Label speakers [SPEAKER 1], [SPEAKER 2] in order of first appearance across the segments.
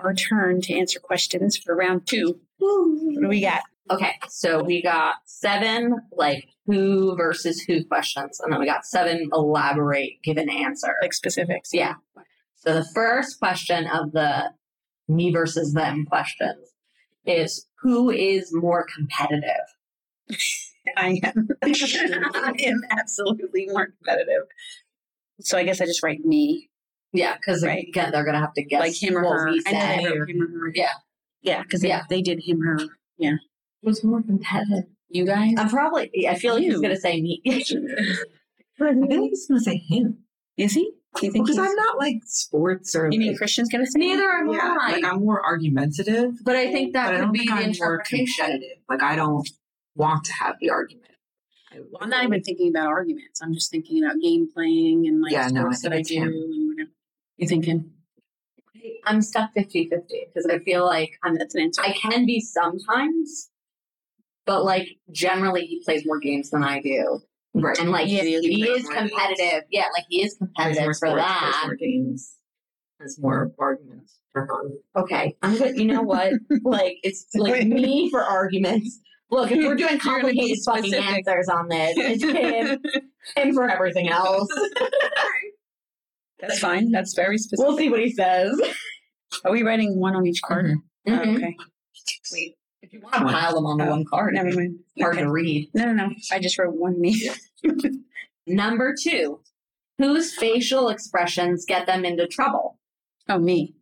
[SPEAKER 1] our turn to answer questions for round two. What do we got?
[SPEAKER 2] Okay, so we got seven like who versus who questions, and then we got seven elaborate, give an answer.
[SPEAKER 1] Like specifics.
[SPEAKER 2] Yeah. So the first question of the me versus them questions is who is more competitive?
[SPEAKER 1] I am. I am absolutely more competitive. So I guess I just write me,
[SPEAKER 2] Yeah, because
[SPEAKER 1] Right.
[SPEAKER 2] again, they're gonna have to guess
[SPEAKER 1] like him or
[SPEAKER 2] what
[SPEAKER 1] her.
[SPEAKER 2] we
[SPEAKER 1] I know
[SPEAKER 2] said.
[SPEAKER 1] they wrote him or her.
[SPEAKER 2] Yeah.
[SPEAKER 1] Yeah, because they,
[SPEAKER 2] Yeah.
[SPEAKER 1] they did him her.
[SPEAKER 2] Who's more competitive?
[SPEAKER 1] You guys?
[SPEAKER 2] I'm probably. I feel like he's
[SPEAKER 1] You.
[SPEAKER 2] gonna say me.
[SPEAKER 3] I think he's gonna say him
[SPEAKER 1] Is he? Do you think
[SPEAKER 3] because
[SPEAKER 1] he's-
[SPEAKER 3] I'm not like sports or
[SPEAKER 1] You mean
[SPEAKER 3] like-
[SPEAKER 1] Christian's gonna say
[SPEAKER 2] Neither am
[SPEAKER 3] yeah,
[SPEAKER 2] I.
[SPEAKER 3] like I'm more argumentative.
[SPEAKER 2] but I think
[SPEAKER 3] but
[SPEAKER 2] that
[SPEAKER 3] I
[SPEAKER 2] could
[SPEAKER 3] don't
[SPEAKER 2] be
[SPEAKER 3] think
[SPEAKER 2] the
[SPEAKER 3] I'm more
[SPEAKER 2] interpretation.
[SPEAKER 3] competitive. Like I don't want to have the argument. I
[SPEAKER 1] Well, I'm not even thinking about arguments. I'm just thinking about game playing and like
[SPEAKER 3] Yeah, no, I
[SPEAKER 1] sports
[SPEAKER 3] think
[SPEAKER 1] that I
[SPEAKER 3] it's
[SPEAKER 1] do
[SPEAKER 3] him.
[SPEAKER 1] and whatever. You thinking
[SPEAKER 2] I'm stuck 50 50 because I feel like I'm,
[SPEAKER 1] that's an answer?
[SPEAKER 2] I can be sometimes, but like generally he plays more games than I do.
[SPEAKER 3] right.
[SPEAKER 2] And like
[SPEAKER 1] Yeah,
[SPEAKER 2] he,
[SPEAKER 3] he plays
[SPEAKER 2] is
[SPEAKER 3] more games.
[SPEAKER 2] competitive. Yeah, like he is
[SPEAKER 3] There's
[SPEAKER 2] competitive
[SPEAKER 3] more
[SPEAKER 2] for
[SPEAKER 3] sports,
[SPEAKER 2] that.
[SPEAKER 3] there's more games, there's more arguments. for fun.
[SPEAKER 2] Okay, I'm good. You know what? like it's like me for arguments. Look, if we're doing
[SPEAKER 1] You're gonna be
[SPEAKER 2] complicated fucking
[SPEAKER 1] specific.
[SPEAKER 2] answers on this, it's him and for everything else.
[SPEAKER 1] that's fine. That's very specific.
[SPEAKER 2] We'll see what he says.
[SPEAKER 1] Are we writing one on each card?
[SPEAKER 3] Mm-hmm.
[SPEAKER 1] Oh, okay.
[SPEAKER 2] Wait, if you want to pile them on the
[SPEAKER 1] Oh,
[SPEAKER 2] one card,
[SPEAKER 1] Never mind.
[SPEAKER 2] hard
[SPEAKER 1] Okay.
[SPEAKER 2] to read.
[SPEAKER 1] No, no, no. I just wrote one me.
[SPEAKER 2] Number two, whose facial expressions get them into trouble?
[SPEAKER 1] Oh, me.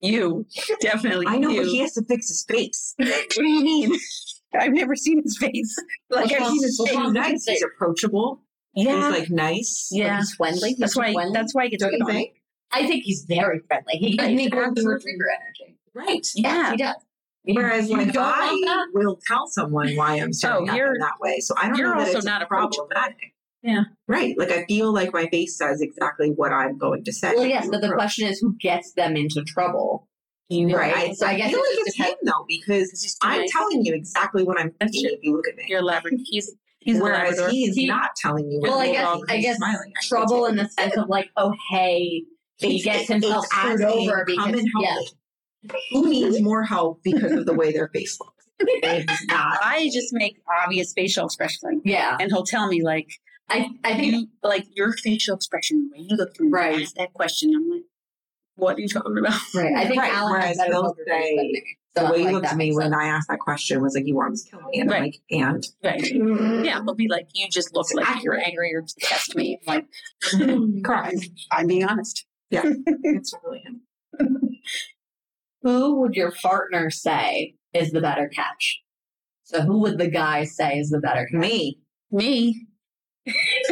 [SPEAKER 1] You definitely.
[SPEAKER 3] I know,
[SPEAKER 1] You.
[SPEAKER 3] but he has to fix his face.
[SPEAKER 1] what do you mean? I've never seen his face. Like I've seen his
[SPEAKER 3] Well,
[SPEAKER 1] face.
[SPEAKER 3] he's nice. He's approachable.
[SPEAKER 1] Yeah.
[SPEAKER 3] He's like nice.
[SPEAKER 1] yeah.
[SPEAKER 2] He's friendly.
[SPEAKER 1] that's
[SPEAKER 2] He's
[SPEAKER 1] why.
[SPEAKER 2] friendly.
[SPEAKER 1] That's why he gets
[SPEAKER 3] Don't
[SPEAKER 1] good
[SPEAKER 3] you
[SPEAKER 1] on.
[SPEAKER 3] think?
[SPEAKER 2] I think he's very friendly. He
[SPEAKER 3] I
[SPEAKER 2] can
[SPEAKER 3] think
[SPEAKER 2] grab the
[SPEAKER 3] absolutely.
[SPEAKER 2] retriever energy.
[SPEAKER 3] Right.
[SPEAKER 1] Yeah.
[SPEAKER 2] Yes, he does.
[SPEAKER 3] Whereas,
[SPEAKER 2] You
[SPEAKER 3] like,
[SPEAKER 2] don't
[SPEAKER 3] I
[SPEAKER 2] want that?
[SPEAKER 3] will tell someone why I'm showing up
[SPEAKER 1] you're-
[SPEAKER 3] in that way. So I don't
[SPEAKER 1] you're
[SPEAKER 3] know that
[SPEAKER 1] also
[SPEAKER 3] it's
[SPEAKER 1] not approachable.
[SPEAKER 3] problematic.
[SPEAKER 1] Yeah.
[SPEAKER 3] Right. Like, I feel like my face says exactly what I'm going to say.
[SPEAKER 2] Well, yes, but the question is who gets them into trouble? You know,
[SPEAKER 3] Right. I,
[SPEAKER 2] So I guess
[SPEAKER 3] feel
[SPEAKER 2] it
[SPEAKER 3] like
[SPEAKER 2] just
[SPEAKER 3] it's him,
[SPEAKER 2] depends.
[SPEAKER 3] though, because
[SPEAKER 1] It's just too
[SPEAKER 3] I'm
[SPEAKER 1] nice.
[SPEAKER 3] telling you exactly what I'm
[SPEAKER 1] That's
[SPEAKER 3] thinking if you look at me.
[SPEAKER 1] You're Labrador. He's he's a
[SPEAKER 3] Whereas
[SPEAKER 1] Labrador.
[SPEAKER 3] he is
[SPEAKER 2] He-
[SPEAKER 3] not telling you.
[SPEAKER 2] Well,
[SPEAKER 3] what
[SPEAKER 2] I
[SPEAKER 3] the
[SPEAKER 2] guess
[SPEAKER 3] dog
[SPEAKER 2] I
[SPEAKER 3] is
[SPEAKER 2] guess
[SPEAKER 3] smiling. at.
[SPEAKER 2] trouble in the sense of like, oh hey, he
[SPEAKER 3] It's-
[SPEAKER 2] gets
[SPEAKER 3] it's
[SPEAKER 2] himself
[SPEAKER 3] as
[SPEAKER 2] screwed
[SPEAKER 3] a
[SPEAKER 2] over
[SPEAKER 3] come
[SPEAKER 2] because
[SPEAKER 3] and help
[SPEAKER 2] yeah,
[SPEAKER 3] me. Who needs more help because of the way their face looks? It's not.
[SPEAKER 1] I just make obvious facial expressions,
[SPEAKER 2] yeah.
[SPEAKER 1] and he'll tell me like,
[SPEAKER 2] I I think
[SPEAKER 1] you- like your facial expression when you look at me,
[SPEAKER 2] Right.
[SPEAKER 1] ask that question. I'm like, what are you talking about?
[SPEAKER 2] Right. I think
[SPEAKER 3] Right,
[SPEAKER 2] Alan
[SPEAKER 3] whereas
[SPEAKER 2] has better
[SPEAKER 3] they'll
[SPEAKER 2] poker face
[SPEAKER 3] say,
[SPEAKER 2] than me.
[SPEAKER 3] the
[SPEAKER 2] So
[SPEAKER 3] way you
[SPEAKER 2] like
[SPEAKER 3] looked
[SPEAKER 2] that
[SPEAKER 3] at me
[SPEAKER 2] makes
[SPEAKER 3] when
[SPEAKER 2] sense.
[SPEAKER 3] I asked that question was like, you want to kill me. And
[SPEAKER 1] Right.
[SPEAKER 3] I'm like, and
[SPEAKER 1] Right. Yeah, he'll be like, you just look like you're angry or test me. I'm like, crime. I'm being honest.
[SPEAKER 3] it's really him.
[SPEAKER 2] who would your partner say is the better catch? So who would the guy say is the better catch?
[SPEAKER 3] Me.
[SPEAKER 1] Me.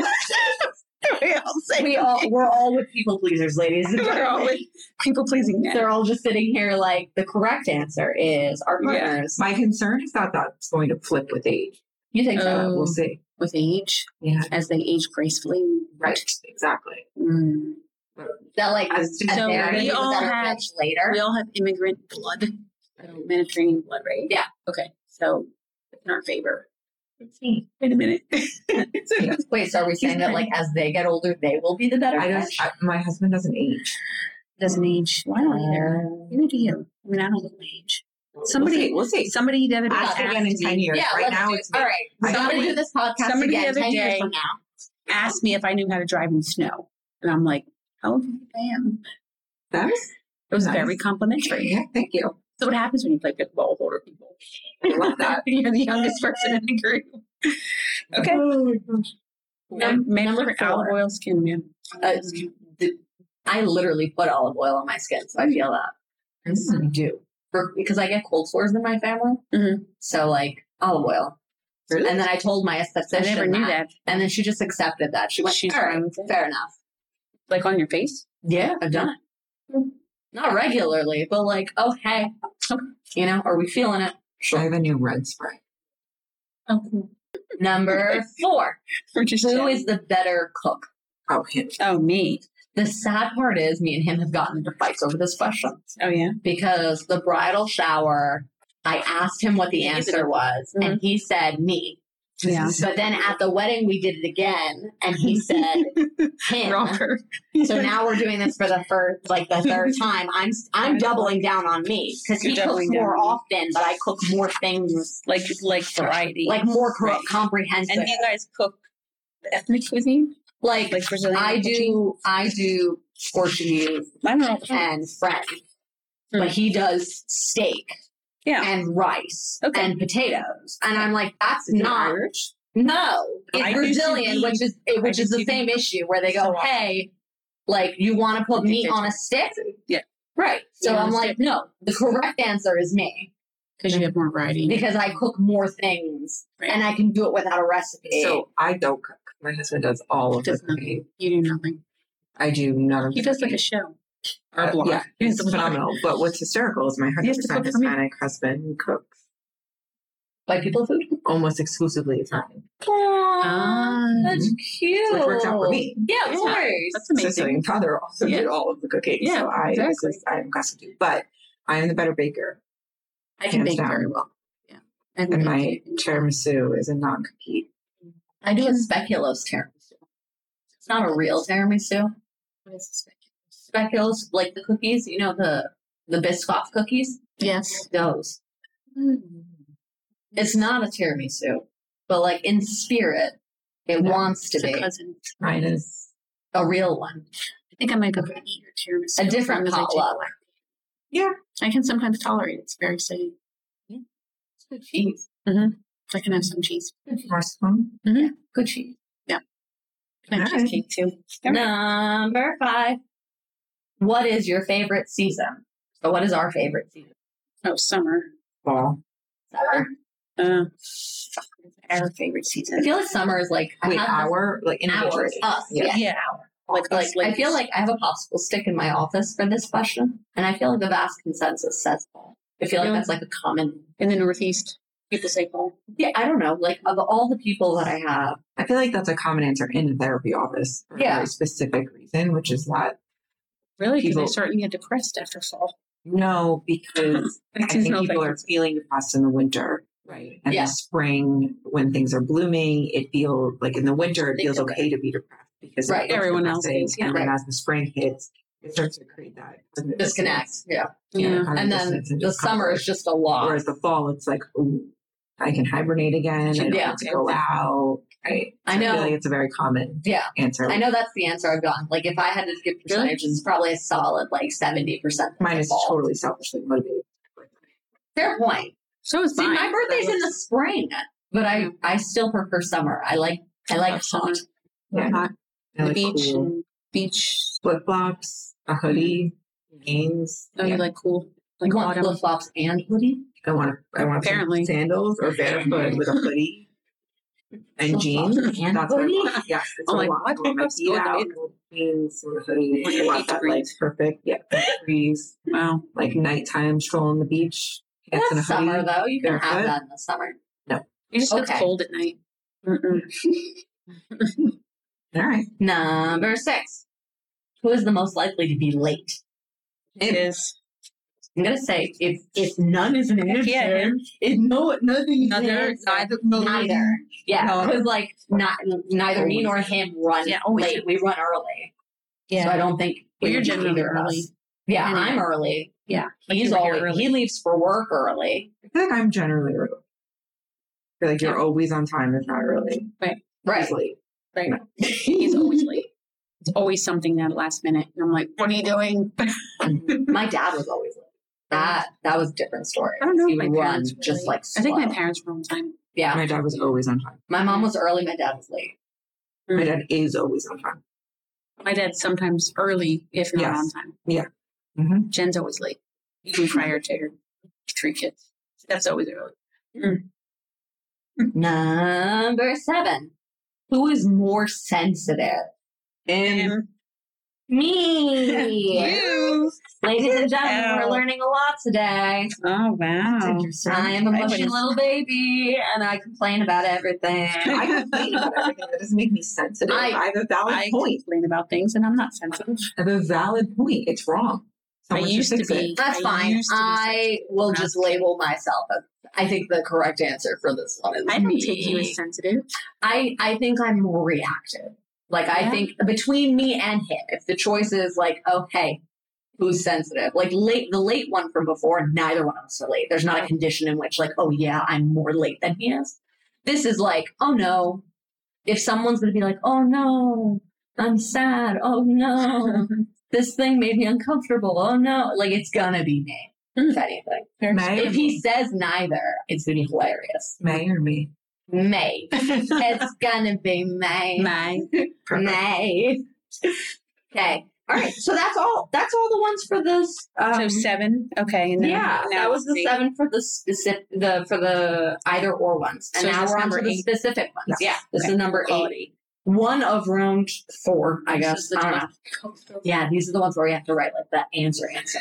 [SPEAKER 1] we all say
[SPEAKER 2] We all we're all with people pleasers, ladies.
[SPEAKER 1] We're all with people pleasing men.
[SPEAKER 2] They're all just sitting here like the correct answer is our
[SPEAKER 1] Yeah.
[SPEAKER 2] partners.
[SPEAKER 3] My concern is that that's going to flip with age.
[SPEAKER 2] You think
[SPEAKER 3] Uh,
[SPEAKER 2] so?
[SPEAKER 1] Oh.
[SPEAKER 3] we'll see.
[SPEAKER 1] With age,
[SPEAKER 3] Yeah.
[SPEAKER 1] as they age gracefully.
[SPEAKER 3] Right. Exactly.
[SPEAKER 1] Mm.
[SPEAKER 2] That like
[SPEAKER 3] As to-
[SPEAKER 2] a
[SPEAKER 1] So
[SPEAKER 2] therapy
[SPEAKER 1] we
[SPEAKER 2] is a
[SPEAKER 1] all
[SPEAKER 2] better
[SPEAKER 1] have-
[SPEAKER 2] catch later.
[SPEAKER 1] We all have immigrant blood, so Oh, Mediterranean blood, right?
[SPEAKER 2] Yeah.
[SPEAKER 1] Okay. So it's in our favor. Wait a minute.
[SPEAKER 2] Wait, so are we saying that like as they get older, they will be the better
[SPEAKER 3] I
[SPEAKER 2] catch?
[SPEAKER 3] just, I, my husband doesn't age.
[SPEAKER 1] Doesn't age. Why don't either? Neither do you. I mean, I don't look my age. Somebody-
[SPEAKER 3] Oh. we'll see.
[SPEAKER 1] Somebody the other day
[SPEAKER 3] Ask
[SPEAKER 1] asked
[SPEAKER 3] again in
[SPEAKER 1] me,
[SPEAKER 3] 10 years.
[SPEAKER 2] yeah,
[SPEAKER 3] right
[SPEAKER 2] let's
[SPEAKER 3] now,
[SPEAKER 2] do,
[SPEAKER 3] it's
[SPEAKER 2] all right. So
[SPEAKER 3] I
[SPEAKER 2] I'm
[SPEAKER 3] don't
[SPEAKER 2] gonna do
[SPEAKER 3] wait.
[SPEAKER 2] this podcast
[SPEAKER 1] Somebody the
[SPEAKER 2] again
[SPEAKER 1] other
[SPEAKER 2] ten years
[SPEAKER 1] day-
[SPEAKER 2] from now.
[SPEAKER 1] asked me if I knew how to drive in snow, and I'm like, "How old do you think I am?"
[SPEAKER 3] That was-
[SPEAKER 1] It was
[SPEAKER 3] Nice.
[SPEAKER 1] very complimentary.
[SPEAKER 3] yeah, thank you.
[SPEAKER 1] So what happens when you play pickleball with older people?
[SPEAKER 3] I love that.
[SPEAKER 1] You're the youngest person in the group. Okay.
[SPEAKER 3] Mm-hmm.
[SPEAKER 2] Num-
[SPEAKER 1] Made
[SPEAKER 2] number
[SPEAKER 1] for
[SPEAKER 2] four.
[SPEAKER 1] olive oil skin, man.
[SPEAKER 2] Uh, the, I literally put olive oil on my skin, so I feel that.
[SPEAKER 3] Mm.
[SPEAKER 1] Mm-hmm.
[SPEAKER 2] I do. For- because I get cold sores in my family.
[SPEAKER 1] Mhm.
[SPEAKER 2] So, like, olive oil.
[SPEAKER 3] Really?
[SPEAKER 2] And then I told my esthetician.
[SPEAKER 1] I never knew that.
[SPEAKER 2] And then she just accepted that. She went,
[SPEAKER 1] She's
[SPEAKER 2] all right,
[SPEAKER 1] fine with it.
[SPEAKER 2] fair enough.
[SPEAKER 1] Like on your face.
[SPEAKER 2] Yeah, I've done it. Not regularly, but like, oh, hey, you know, are we feeling it?
[SPEAKER 3] I have a new red spray.
[SPEAKER 1] Oh, cool.
[SPEAKER 2] Number four,
[SPEAKER 1] We're just
[SPEAKER 2] who is the better cook?
[SPEAKER 3] Oh, him.
[SPEAKER 1] Oh, me.
[SPEAKER 2] The sad part is, me and him have gotten into fights over this question.
[SPEAKER 1] Oh, yeah.
[SPEAKER 2] because the bridal shower, I asked him what the
[SPEAKER 1] He's a
[SPEAKER 2] answer was, and he said me.
[SPEAKER 4] Mm-hmm. Yeah.
[SPEAKER 2] But then at the wedding, we did it again, and he said him.
[SPEAKER 4] Robert.
[SPEAKER 2] So now we're doing this for the third, like the third time. I'm I'm doubling down on me because he
[SPEAKER 4] You're
[SPEAKER 2] cooks
[SPEAKER 4] doubling down.
[SPEAKER 2] more often, but I cook more things,
[SPEAKER 4] Like like variety.
[SPEAKER 2] like more co-
[SPEAKER 4] Right.
[SPEAKER 2] comprehensive.
[SPEAKER 4] and you guys cook ethnic cuisine?
[SPEAKER 2] like
[SPEAKER 4] Like Brazilian.
[SPEAKER 2] I
[SPEAKER 4] cuisine?
[SPEAKER 2] do, I do Portuguese
[SPEAKER 4] I don't know.
[SPEAKER 2] and French,
[SPEAKER 4] Hmm.
[SPEAKER 2] but he does steak
[SPEAKER 4] Yeah.
[SPEAKER 2] and rice
[SPEAKER 4] Okay.
[SPEAKER 2] and potatoes, and I'm like, that's
[SPEAKER 4] Is it
[SPEAKER 2] not
[SPEAKER 4] Irish?
[SPEAKER 2] No, it's
[SPEAKER 4] I do
[SPEAKER 2] Brazilian,
[SPEAKER 4] TV.
[SPEAKER 2] which is it- which
[SPEAKER 4] I do
[SPEAKER 2] is the
[SPEAKER 4] TV.
[SPEAKER 2] same issue where they go,
[SPEAKER 4] So, uh,
[SPEAKER 2] "Hey, like you want to put meat
[SPEAKER 4] they
[SPEAKER 2] on a stick?"
[SPEAKER 4] Yeah.
[SPEAKER 2] right. So
[SPEAKER 1] Yeah, on
[SPEAKER 2] I'm
[SPEAKER 1] a
[SPEAKER 2] like, no, the correct answer is me
[SPEAKER 1] because you have more variety.
[SPEAKER 2] because I cook more things
[SPEAKER 1] Right.
[SPEAKER 2] and I can do it without a recipe.
[SPEAKER 3] So I don't cook. My husband does all of the
[SPEAKER 1] Does nothing.
[SPEAKER 3] cooking.
[SPEAKER 1] You do nothing.
[SPEAKER 3] I do none of
[SPEAKER 1] He
[SPEAKER 3] the
[SPEAKER 1] does like a
[SPEAKER 3] cooking.
[SPEAKER 1] show.
[SPEAKER 3] Uh,
[SPEAKER 1] blog.
[SPEAKER 3] Yeah,
[SPEAKER 1] He has
[SPEAKER 3] it's
[SPEAKER 1] a blog.
[SPEAKER 3] phenomenal. But what's hysterical is my
[SPEAKER 1] He has to
[SPEAKER 3] 100%
[SPEAKER 1] cook for me.
[SPEAKER 3] Hispanic husband who cooks
[SPEAKER 2] like people food. Ah,
[SPEAKER 3] almost exclusively Italian.
[SPEAKER 1] Ah,
[SPEAKER 2] That's cute.
[SPEAKER 3] Which works out for me.
[SPEAKER 2] Yeah, of
[SPEAKER 1] Yeah.
[SPEAKER 2] course.
[SPEAKER 1] That's
[SPEAKER 3] So
[SPEAKER 1] amazing.
[SPEAKER 3] Sicilian father also
[SPEAKER 1] Yeah.
[SPEAKER 3] did all of the cooking.
[SPEAKER 1] Yeah,
[SPEAKER 3] so I,
[SPEAKER 1] exactly.
[SPEAKER 3] this is- I am custom to. But I am the better baker.
[SPEAKER 1] I can
[SPEAKER 3] hands
[SPEAKER 1] bake
[SPEAKER 3] down.
[SPEAKER 1] very well. Yeah. And,
[SPEAKER 3] And my tiramisu is a non compete.
[SPEAKER 2] I do a speculoos tiramisu. It's not a real tiramisu.
[SPEAKER 1] What is this?
[SPEAKER 2] Speculoos, like the cookies, you know the the Biscoff cookies.
[SPEAKER 1] Yes.
[SPEAKER 2] Those. It's not a tiramisu, but like in spirit, it
[SPEAKER 3] Yeah.
[SPEAKER 2] wants to
[SPEAKER 1] It's a
[SPEAKER 2] be
[SPEAKER 1] cousin.
[SPEAKER 3] Mine is
[SPEAKER 2] a real one.
[SPEAKER 1] I think I might go for an eat or tiramisu.
[SPEAKER 2] A
[SPEAKER 1] as
[SPEAKER 2] different
[SPEAKER 1] long as I take
[SPEAKER 2] potluck.
[SPEAKER 1] one.
[SPEAKER 3] Yeah.
[SPEAKER 1] I can sometimes tolerate it. It's very exciting.
[SPEAKER 2] Good cheese.
[SPEAKER 1] I can have some cheese.
[SPEAKER 3] Marcelin.
[SPEAKER 2] Good cheese.
[SPEAKER 1] Can I have
[SPEAKER 3] Alright.
[SPEAKER 1] cheesecake too?
[SPEAKER 2] Number five. What is your favorite season? So, what is our favorite season?
[SPEAKER 1] Oh, summer.
[SPEAKER 3] Ball.
[SPEAKER 2] Summer.
[SPEAKER 1] Uh, our favorite season.
[SPEAKER 2] I feel like summer is like I
[SPEAKER 3] Wait,
[SPEAKER 2] have this-
[SPEAKER 3] hour? Like individual.
[SPEAKER 2] hours. Us.
[SPEAKER 3] Yeah.
[SPEAKER 2] Yeah.
[SPEAKER 4] Yeah.
[SPEAKER 2] Like, like,
[SPEAKER 4] us ladies.
[SPEAKER 2] I feel like I have a popsicle stick in my office for this question, and I feel like the vast consensus says fall. I feel like
[SPEAKER 1] Really?
[SPEAKER 2] that's like a common.
[SPEAKER 1] In the Northeast, people say fall.
[SPEAKER 2] Yeah, I don't know. Like of all the people that I have,
[SPEAKER 3] I feel like that's a common answer in the therapy office for
[SPEAKER 2] Yeah.
[SPEAKER 3] a very specific reason, which is that
[SPEAKER 1] Really? Because
[SPEAKER 3] People-
[SPEAKER 1] they're starting to get depressed after fall.
[SPEAKER 3] no, because I
[SPEAKER 1] Makes me
[SPEAKER 3] think
[SPEAKER 1] smell
[SPEAKER 3] people are
[SPEAKER 1] backwards.
[SPEAKER 3] feeling depressed in the winter, right? And
[SPEAKER 2] Yeah.
[SPEAKER 3] the spring, when things are blooming, it feels like in the winter, it
[SPEAKER 2] They
[SPEAKER 3] feels
[SPEAKER 2] feel
[SPEAKER 3] okay to be depressed because it
[SPEAKER 2] Right.
[SPEAKER 3] feels
[SPEAKER 1] Everyone else
[SPEAKER 3] depressing.
[SPEAKER 1] is, yeah.
[SPEAKER 3] And then
[SPEAKER 2] Right.
[SPEAKER 3] as the spring hits, it starts to create that
[SPEAKER 2] disconnect. Yeah.
[SPEAKER 3] Yeah,
[SPEAKER 1] Yeah.
[SPEAKER 3] kind of
[SPEAKER 2] and then
[SPEAKER 3] dissonance and
[SPEAKER 2] the summer
[SPEAKER 3] discomfort.
[SPEAKER 2] is just a lot.
[SPEAKER 3] Whereas the fall, it's like, ooh, I can hibernate again. I don't
[SPEAKER 2] Yeah.
[SPEAKER 3] have to go out. Right.
[SPEAKER 2] I
[SPEAKER 3] So
[SPEAKER 2] know.
[SPEAKER 3] feel like it's a very common
[SPEAKER 2] Yeah,
[SPEAKER 3] answer.
[SPEAKER 2] I know that's the answer I've gotten. Like, if I had to give percentages, it's probably a solid like seventy percent.
[SPEAKER 3] Mine is totally selfishly motivated.
[SPEAKER 2] fair point.
[SPEAKER 1] So is
[SPEAKER 2] See,
[SPEAKER 1] mine.
[SPEAKER 2] my birthday's in the spring, but I I still prefer summer. I like I like
[SPEAKER 1] love
[SPEAKER 2] hot.
[SPEAKER 1] summer.
[SPEAKER 3] Yeah.
[SPEAKER 1] Hot.
[SPEAKER 3] I
[SPEAKER 1] the
[SPEAKER 3] like
[SPEAKER 1] beach
[SPEAKER 3] cool
[SPEAKER 1] and beach.
[SPEAKER 3] flip flops, a hoodie, jeans.
[SPEAKER 1] Oh, you like cool. Like
[SPEAKER 2] you want
[SPEAKER 1] autumn.
[SPEAKER 2] flip flops and hoodie?
[SPEAKER 3] I want to. I want some
[SPEAKER 1] Apparently.
[SPEAKER 3] sandals or barefoot with a hoodie and
[SPEAKER 2] Flip-flops
[SPEAKER 3] jeans.
[SPEAKER 2] and
[SPEAKER 3] That's what I
[SPEAKER 2] hoodie?
[SPEAKER 3] want. Yes, it's
[SPEAKER 1] I'm
[SPEAKER 3] a
[SPEAKER 1] like,
[SPEAKER 3] lot.
[SPEAKER 1] what?
[SPEAKER 3] I want my
[SPEAKER 1] That's
[SPEAKER 3] feet
[SPEAKER 1] going to
[SPEAKER 3] out,
[SPEAKER 1] be-
[SPEAKER 3] jeans, and a hoodie. I
[SPEAKER 1] Eight
[SPEAKER 3] want that like
[SPEAKER 1] degrees.
[SPEAKER 3] perfect. Yeah, degrees.
[SPEAKER 1] Wow.
[SPEAKER 3] Like nighttime stroll on the beach. Pants and a
[SPEAKER 2] That's summer
[SPEAKER 3] hoodie.
[SPEAKER 2] though. You can have
[SPEAKER 3] barefoot.
[SPEAKER 2] that in the summer.
[SPEAKER 1] You just
[SPEAKER 2] Okay.
[SPEAKER 1] get cold at night. Mm-mm.
[SPEAKER 3] All right.
[SPEAKER 2] Number six. Who is the most likely to be late?
[SPEAKER 1] It is.
[SPEAKER 2] I'm gonna say if if none is an answer,
[SPEAKER 4] Yeah, him.
[SPEAKER 2] if no nothing is an
[SPEAKER 4] Neither,
[SPEAKER 2] answer,
[SPEAKER 4] neither,
[SPEAKER 2] Neither. Yeah,
[SPEAKER 3] No.
[SPEAKER 2] because like not neither me
[SPEAKER 3] Always.
[SPEAKER 2] nor him run
[SPEAKER 4] Yeah, always.
[SPEAKER 2] late. We run early,
[SPEAKER 4] Yeah.
[SPEAKER 2] so I don't think
[SPEAKER 1] Well,
[SPEAKER 2] it
[SPEAKER 1] you're
[SPEAKER 2] would be
[SPEAKER 1] generally
[SPEAKER 2] either of us.
[SPEAKER 1] early.
[SPEAKER 2] Yeah,
[SPEAKER 1] Anyway.
[SPEAKER 2] I'm early.
[SPEAKER 1] Yeah, like
[SPEAKER 2] he's
[SPEAKER 1] you were here
[SPEAKER 2] always
[SPEAKER 1] early.
[SPEAKER 2] he leaves for work early.
[SPEAKER 3] I feel like I'm generally early. I feel like you're
[SPEAKER 1] Yeah.
[SPEAKER 3] always on time, if not early.
[SPEAKER 2] Right.
[SPEAKER 3] Easily.
[SPEAKER 1] Right. He's always late. It's always something that last minute. And I'm like, what are you doing?
[SPEAKER 2] my dad was always late. That that was a different story.
[SPEAKER 1] I don't know
[SPEAKER 2] He
[SPEAKER 1] if my
[SPEAKER 2] would run
[SPEAKER 1] parents were
[SPEAKER 2] just
[SPEAKER 1] late.
[SPEAKER 2] like
[SPEAKER 1] I think my
[SPEAKER 2] slow.
[SPEAKER 1] parents were on time.
[SPEAKER 2] Yeah,
[SPEAKER 3] My dad was always on time.
[SPEAKER 2] my mom was early. My dad was late.
[SPEAKER 3] My dad is always on time.
[SPEAKER 1] My dad's sometimes early, if not
[SPEAKER 3] Yes.
[SPEAKER 1] on time.
[SPEAKER 3] Mm-hmm.
[SPEAKER 1] Jen's always late, even prior to her three kids. That's always early.
[SPEAKER 2] Number seven. Who is more sensitive?
[SPEAKER 3] And
[SPEAKER 4] Him.
[SPEAKER 2] Me.
[SPEAKER 4] You.
[SPEAKER 2] Ladies and gentlemen, we're
[SPEAKER 4] Ow.
[SPEAKER 2] learning a lot today.
[SPEAKER 4] Oh wow.
[SPEAKER 2] I am a
[SPEAKER 4] I
[SPEAKER 2] mushy
[SPEAKER 4] wouldn't-
[SPEAKER 2] little baby and I complain about everything.
[SPEAKER 3] I complain about everything. That doesn't make me sensitive.
[SPEAKER 2] I-
[SPEAKER 3] I, have a valid
[SPEAKER 1] I
[SPEAKER 3] point.
[SPEAKER 1] complain about things, and I'm not sensitive.
[SPEAKER 3] I have a valid point. It's wrong.
[SPEAKER 1] I
[SPEAKER 3] Someone should
[SPEAKER 1] used to
[SPEAKER 3] fix it.
[SPEAKER 1] be.
[SPEAKER 2] That's
[SPEAKER 1] I
[SPEAKER 2] fine.
[SPEAKER 1] used to be
[SPEAKER 2] I
[SPEAKER 1] sensitive.
[SPEAKER 2] will just label myself as I think the correct answer for this one is
[SPEAKER 1] I don't
[SPEAKER 2] me.
[SPEAKER 1] take you as sensitive.
[SPEAKER 2] I I think I'm more reactive. Like I
[SPEAKER 1] Yeah.
[SPEAKER 2] think between me and him, if the choice is like, oh hey, who's sensitive? Like late the late one from before, neither one of us are late. There's not a condition in which like, oh yeah, I'm more late than he is. This is like, oh no. If someone's gonna be like, oh no, I'm sad, oh no, this thing made me uncomfortable, oh no, like it's gonna be me. If anything.
[SPEAKER 3] May or
[SPEAKER 2] If he says neither, it's gonna be hilarious.
[SPEAKER 3] May or me.
[SPEAKER 2] May. it's gonna be May.
[SPEAKER 1] My
[SPEAKER 2] May. Okay. All right. So that's all. That's all the ones for this. Um,
[SPEAKER 4] so seven. Okay. And then
[SPEAKER 2] yeah,
[SPEAKER 4] now
[SPEAKER 2] that was the
[SPEAKER 4] eight.
[SPEAKER 2] seven for the specific, the for the either or ones, and
[SPEAKER 4] So is
[SPEAKER 2] now
[SPEAKER 4] this
[SPEAKER 2] we're on to
[SPEAKER 4] number
[SPEAKER 2] the
[SPEAKER 4] eight?
[SPEAKER 2] specific ones.
[SPEAKER 4] Yeah.
[SPEAKER 2] this is number
[SPEAKER 4] Quality.
[SPEAKER 2] eight. One of round four, I
[SPEAKER 1] This
[SPEAKER 2] guess.
[SPEAKER 1] is the
[SPEAKER 2] I don't
[SPEAKER 1] top.
[SPEAKER 2] know. Yeah, these are the ones where you have to write like the answer answer.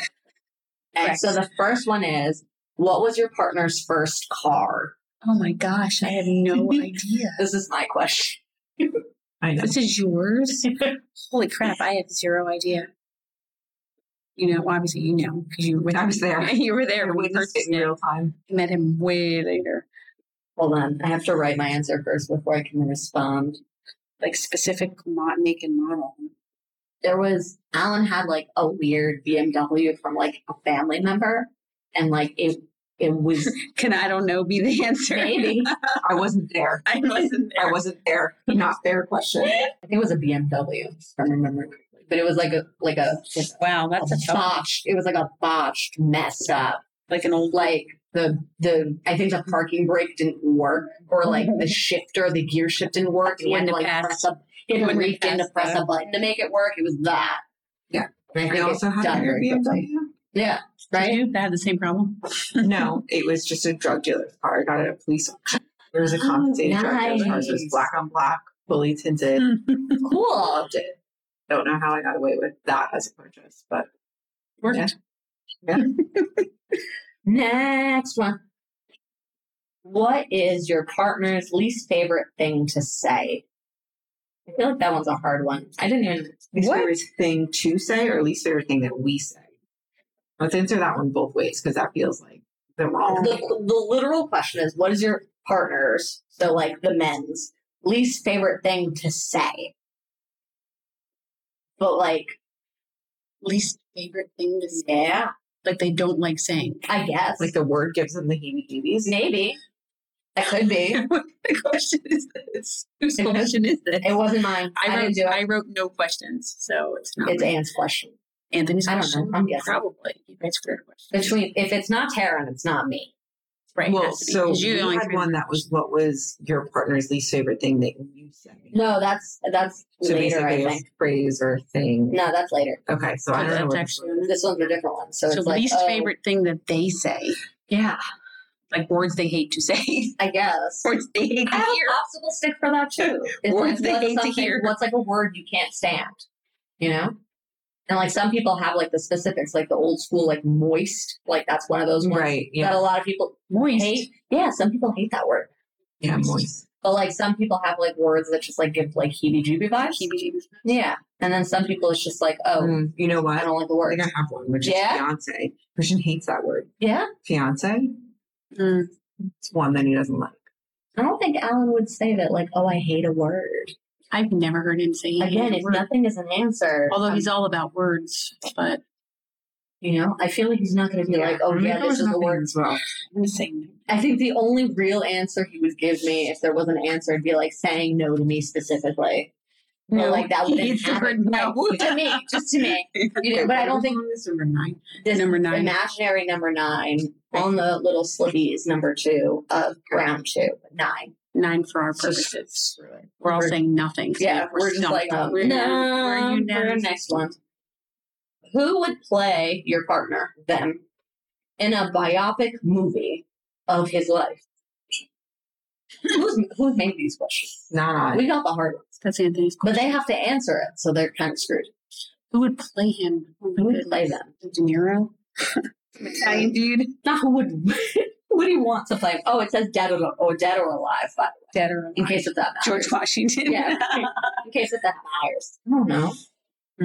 [SPEAKER 2] And
[SPEAKER 4] Correct.
[SPEAKER 2] so the first one is, what was your partner's first car?
[SPEAKER 1] Oh my gosh, I have no idea.
[SPEAKER 2] This is my question.
[SPEAKER 3] I know.
[SPEAKER 1] This is yours? Holy crap, I have zero idea. You know, well, obviously you know because you were
[SPEAKER 3] I was there.
[SPEAKER 1] you were there
[SPEAKER 3] I
[SPEAKER 1] when we first
[SPEAKER 3] witnessed it in real time.
[SPEAKER 1] met him way later.
[SPEAKER 2] Hold on, I have to write my answer first before I can respond.
[SPEAKER 1] Like specific mo- make and model.
[SPEAKER 2] there was Alan had like a weird BMW from like a family member, and like it it was
[SPEAKER 1] Can I don't know be the answer?
[SPEAKER 2] maybe I
[SPEAKER 3] I wasn't there.
[SPEAKER 1] I wasn't
[SPEAKER 3] I
[SPEAKER 1] there.
[SPEAKER 3] wasn't there. Not fair question.
[SPEAKER 2] think it was a BMW if I remember correctly, but it was like a like a,
[SPEAKER 4] Wow,
[SPEAKER 2] a
[SPEAKER 4] that's a tough.
[SPEAKER 2] botched. It was like a botched, messed up.
[SPEAKER 4] Like an old.
[SPEAKER 2] Like the the I think the parking brake didn't work, or like the shifter, the gear shift didn't work.
[SPEAKER 4] Wouldn't
[SPEAKER 2] had to
[SPEAKER 4] have
[SPEAKER 2] like
[SPEAKER 4] passed.
[SPEAKER 2] press up. He had to
[SPEAKER 4] Wouldn't have
[SPEAKER 2] reach in to
[SPEAKER 4] passed
[SPEAKER 2] press
[SPEAKER 4] the-
[SPEAKER 2] a button to make it work. It was that.
[SPEAKER 3] Yeah.
[SPEAKER 2] And I
[SPEAKER 3] I
[SPEAKER 2] think
[SPEAKER 3] also
[SPEAKER 2] it's
[SPEAKER 3] had
[SPEAKER 2] done
[SPEAKER 3] an
[SPEAKER 2] very quickly.
[SPEAKER 3] Airbnb.
[SPEAKER 2] Yeah. Right.
[SPEAKER 4] You had the same problem.
[SPEAKER 3] no, it was just a drug dealer's car. I got it at a police auction. There
[SPEAKER 1] Oh,
[SPEAKER 3] was a compensated drug dealer's car. So it was
[SPEAKER 2] nice.
[SPEAKER 3] black on black, fully
[SPEAKER 1] Hmm.
[SPEAKER 3] tinted.
[SPEAKER 2] Cool.
[SPEAKER 3] Loved it. Don't know how I got away with that as a purchase, but
[SPEAKER 4] Worked.
[SPEAKER 3] Yeah.
[SPEAKER 2] Next one. What is your partner's least favorite thing to say? I feel like that one's a hard one. I didn't even.
[SPEAKER 3] least
[SPEAKER 2] What?
[SPEAKER 3] favorite thing to say or least favorite thing that we say? Let's answer that one both ways because that feels like the
[SPEAKER 1] Oh.
[SPEAKER 3] wrong.
[SPEAKER 2] The, the literal question is what is your partner's, so like the men's, least favorite thing to say? But like,
[SPEAKER 1] Least favorite thing to say.
[SPEAKER 2] yeah,
[SPEAKER 1] Like they don't like saying.
[SPEAKER 2] I guess.
[SPEAKER 3] Like the word gives them the heebie-jeebies.
[SPEAKER 2] Maybe. That could be.
[SPEAKER 1] The question is this. Whose question is this?
[SPEAKER 2] It wasn't mine. I,
[SPEAKER 1] I wrote,
[SPEAKER 2] didn't do it.
[SPEAKER 1] I wrote no questions, so it's not
[SPEAKER 2] it's Anne's question.
[SPEAKER 1] Anthony's
[SPEAKER 2] I don't
[SPEAKER 1] question.
[SPEAKER 2] know. I'm guessing.
[SPEAKER 1] Probably. You guys figured question.
[SPEAKER 2] Between, if it's not Tara and it's not me,
[SPEAKER 1] Right.
[SPEAKER 3] Well,
[SPEAKER 1] has to be,
[SPEAKER 3] so
[SPEAKER 1] 'cause you
[SPEAKER 3] you
[SPEAKER 1] only
[SPEAKER 3] had
[SPEAKER 1] three-
[SPEAKER 3] one that was what was your partner's least favorite thing that you said?
[SPEAKER 2] No, that's that's
[SPEAKER 3] So
[SPEAKER 2] later. I
[SPEAKER 3] basically, a
[SPEAKER 2] think.
[SPEAKER 3] phrase or thing.
[SPEAKER 2] No, that's later.
[SPEAKER 3] Okay, so
[SPEAKER 1] Oh,
[SPEAKER 3] I don't know.
[SPEAKER 1] that's
[SPEAKER 3] what-
[SPEAKER 1] actually
[SPEAKER 2] This one's a different one. So,
[SPEAKER 1] so
[SPEAKER 2] it's like
[SPEAKER 1] least
[SPEAKER 2] oh,
[SPEAKER 1] favorite thing that they say.
[SPEAKER 2] Yeah,
[SPEAKER 1] Like words they hate to say.
[SPEAKER 2] I guess.
[SPEAKER 1] words they hate
[SPEAKER 2] I
[SPEAKER 1] to
[SPEAKER 2] have
[SPEAKER 1] hear.
[SPEAKER 2] a popsicle stick for that too. It's
[SPEAKER 1] Words they
[SPEAKER 2] what's
[SPEAKER 1] hate to
[SPEAKER 2] something-
[SPEAKER 1] hear.
[SPEAKER 2] What's like a word you can't stand? You know. And like some people have like the specifics, like the old school, like moist. Like that's one of those ones
[SPEAKER 3] Right. Yeah.
[SPEAKER 2] that a lot of people
[SPEAKER 1] Moist.
[SPEAKER 2] hate. Yeah, some people hate that word.
[SPEAKER 3] Yeah. Moist.
[SPEAKER 2] But like some people have like words that just like give like heebie-jeebie vibes.
[SPEAKER 1] heebie-jeebies.
[SPEAKER 2] Yeah, and then some people it's just like, oh,
[SPEAKER 3] Mm, you know
[SPEAKER 2] I
[SPEAKER 3] what?
[SPEAKER 2] don't like the
[SPEAKER 3] I
[SPEAKER 2] word.
[SPEAKER 3] think I have one, which
[SPEAKER 2] Yeah?
[SPEAKER 3] is fiance. Christian hates that word.
[SPEAKER 2] Yeah,
[SPEAKER 3] Fiance.
[SPEAKER 1] Mm.
[SPEAKER 3] It's one that he doesn't like.
[SPEAKER 2] I don't think Alan would say that. Like, oh, I hate a word.
[SPEAKER 1] I've never heard him say he
[SPEAKER 2] again,
[SPEAKER 1] hated
[SPEAKER 2] if
[SPEAKER 1] words.
[SPEAKER 2] nothing is an answer,
[SPEAKER 1] Although
[SPEAKER 2] um,
[SPEAKER 1] he's all about words, but
[SPEAKER 2] you know, I feel like he's not going to be
[SPEAKER 1] Yeah.
[SPEAKER 2] like, oh
[SPEAKER 1] Maybe
[SPEAKER 2] yeah,
[SPEAKER 1] there
[SPEAKER 2] this
[SPEAKER 1] was
[SPEAKER 2] is the
[SPEAKER 1] nothing.
[SPEAKER 2] word as well.
[SPEAKER 1] I'm gonna say no.
[SPEAKER 2] I think the only real answer he would give me, if there was an answer, would be like saying no to me specifically. But, like that
[SPEAKER 1] he
[SPEAKER 2] would
[SPEAKER 1] hates the word no.
[SPEAKER 2] to me, just to me. You know, but I don't think
[SPEAKER 1] this is number nine.
[SPEAKER 2] this
[SPEAKER 1] Number nine.
[SPEAKER 2] imaginary number nine on the little slippy is number two of round two nine.
[SPEAKER 1] Nine for our
[SPEAKER 3] So s-
[SPEAKER 1] purposes. We're all saying nothing. so
[SPEAKER 2] Yeah, we're just
[SPEAKER 1] stumped.
[SPEAKER 2] like um,
[SPEAKER 1] We're-
[SPEAKER 2] no.
[SPEAKER 1] we're
[SPEAKER 2] for
[SPEAKER 1] unanimous.
[SPEAKER 2] next one. Who would play your partner them in a biopic movie of his life? Who's, who made these questions?
[SPEAKER 3] Not I.
[SPEAKER 2] We got the hard ones,
[SPEAKER 1] That's Anthony's
[SPEAKER 2] but they have to answer it, so they're kind of screwed.
[SPEAKER 1] Who would play him? Oh my
[SPEAKER 2] Who would
[SPEAKER 1] goodness.
[SPEAKER 2] play them?
[SPEAKER 1] De Niro? Italian dude?
[SPEAKER 2] Not who would. What do you want to play? Oh, it says dead or, or dead or alive, but
[SPEAKER 1] Dead or alive?
[SPEAKER 2] in case if that matters.
[SPEAKER 1] George Washington.
[SPEAKER 2] Yeah. In case if that matters. I don't know.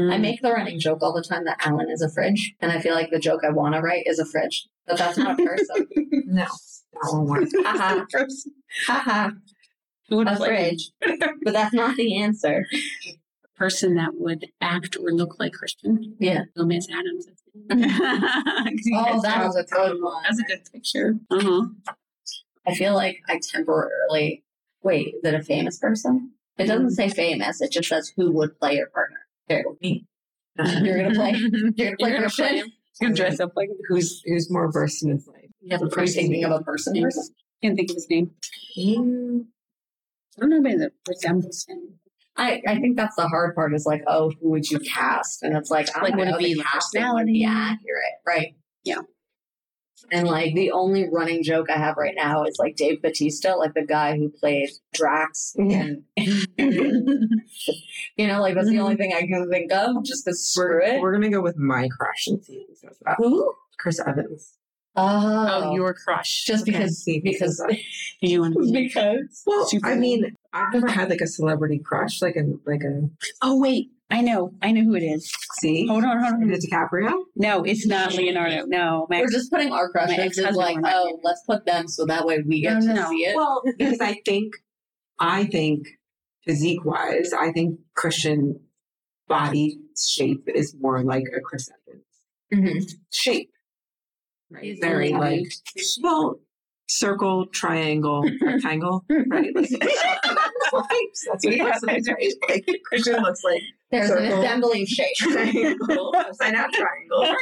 [SPEAKER 2] I make the running joke all the time that Alan is a fridge, and I feel like the joke I want to write is a fridge, but that's not a person.
[SPEAKER 3] No. That one works.
[SPEAKER 2] Haha. Haha.
[SPEAKER 1] Mm. Uh-huh. Who would
[SPEAKER 2] A
[SPEAKER 1] play
[SPEAKER 2] fridge. But that's not the answer.
[SPEAKER 1] the person that would act or look like Christian?
[SPEAKER 2] Yeah.
[SPEAKER 1] Gomez Adams.
[SPEAKER 2] Oh, that was a good one.
[SPEAKER 1] That's a good picture. Uh-huh.
[SPEAKER 2] I feel like I temporarily wait, is it a famous person? It doesn't say famous, it just says who would play your partner. There, me. You're gonna play you're gonna play
[SPEAKER 1] You're gonna play
[SPEAKER 2] Christian.
[SPEAKER 1] him. He's gonna dress up like
[SPEAKER 3] Who's who's more versed in his life?
[SPEAKER 2] You have a person thinking of a person person.
[SPEAKER 1] can't think of his name. I don't know anybody that resembles him.
[SPEAKER 2] I, I think that's the hard part is like, oh, who would you cast? And it's like, I
[SPEAKER 1] Like,
[SPEAKER 2] don't
[SPEAKER 1] would it
[SPEAKER 2] know,
[SPEAKER 1] be
[SPEAKER 2] the
[SPEAKER 1] like
[SPEAKER 2] casting would be
[SPEAKER 1] personality?
[SPEAKER 2] accurate, right?
[SPEAKER 1] Yeah.
[SPEAKER 2] And like the only running joke I have right now is like Dave Batista, like the guy who played Drax,
[SPEAKER 1] Mm-hmm.
[SPEAKER 2] and you know, like that's the
[SPEAKER 1] Mm-hmm.
[SPEAKER 2] only thing I can think of. Just to screw
[SPEAKER 3] We're,
[SPEAKER 2] it.
[SPEAKER 3] we're gonna go with my crush and see who says that.
[SPEAKER 2] Who?
[SPEAKER 3] Chris Evans.
[SPEAKER 2] Oh,
[SPEAKER 1] Oh, your crush.
[SPEAKER 2] just because
[SPEAKER 3] See who
[SPEAKER 2] because
[SPEAKER 3] says that.
[SPEAKER 1] You want to
[SPEAKER 2] because
[SPEAKER 3] Well,
[SPEAKER 1] Super
[SPEAKER 3] I mean, I've never had like a celebrity crush, like a like a
[SPEAKER 1] Oh wait, I know. I know who it is.
[SPEAKER 3] see
[SPEAKER 1] Hold on, hold on.
[SPEAKER 3] Leonardo DiCaprio.
[SPEAKER 1] No, it's not Leonardo. No, my
[SPEAKER 2] we're just putting our
[SPEAKER 1] My
[SPEAKER 2] crushes is
[SPEAKER 1] ex-husband
[SPEAKER 2] like,
[SPEAKER 1] reminded
[SPEAKER 2] oh, let's put them so that way we
[SPEAKER 1] No,
[SPEAKER 2] get
[SPEAKER 1] no,
[SPEAKER 2] to
[SPEAKER 1] no.
[SPEAKER 2] see it.
[SPEAKER 3] Well, because I think, I think physique wise, I think Christian body shape is more like a Chris Evans
[SPEAKER 2] Mhm.
[SPEAKER 3] shape. Right,
[SPEAKER 2] He's
[SPEAKER 3] very
[SPEAKER 2] really
[SPEAKER 3] like well, circle, triangle, rectangle. Right, like, that's what
[SPEAKER 4] Yeah,
[SPEAKER 3] Chris is, right? Like, Christian looks like
[SPEAKER 2] There's an
[SPEAKER 3] Circle.
[SPEAKER 2] assembling shape.
[SPEAKER 3] triangle, upside down triangle,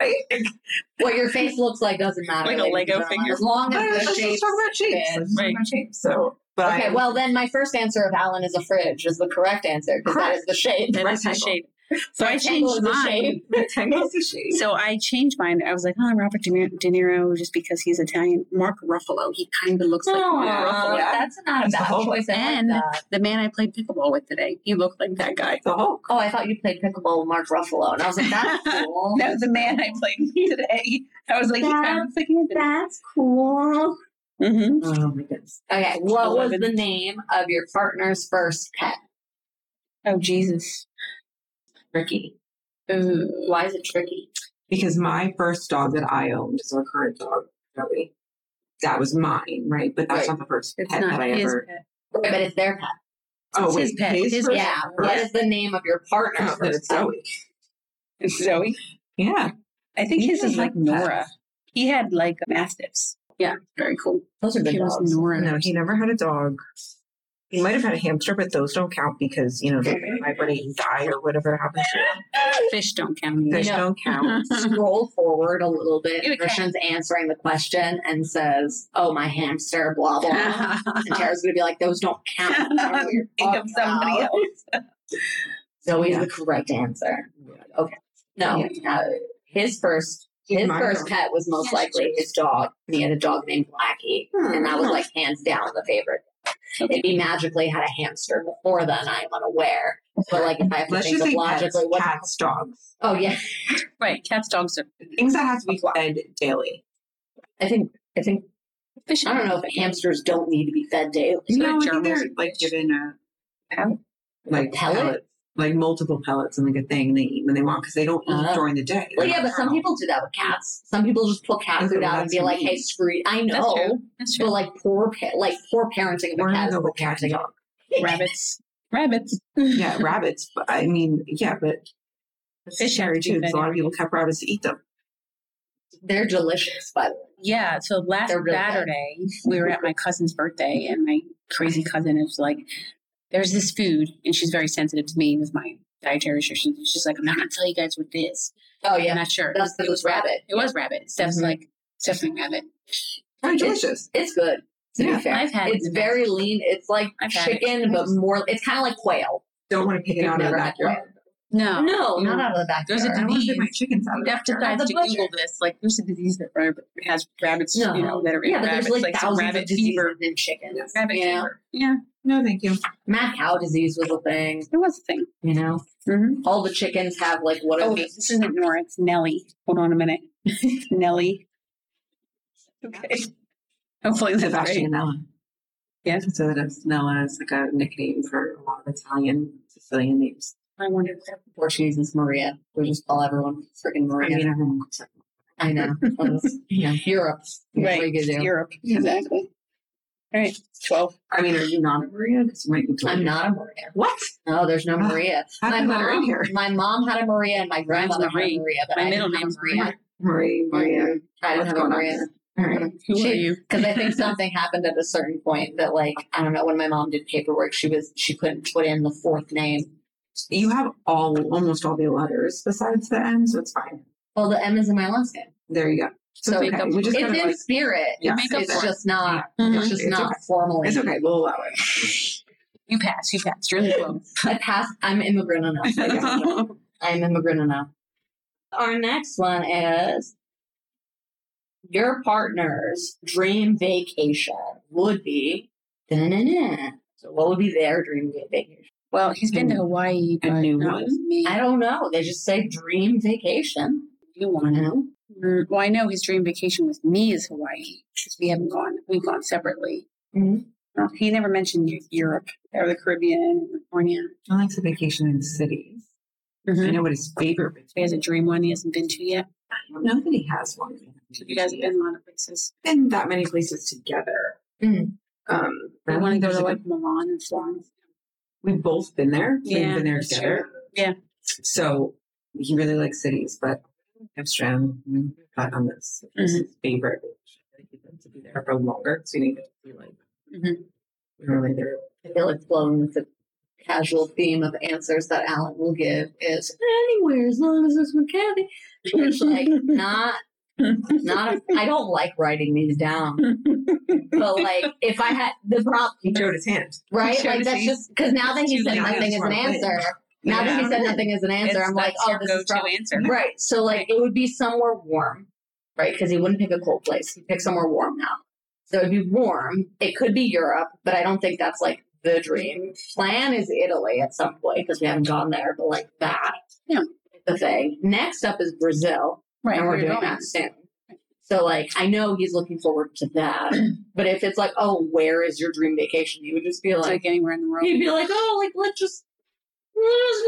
[SPEAKER 3] rectangle.
[SPEAKER 2] What your face looks like doesn't matter.
[SPEAKER 4] Like a
[SPEAKER 2] ladies
[SPEAKER 4] Lego
[SPEAKER 2] and gentlemen,
[SPEAKER 4] figure.
[SPEAKER 2] As long
[SPEAKER 3] I
[SPEAKER 2] as
[SPEAKER 3] was
[SPEAKER 2] the
[SPEAKER 3] just
[SPEAKER 2] shape.
[SPEAKER 3] talking about shapes. I was just talking about shapes. So, but I-
[SPEAKER 2] Okay, well then my first answer of Alan is a fridge is the correct answer because that is the shape.
[SPEAKER 1] that is his
[SPEAKER 3] rectangle.
[SPEAKER 1] shape. So I
[SPEAKER 2] Rectangle is
[SPEAKER 1] changed
[SPEAKER 2] the
[SPEAKER 1] mine.
[SPEAKER 2] shape.
[SPEAKER 3] rectangle's a shape.
[SPEAKER 1] So I changed mine. I was like, oh, Robert De Niro, De Niro just because he's Italian. Mark Ruffalo. He kind of looks like Mark
[SPEAKER 2] Aw,
[SPEAKER 1] Ruffalo.
[SPEAKER 3] yeah.
[SPEAKER 2] that's not a
[SPEAKER 3] That's the
[SPEAKER 2] bad
[SPEAKER 3] whole-
[SPEAKER 2] choice. I like
[SPEAKER 1] And-
[SPEAKER 2] that.
[SPEAKER 1] The man I played pickleball with today. He looked like that guy.
[SPEAKER 3] the Hulk.
[SPEAKER 2] Oh, I thought you played pickleball with Mark Ruffalo, and I was like, that's cool.
[SPEAKER 1] No, the man I played today. I was like, he kind of looks like Anthony.
[SPEAKER 2] that's cool.
[SPEAKER 1] Mm-hmm.
[SPEAKER 3] Oh my goodness.
[SPEAKER 2] Okay, what
[SPEAKER 1] Eleven.
[SPEAKER 2] was the name of your partner's first pet?
[SPEAKER 1] Oh Jesus.
[SPEAKER 3] Ricky.
[SPEAKER 1] Ooh.
[SPEAKER 2] Why is it tricky?
[SPEAKER 3] Because my first dog that I owned is our current dog, Joey. That was mine, right? But
[SPEAKER 2] Right.
[SPEAKER 3] that's not the first
[SPEAKER 1] It's
[SPEAKER 3] pet that
[SPEAKER 1] not
[SPEAKER 3] I
[SPEAKER 1] his
[SPEAKER 3] ever.
[SPEAKER 1] pet.
[SPEAKER 2] Right, but it's their pet.
[SPEAKER 3] Oh,
[SPEAKER 1] It's
[SPEAKER 3] wait,
[SPEAKER 1] his pet. His-
[SPEAKER 3] first
[SPEAKER 2] Yeah.
[SPEAKER 3] pet?
[SPEAKER 2] What is the name of your partner's
[SPEAKER 3] No, then it's
[SPEAKER 2] first pet?
[SPEAKER 3] Joey.
[SPEAKER 1] It's Zoe.
[SPEAKER 3] Yeah.
[SPEAKER 1] I think
[SPEAKER 3] He
[SPEAKER 1] his
[SPEAKER 3] didn't
[SPEAKER 1] is like
[SPEAKER 3] have pets.
[SPEAKER 1] Nora. He had like mastiffs. Yeah, very cool.
[SPEAKER 2] Those are good
[SPEAKER 1] He was
[SPEAKER 2] dogs.
[SPEAKER 1] Nora.
[SPEAKER 3] No, he never had a dog. He might have had a hamster, but those don't count because, you know, they hibernate and die or whatever happens to them.
[SPEAKER 1] Fish don't count. either.
[SPEAKER 3] Those
[SPEAKER 2] know.
[SPEAKER 3] don't count.
[SPEAKER 2] Scroll forward a little bit.
[SPEAKER 1] You can.
[SPEAKER 2] Christian's answering the question and says, "Oh, my hamster." Blah blah. and Tara's gonna be like, "Those don't count." I don't know what you're
[SPEAKER 1] Think of
[SPEAKER 2] talking
[SPEAKER 1] somebody
[SPEAKER 2] about."
[SPEAKER 1] else.
[SPEAKER 2] Zoe's
[SPEAKER 3] Yeah.
[SPEAKER 2] the correct answer. No, uh, his first his
[SPEAKER 3] My
[SPEAKER 2] first
[SPEAKER 3] dog.
[SPEAKER 2] pet was most
[SPEAKER 1] Yes.
[SPEAKER 2] likely his dog. And he had a dog named Blackie, and that
[SPEAKER 1] Hmm.
[SPEAKER 2] was like hands down the favorite. If he magically had a hamster before then, I'm unaware. But like, if I have to
[SPEAKER 3] Let's
[SPEAKER 2] think
[SPEAKER 3] just
[SPEAKER 2] of
[SPEAKER 3] say cats,
[SPEAKER 2] logically, what?
[SPEAKER 3] cats, dogs.
[SPEAKER 2] Oh yeah,
[SPEAKER 1] Right, cats, dogs are
[SPEAKER 3] Things that have to be fed daily.
[SPEAKER 2] I think I think
[SPEAKER 1] fish.
[SPEAKER 2] I don't know if hamsters don't need to be fed daily.
[SPEAKER 1] Sort of
[SPEAKER 3] No, I think
[SPEAKER 1] gerbils
[SPEAKER 3] they're
[SPEAKER 1] and
[SPEAKER 3] like
[SPEAKER 1] fish.
[SPEAKER 3] given a
[SPEAKER 2] pellet?
[SPEAKER 3] like pellets, like multiple pellets and like a thing, and they eat when they want because they don't eat
[SPEAKER 2] Oh.
[SPEAKER 3] during the day.
[SPEAKER 2] Well, yeah, but some people do that with cats. Some people just pull cat
[SPEAKER 3] Okay,
[SPEAKER 2] food
[SPEAKER 3] well,
[SPEAKER 2] out and
[SPEAKER 3] that's
[SPEAKER 2] be like,
[SPEAKER 3] mean.
[SPEAKER 2] "Hey, screw." it." I
[SPEAKER 1] That's true.
[SPEAKER 2] know,
[SPEAKER 1] That's
[SPEAKER 2] but
[SPEAKER 1] true.
[SPEAKER 2] like poor, pa- like poor parenting of
[SPEAKER 3] We're
[SPEAKER 2] a cat.
[SPEAKER 3] gonna go
[SPEAKER 2] is poor
[SPEAKER 3] with cat and
[SPEAKER 2] parenting of-
[SPEAKER 3] dog.
[SPEAKER 1] rabbits. Rabbits.
[SPEAKER 3] yeah, rabbits. But I mean, yeah, but it's
[SPEAKER 1] Fish have
[SPEAKER 3] scary,
[SPEAKER 1] to be
[SPEAKER 3] too, 'cause
[SPEAKER 1] fed
[SPEAKER 3] A lot of people kept rabbits to eat them.
[SPEAKER 2] They're delicious, by the way.
[SPEAKER 1] Yeah. So last
[SPEAKER 2] They're really good.
[SPEAKER 1] Saturday, we were at my cousin's birthday, and my crazy cousin is like, "There's this food," and she's very sensitive to me with my dietary restrictions. She's like, "I'm not gonna tell you guys what it is."
[SPEAKER 2] Oh
[SPEAKER 1] I'm
[SPEAKER 2] yeah,
[SPEAKER 1] not sure.
[SPEAKER 2] That's
[SPEAKER 1] it was rabbit. It was rabbit. Steph's
[SPEAKER 2] Mm-hmm.
[SPEAKER 3] Mhm.
[SPEAKER 1] like, Steph's like rabbit.
[SPEAKER 3] Kind of delicious.
[SPEAKER 2] it's good. To
[SPEAKER 3] Yeah,
[SPEAKER 2] be fair,
[SPEAKER 1] I've had it
[SPEAKER 2] it's
[SPEAKER 1] in the
[SPEAKER 2] very lean. It's like
[SPEAKER 1] I've had it.
[SPEAKER 2] chicken, but more. It's kind of like quail.
[SPEAKER 3] Don't want to pick it
[SPEAKER 2] You've
[SPEAKER 3] out of the
[SPEAKER 2] never had
[SPEAKER 3] backyard.
[SPEAKER 1] No,
[SPEAKER 2] No,
[SPEAKER 1] no.
[SPEAKER 2] not out of the backyard.
[SPEAKER 1] There's a
[SPEAKER 3] I don't want to get my
[SPEAKER 1] disease.
[SPEAKER 3] chickens out of the
[SPEAKER 1] Steph
[SPEAKER 3] backyard.
[SPEAKER 1] decides
[SPEAKER 2] At
[SPEAKER 1] to
[SPEAKER 2] the
[SPEAKER 1] Google this. Like, there's a disease that rab- has rabbits,
[SPEAKER 2] No.
[SPEAKER 1] you know, that are in
[SPEAKER 2] yeah, but
[SPEAKER 1] rabbits,
[SPEAKER 2] there's like,
[SPEAKER 1] some
[SPEAKER 2] thousands
[SPEAKER 1] rabbit
[SPEAKER 2] of diseases
[SPEAKER 1] fever.
[SPEAKER 2] in chickens.
[SPEAKER 1] Rabbit
[SPEAKER 2] you know?
[SPEAKER 1] fever. Yeah,
[SPEAKER 3] No, thank you.
[SPEAKER 2] mad cow disease was a thing.
[SPEAKER 1] there was a thing.
[SPEAKER 2] You know,
[SPEAKER 1] Mm-hmm.
[SPEAKER 2] all the chickens have like what?
[SPEAKER 1] Oh,
[SPEAKER 2] are
[SPEAKER 1] wait,
[SPEAKER 2] those?
[SPEAKER 1] this isn't Nora. It's Nellie. Hold on a minute. Nellie. Okay. Hopefully that's right.
[SPEAKER 3] Sebastianella.
[SPEAKER 1] Yeah.
[SPEAKER 3] So that it's Nella is like a nickname for a lot of Italian, Sicilian names.
[SPEAKER 1] I wonder.
[SPEAKER 2] Portuguese is Maria. We just call everyone freaking
[SPEAKER 3] I
[SPEAKER 2] Maria.
[SPEAKER 3] mean, everyone looks like
[SPEAKER 2] I know. Well, it's, you know, Europe's
[SPEAKER 4] Right.
[SPEAKER 2] Rigadoo.
[SPEAKER 4] Europe. Exactly. All right. 12.
[SPEAKER 3] I mean, are you not a Maria? 'Cause you might be told.
[SPEAKER 2] I'm not a Maria.
[SPEAKER 3] What?
[SPEAKER 2] No, there's
[SPEAKER 3] Ah,
[SPEAKER 2] no Maria.
[SPEAKER 3] How did you let her in here?
[SPEAKER 2] My mom had a Maria and my grandmother had
[SPEAKER 1] Marie.
[SPEAKER 2] a Maria, but
[SPEAKER 1] My
[SPEAKER 2] I
[SPEAKER 1] middle
[SPEAKER 2] didn't have a
[SPEAKER 1] name's
[SPEAKER 2] Maria.
[SPEAKER 3] Marie, Maria.
[SPEAKER 2] I didn't
[SPEAKER 3] What's
[SPEAKER 2] have a
[SPEAKER 3] going on
[SPEAKER 2] Maria.
[SPEAKER 3] here? All right.
[SPEAKER 1] Who
[SPEAKER 2] She-
[SPEAKER 1] are you?
[SPEAKER 2] Because I think something happened at a certain point that, like, I don't know, when my mom did paperwork, she was she couldn't put in the fourth name.
[SPEAKER 3] You have all almost all the letters besides the M, so it's fine.
[SPEAKER 2] Well, the M is in my last name,
[SPEAKER 3] There you go. So,
[SPEAKER 2] So
[SPEAKER 3] it's okay.
[SPEAKER 1] make up-
[SPEAKER 3] We just
[SPEAKER 2] it's
[SPEAKER 3] gotta,
[SPEAKER 2] in
[SPEAKER 3] like,
[SPEAKER 2] spirit.
[SPEAKER 3] yeah,
[SPEAKER 1] make up
[SPEAKER 2] It's
[SPEAKER 3] it's,
[SPEAKER 2] just not.
[SPEAKER 4] Mhm.
[SPEAKER 1] Mm-hmm.
[SPEAKER 2] It's just
[SPEAKER 3] Mm-hmm. It's
[SPEAKER 2] not
[SPEAKER 3] okay.
[SPEAKER 2] formally.
[SPEAKER 3] it's okay. We'll allow it.
[SPEAKER 1] You pass. You pass. You're in the club.
[SPEAKER 2] I pass. I'm immigrant enough. I guess. I'm immigrant enough. Our next one is your partner's dream vacation would be. da-na-na. So, what would be their dream vacation?
[SPEAKER 1] Well, he's been to Hawaii.
[SPEAKER 3] A
[SPEAKER 1] but
[SPEAKER 3] new
[SPEAKER 1] not
[SPEAKER 3] one?
[SPEAKER 1] with Me.
[SPEAKER 2] I don't know. They just say dream vacation.
[SPEAKER 1] You
[SPEAKER 2] I
[SPEAKER 1] want
[SPEAKER 2] don't know.
[SPEAKER 1] Mm, Well, I know his dream vacation with me is Hawaii because we haven't gone. We've gone separately.
[SPEAKER 2] Mhm.
[SPEAKER 1] Well, he never mentioned Eu- Europe or the Caribbean, California.
[SPEAKER 3] John likes a vacation in the cities.
[SPEAKER 1] Mm-hmm.
[SPEAKER 3] I know what his favorite
[SPEAKER 1] He has a dream one he hasn't been to yet.
[SPEAKER 3] I don't know that he has one.
[SPEAKER 1] You guys have been a lot of places.
[SPEAKER 3] been that many places together.
[SPEAKER 2] Mm.
[SPEAKER 3] Um,
[SPEAKER 1] I want to go
[SPEAKER 3] there's
[SPEAKER 1] to
[SPEAKER 3] a
[SPEAKER 1] like Milan and Florence.
[SPEAKER 3] we've both been there. We've
[SPEAKER 1] Yeah,
[SPEAKER 3] been there
[SPEAKER 1] that's
[SPEAKER 3] together.
[SPEAKER 1] Yeah.
[SPEAKER 3] So he really likes cities, but Amsterdam mm, got on this. It was his favorite. He'd like to be there for longer, so you need to be like
[SPEAKER 1] Mhm.
[SPEAKER 3] we were only there.
[SPEAKER 2] I feel like flowing with the casual theme of answers that Alan will give is anywhere as long as it's with Kathy. It's like not not a, I don't like writing these down. But like if I had the prop
[SPEAKER 3] He showed his hand.
[SPEAKER 2] right?
[SPEAKER 3] Sure,
[SPEAKER 2] Like that's
[SPEAKER 3] see?
[SPEAKER 2] just because now that he said
[SPEAKER 3] Yeah,
[SPEAKER 2] nothing as
[SPEAKER 3] it's
[SPEAKER 2] an
[SPEAKER 3] one thing.
[SPEAKER 2] answer. Now that he said nothing as an answer, I'm like, oh, this is probably
[SPEAKER 1] answer.
[SPEAKER 2] Right. So like it would be somewhere warm, right? Because he wouldn't pick a cold place. He'd pick somewhere warm now. So it'd be warm. It could be Europe, but I don't think that's like the dream. Plan is Italy at some point because we haven't gone there, but like that.
[SPEAKER 1] Yeah.
[SPEAKER 2] The thing. Next up is Brazil.
[SPEAKER 1] Right.
[SPEAKER 2] and we're
[SPEAKER 1] we're
[SPEAKER 2] doing
[SPEAKER 1] going.
[SPEAKER 2] that soon. So like I know he's looking forward to that. but if it's like, oh, where is your dream vacation? He would just be
[SPEAKER 1] It's
[SPEAKER 2] like
[SPEAKER 1] like anywhere in the world.
[SPEAKER 2] he'd be like, oh, like let's just let us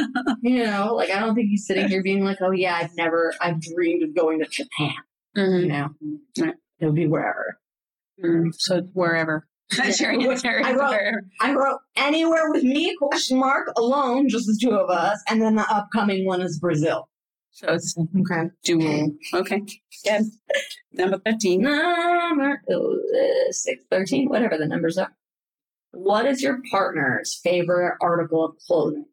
[SPEAKER 2] know you know, like I don't think he's sitting here being like, oh yeah, I've never, I've dreamed of going to Japan. You
[SPEAKER 1] Mhm.
[SPEAKER 2] know,
[SPEAKER 1] Right.
[SPEAKER 2] it'll be wherever.
[SPEAKER 1] Mhm. So wherever. That's your answer.
[SPEAKER 2] I wrote-
[SPEAKER 1] Wherever.
[SPEAKER 2] I wrote anywhere with me question mark alone, just the two of us, and then the upcoming one is Brazil.
[SPEAKER 1] So it's
[SPEAKER 3] Okay.
[SPEAKER 1] dual. Okay. Yes. Number 15.
[SPEAKER 2] Number uh, six thirteen, whatever the numbers are. What is your partner's favorite article of clothing?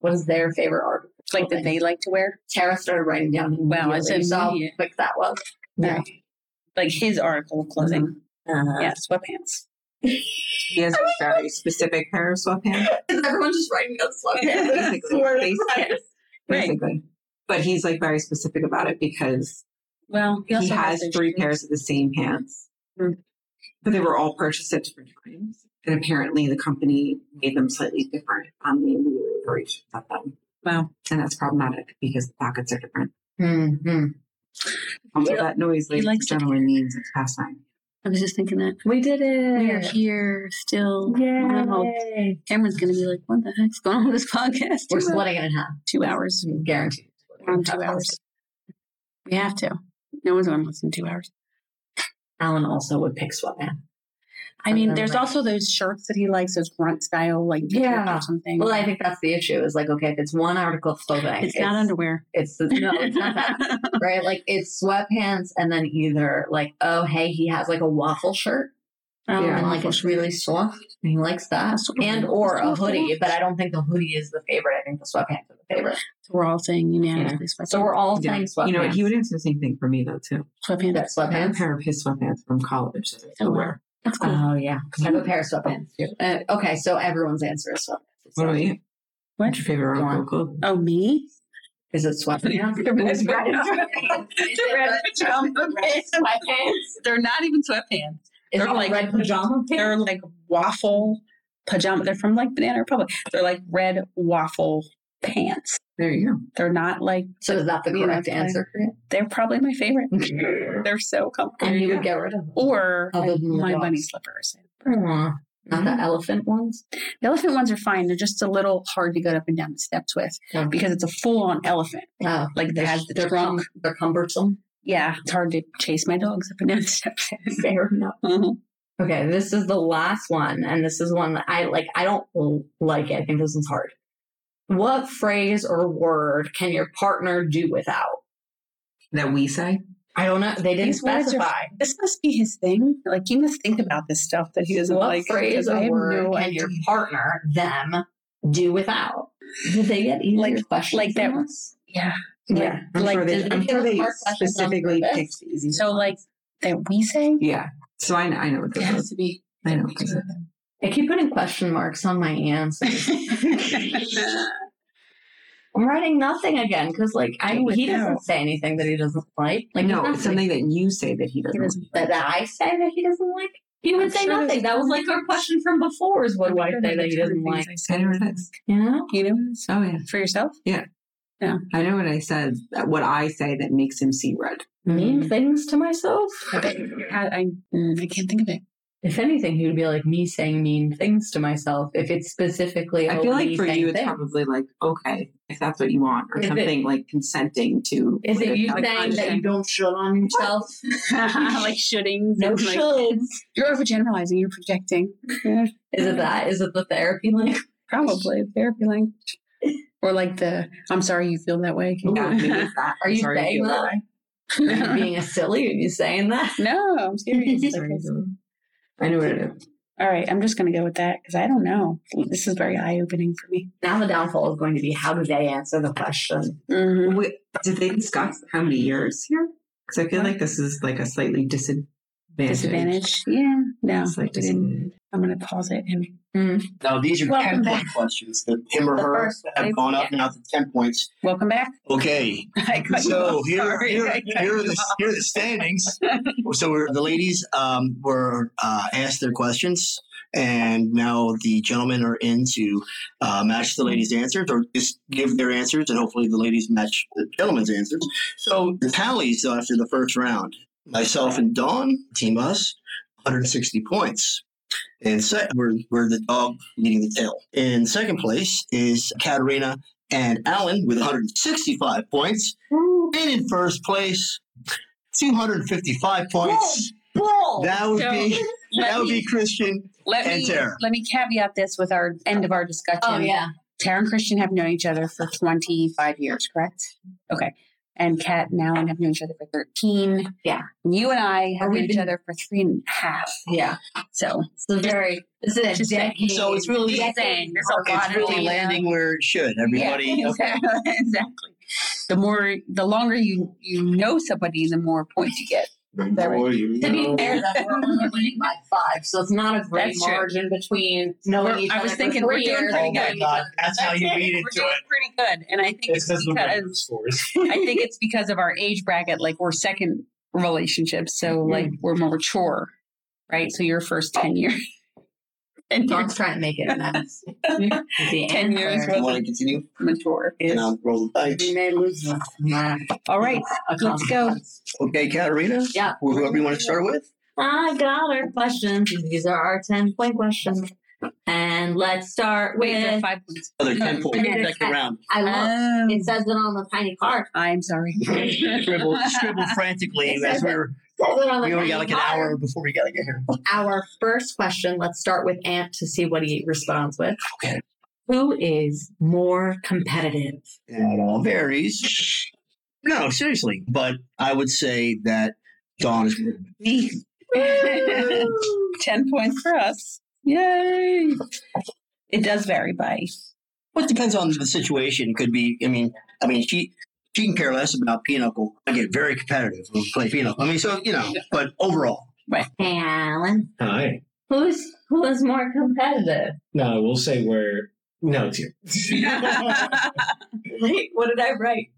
[SPEAKER 2] What is their favorite article?
[SPEAKER 1] It's like that they like to wear.
[SPEAKER 2] Tara started writing down.
[SPEAKER 1] Wow, that's
[SPEAKER 2] immediately, so I'll
[SPEAKER 1] immediate.
[SPEAKER 2] pick that one.
[SPEAKER 3] Yeah.
[SPEAKER 1] Like his article of clothing.
[SPEAKER 2] Uh,
[SPEAKER 1] Mm-hmm. Yeah, sweatpants.
[SPEAKER 3] He has a very specific pair of sweatpants.
[SPEAKER 2] Is everyone just writing down sweatpants?
[SPEAKER 3] Basically.
[SPEAKER 2] Word of
[SPEAKER 3] Face
[SPEAKER 2] practice.
[SPEAKER 3] pants, Basically. But he's like very specific about it because
[SPEAKER 1] Well,
[SPEAKER 3] he has three pairs of the same pants,
[SPEAKER 1] Mm.
[SPEAKER 3] but they were all purchased at different times. And apparently, the company made them slightly different on the individual iterations of them.
[SPEAKER 1] Wow.
[SPEAKER 3] And that's problematic because the pockets are different.
[SPEAKER 2] hmm
[SPEAKER 3] Also,
[SPEAKER 1] He-
[SPEAKER 3] that noise, ladies and
[SPEAKER 1] likes to-
[SPEAKER 3] gentlemen, means it's past time.
[SPEAKER 1] I was just thinking that
[SPEAKER 2] We did
[SPEAKER 1] we are
[SPEAKER 2] it.
[SPEAKER 1] here still. Wow.
[SPEAKER 2] Yay.
[SPEAKER 1] Cameron's gonna be like, "What the heck's going on with this podcast?"
[SPEAKER 2] We're
[SPEAKER 1] Two hours-
[SPEAKER 2] splitting it in half.
[SPEAKER 1] two hours.
[SPEAKER 2] Guaranteed.
[SPEAKER 1] We're on two hours. We have to. No one's gonna listen to two hours.
[SPEAKER 2] Alan also would pick sweatpants.
[SPEAKER 1] I mean, there's also those shirts that he likes, those grunt style, like
[SPEAKER 2] Yeah.
[SPEAKER 1] or something.
[SPEAKER 2] Well, I think that's the issue. Is like, okay, if it's one article of clothing,
[SPEAKER 1] it's, not underwear.
[SPEAKER 2] It's no, it's not that, right? Like it's sweatpants, and then either like, oh, hey, he has like a waffle shirt,
[SPEAKER 1] Um,
[SPEAKER 3] Yeah.
[SPEAKER 2] and like it's really soft, and he likes that, and or a hoodie. But I don't think the hoodie is the favorite. I think the sweatpants are the favorite.
[SPEAKER 1] So we're all saying unanimously sweatpants.
[SPEAKER 2] So we're all saying sweatpants.
[SPEAKER 3] You know, what? he would answer the same thing for me, though, too.
[SPEAKER 1] sweatpants.
[SPEAKER 2] that
[SPEAKER 3] I have a
[SPEAKER 2] sweatpants.
[SPEAKER 3] pair of his sweatpants from college that I still
[SPEAKER 1] Oh, wow.
[SPEAKER 3] wear.
[SPEAKER 1] That's cool.
[SPEAKER 2] Oh yeah, I have a pair of sweatpants too. Uh, okay, so everyone's answer is sweatpants.
[SPEAKER 3] What about you?
[SPEAKER 1] What?
[SPEAKER 3] What's your favorite article of clothing?
[SPEAKER 1] oh, me?
[SPEAKER 2] Is it sweatpants?
[SPEAKER 3] It's red.
[SPEAKER 2] Sweatpants.
[SPEAKER 1] They're not even sweatpants.
[SPEAKER 2] Is
[SPEAKER 1] They're
[SPEAKER 2] it
[SPEAKER 1] like-
[SPEAKER 2] red pajama pants?
[SPEAKER 1] They're like waffle pajama. They're from like Banana Republic. They're like red waffle pants.
[SPEAKER 3] There you
[SPEAKER 1] They're not like.
[SPEAKER 2] So is that the
[SPEAKER 1] Yeah,
[SPEAKER 2] correct
[SPEAKER 1] fine.
[SPEAKER 2] answer for you?
[SPEAKER 1] They're probably my favorite. Uh-huh. They're so comfortable.
[SPEAKER 2] And you would get rid of them.
[SPEAKER 1] Or
[SPEAKER 2] Other than the
[SPEAKER 1] my bunny
[SPEAKER 2] dogs.
[SPEAKER 1] slippers.
[SPEAKER 2] Aw. Not the elephant ones.
[SPEAKER 1] The elephant ones are fine. They're just a little hard to get up and down the steps with
[SPEAKER 2] Oh.
[SPEAKER 1] because it's a full on elephant.
[SPEAKER 2] Oh,
[SPEAKER 1] Like it has the
[SPEAKER 2] they're,
[SPEAKER 1] trunk.
[SPEAKER 2] cum- they're cumbersome.
[SPEAKER 1] Yeah, it's hard to chase my dogs up and down the steps.
[SPEAKER 2] Fair enough.
[SPEAKER 1] Mhm.
[SPEAKER 2] Okay, this is the last one, and this is one that I like. I don't l- like it. I think this one's hard. What phrase or word can your partner do without?
[SPEAKER 3] That we say?
[SPEAKER 2] I don't know. They didn't
[SPEAKER 1] These words are-
[SPEAKER 2] specify.
[SPEAKER 1] This must be his thing. Like he must think about this stuff that he doesn't
[SPEAKER 2] what
[SPEAKER 1] like.
[SPEAKER 2] phrase
[SPEAKER 1] because I
[SPEAKER 2] or
[SPEAKER 1] have
[SPEAKER 2] word
[SPEAKER 1] no
[SPEAKER 2] can
[SPEAKER 1] idea.
[SPEAKER 2] your partner, them, do without? Did they get easier
[SPEAKER 1] Like-
[SPEAKER 2] questions?
[SPEAKER 1] like that-
[SPEAKER 2] than this?
[SPEAKER 1] Yeah.
[SPEAKER 3] Yeah. I'm
[SPEAKER 1] Like
[SPEAKER 3] sure they,
[SPEAKER 2] the-
[SPEAKER 3] I'm sure they
[SPEAKER 2] Mark Lessons on
[SPEAKER 3] specifically
[SPEAKER 2] purpose.
[SPEAKER 3] picked the easy.
[SPEAKER 1] So like that we say
[SPEAKER 3] Yeah. So I know, I know what
[SPEAKER 1] it
[SPEAKER 3] this
[SPEAKER 1] has
[SPEAKER 3] is.
[SPEAKER 1] to be.
[SPEAKER 3] I know. what this is.
[SPEAKER 2] I keep putting question marks on my answers. I'm writing nothing again because, like, I
[SPEAKER 1] Do
[SPEAKER 2] he
[SPEAKER 1] without.
[SPEAKER 2] doesn't say anything that he doesn't like. Like, uh,
[SPEAKER 3] no,
[SPEAKER 2] nothing
[SPEAKER 3] it's something that you say that he doesn't.
[SPEAKER 2] that, that I say that he doesn't like. He would say
[SPEAKER 1] sure there's
[SPEAKER 2] nothing. That was like our question from before: is what do I say that he doesn't like?
[SPEAKER 3] I know what it is.
[SPEAKER 2] You know?
[SPEAKER 1] You know,
[SPEAKER 3] Oh yeah,
[SPEAKER 1] for yourself.
[SPEAKER 3] I know what I said. What I say that makes him see red.
[SPEAKER 1] Mm-hmm.
[SPEAKER 2] Mean things to myself.
[SPEAKER 1] I, bet you had- I, mm, I can't think of it.
[SPEAKER 2] If anything, he would be like me saying mean things to myself. If it's specifically,
[SPEAKER 3] I
[SPEAKER 2] a
[SPEAKER 3] feel like
[SPEAKER 2] me
[SPEAKER 3] for
[SPEAKER 2] saying
[SPEAKER 3] you, it's
[SPEAKER 2] thing.
[SPEAKER 3] probably like okay, if that's what you want, or
[SPEAKER 2] Is it-
[SPEAKER 3] something like consenting to.
[SPEAKER 2] Is
[SPEAKER 3] what
[SPEAKER 2] it you
[SPEAKER 3] like,
[SPEAKER 2] saying that you don't shit on yourself?
[SPEAKER 1] like shootings.
[SPEAKER 2] No
[SPEAKER 1] and, like,
[SPEAKER 2] shoulds.
[SPEAKER 1] You're overgeneralizing. You're projecting. Yeah,
[SPEAKER 2] Is it that? Is it the therapy link?
[SPEAKER 1] probably therapy language, or like the "I'm sorry you feel that way."
[SPEAKER 3] Yeah, maybe it's that.
[SPEAKER 2] Are
[SPEAKER 3] I'm
[SPEAKER 2] you
[SPEAKER 3] sorry to
[SPEAKER 2] saying
[SPEAKER 3] feel
[SPEAKER 2] that?
[SPEAKER 3] way.
[SPEAKER 2] Are you being a silly when you saying that?
[SPEAKER 1] no, I'm serious. Like,
[SPEAKER 3] Sorry to
[SPEAKER 1] it's-
[SPEAKER 3] feel that. I know what it is.
[SPEAKER 1] all right, I'm just gonna go with that because I don't know. This is very eye opening for me.
[SPEAKER 2] Now the downfall is going to be how do they answer the question?
[SPEAKER 1] Mhm.
[SPEAKER 3] Wait, did they discuss how many years here? Because I feel like this is like a slightly disadvantage.
[SPEAKER 1] Disadvantage. Yeah. No.
[SPEAKER 3] It's like
[SPEAKER 1] I didn't.
[SPEAKER 3] disadvantage.
[SPEAKER 1] I'm gonna pause it and
[SPEAKER 5] Now, these are
[SPEAKER 2] Welcome
[SPEAKER 5] 10 point questions that him or
[SPEAKER 2] The
[SPEAKER 5] her
[SPEAKER 2] first one.
[SPEAKER 5] have gone up now to 10 points.
[SPEAKER 1] welcome back.
[SPEAKER 5] Okay.
[SPEAKER 1] I cut you
[SPEAKER 5] So
[SPEAKER 1] off.
[SPEAKER 5] here,
[SPEAKER 1] Sorry,
[SPEAKER 5] here,
[SPEAKER 1] I cut
[SPEAKER 5] here, are
[SPEAKER 1] you
[SPEAKER 5] the,
[SPEAKER 1] off.
[SPEAKER 5] here are the standings. So we're, the ladies um, were uh, asked their questions, and now the gentlemen are in to uh, match the ladies' answers or just give their answers, and hopefully the ladies match the gentlemen's answers. So the tallies after the first round myself and Dawn, Team Us, 160 points. And second, we're, we're the dog leading the tail. In second place is Katarina and Alan with 165 points. And in first place, 255 points. That would
[SPEAKER 1] So,
[SPEAKER 5] be that
[SPEAKER 1] Oh, Let
[SPEAKER 5] would
[SPEAKER 1] me,
[SPEAKER 5] be Christian.
[SPEAKER 1] let,
[SPEAKER 5] and
[SPEAKER 1] me
[SPEAKER 5] Tara.
[SPEAKER 1] let me caveat this with our end of our discussion.
[SPEAKER 2] Oh yeah.
[SPEAKER 1] Tara and Christian have known each other for 25 years, correct? Okay. And Kat and Alan have known each other for 13.
[SPEAKER 2] Yeah.
[SPEAKER 1] You and I have
[SPEAKER 2] Or we've
[SPEAKER 1] known each
[SPEAKER 2] been-
[SPEAKER 1] other for three and a half.
[SPEAKER 2] Yeah.
[SPEAKER 1] So
[SPEAKER 2] So very this is a
[SPEAKER 1] Just saying.
[SPEAKER 2] decade.
[SPEAKER 5] So it's really-
[SPEAKER 2] decade
[SPEAKER 1] There's a
[SPEAKER 2] or
[SPEAKER 1] lot
[SPEAKER 5] It's
[SPEAKER 1] of
[SPEAKER 5] really
[SPEAKER 1] data.
[SPEAKER 5] landing where it should. Everybody,
[SPEAKER 1] Yeah,
[SPEAKER 5] okay.
[SPEAKER 1] exactly. exactly. The more, the longer you you know somebody, the more points you get.
[SPEAKER 2] To be fair, though, we're only winning by five, so it's not a great
[SPEAKER 1] That's true.
[SPEAKER 2] margin between knowing
[SPEAKER 1] We're-
[SPEAKER 2] each
[SPEAKER 1] I
[SPEAKER 2] other.
[SPEAKER 1] was
[SPEAKER 2] for
[SPEAKER 1] thinking
[SPEAKER 2] three
[SPEAKER 1] we're doing
[SPEAKER 2] years
[SPEAKER 1] pretty
[SPEAKER 5] Oh my
[SPEAKER 1] good.
[SPEAKER 5] God, that's how you read
[SPEAKER 1] We're
[SPEAKER 5] into
[SPEAKER 1] doing
[SPEAKER 5] it.
[SPEAKER 1] pretty good, and I think it's,
[SPEAKER 5] It's just the
[SPEAKER 1] because
[SPEAKER 5] record scores.
[SPEAKER 1] I think it's because of our age bracket. Like we're second relationships, so
[SPEAKER 5] Mm-hmm.
[SPEAKER 1] like we're more mature, right? So your first ten years, ten
[SPEAKER 2] Don's
[SPEAKER 1] years,
[SPEAKER 2] trying to make it nice. The
[SPEAKER 1] ten years
[SPEAKER 5] You
[SPEAKER 1] was
[SPEAKER 5] want to continue?
[SPEAKER 1] mature.
[SPEAKER 5] And I'll roll the dice.
[SPEAKER 2] We may lose this. Nah.
[SPEAKER 1] All right, let's go.
[SPEAKER 5] Okay, Katarina.
[SPEAKER 2] Yeah.
[SPEAKER 5] Wh- Whoever you want to start with.
[SPEAKER 2] I got our questions. These are our 10 point questions. And let's start
[SPEAKER 1] Wait, there are
[SPEAKER 2] with
[SPEAKER 1] five points.
[SPEAKER 5] Other
[SPEAKER 1] No,
[SPEAKER 5] 10
[SPEAKER 1] Hmm. I
[SPEAKER 5] points.
[SPEAKER 2] did it.
[SPEAKER 5] Second round.
[SPEAKER 2] I love
[SPEAKER 1] Oh,
[SPEAKER 2] it says it on the tiny card.
[SPEAKER 1] I'm sorry.
[SPEAKER 5] scribbled, scribbled frantically
[SPEAKER 2] It
[SPEAKER 5] as
[SPEAKER 2] says
[SPEAKER 5] we were.
[SPEAKER 2] It says it on the
[SPEAKER 5] We only got like
[SPEAKER 2] tiny
[SPEAKER 5] an
[SPEAKER 2] card.
[SPEAKER 5] hour before we got to get here.
[SPEAKER 2] Our first question, let's start with Ant to see what he responds with.
[SPEAKER 5] Okay.
[SPEAKER 2] Who is more competitive?
[SPEAKER 5] It all varies. No, seriously, but I would say that Dawn is.
[SPEAKER 1] Ten points for us. Yay! It does vary by
[SPEAKER 5] Well, it depends on the situation. It could be. I mean, I mean, she she can care less about Pinochle. I get very competitive when we play Pinochle. I mean, so you know, but overall,
[SPEAKER 2] Hey, Alan.
[SPEAKER 6] Hi.
[SPEAKER 2] Who's who is more competitive?
[SPEAKER 6] No, we'll say we're no it's you.
[SPEAKER 2] Wait, what did I write?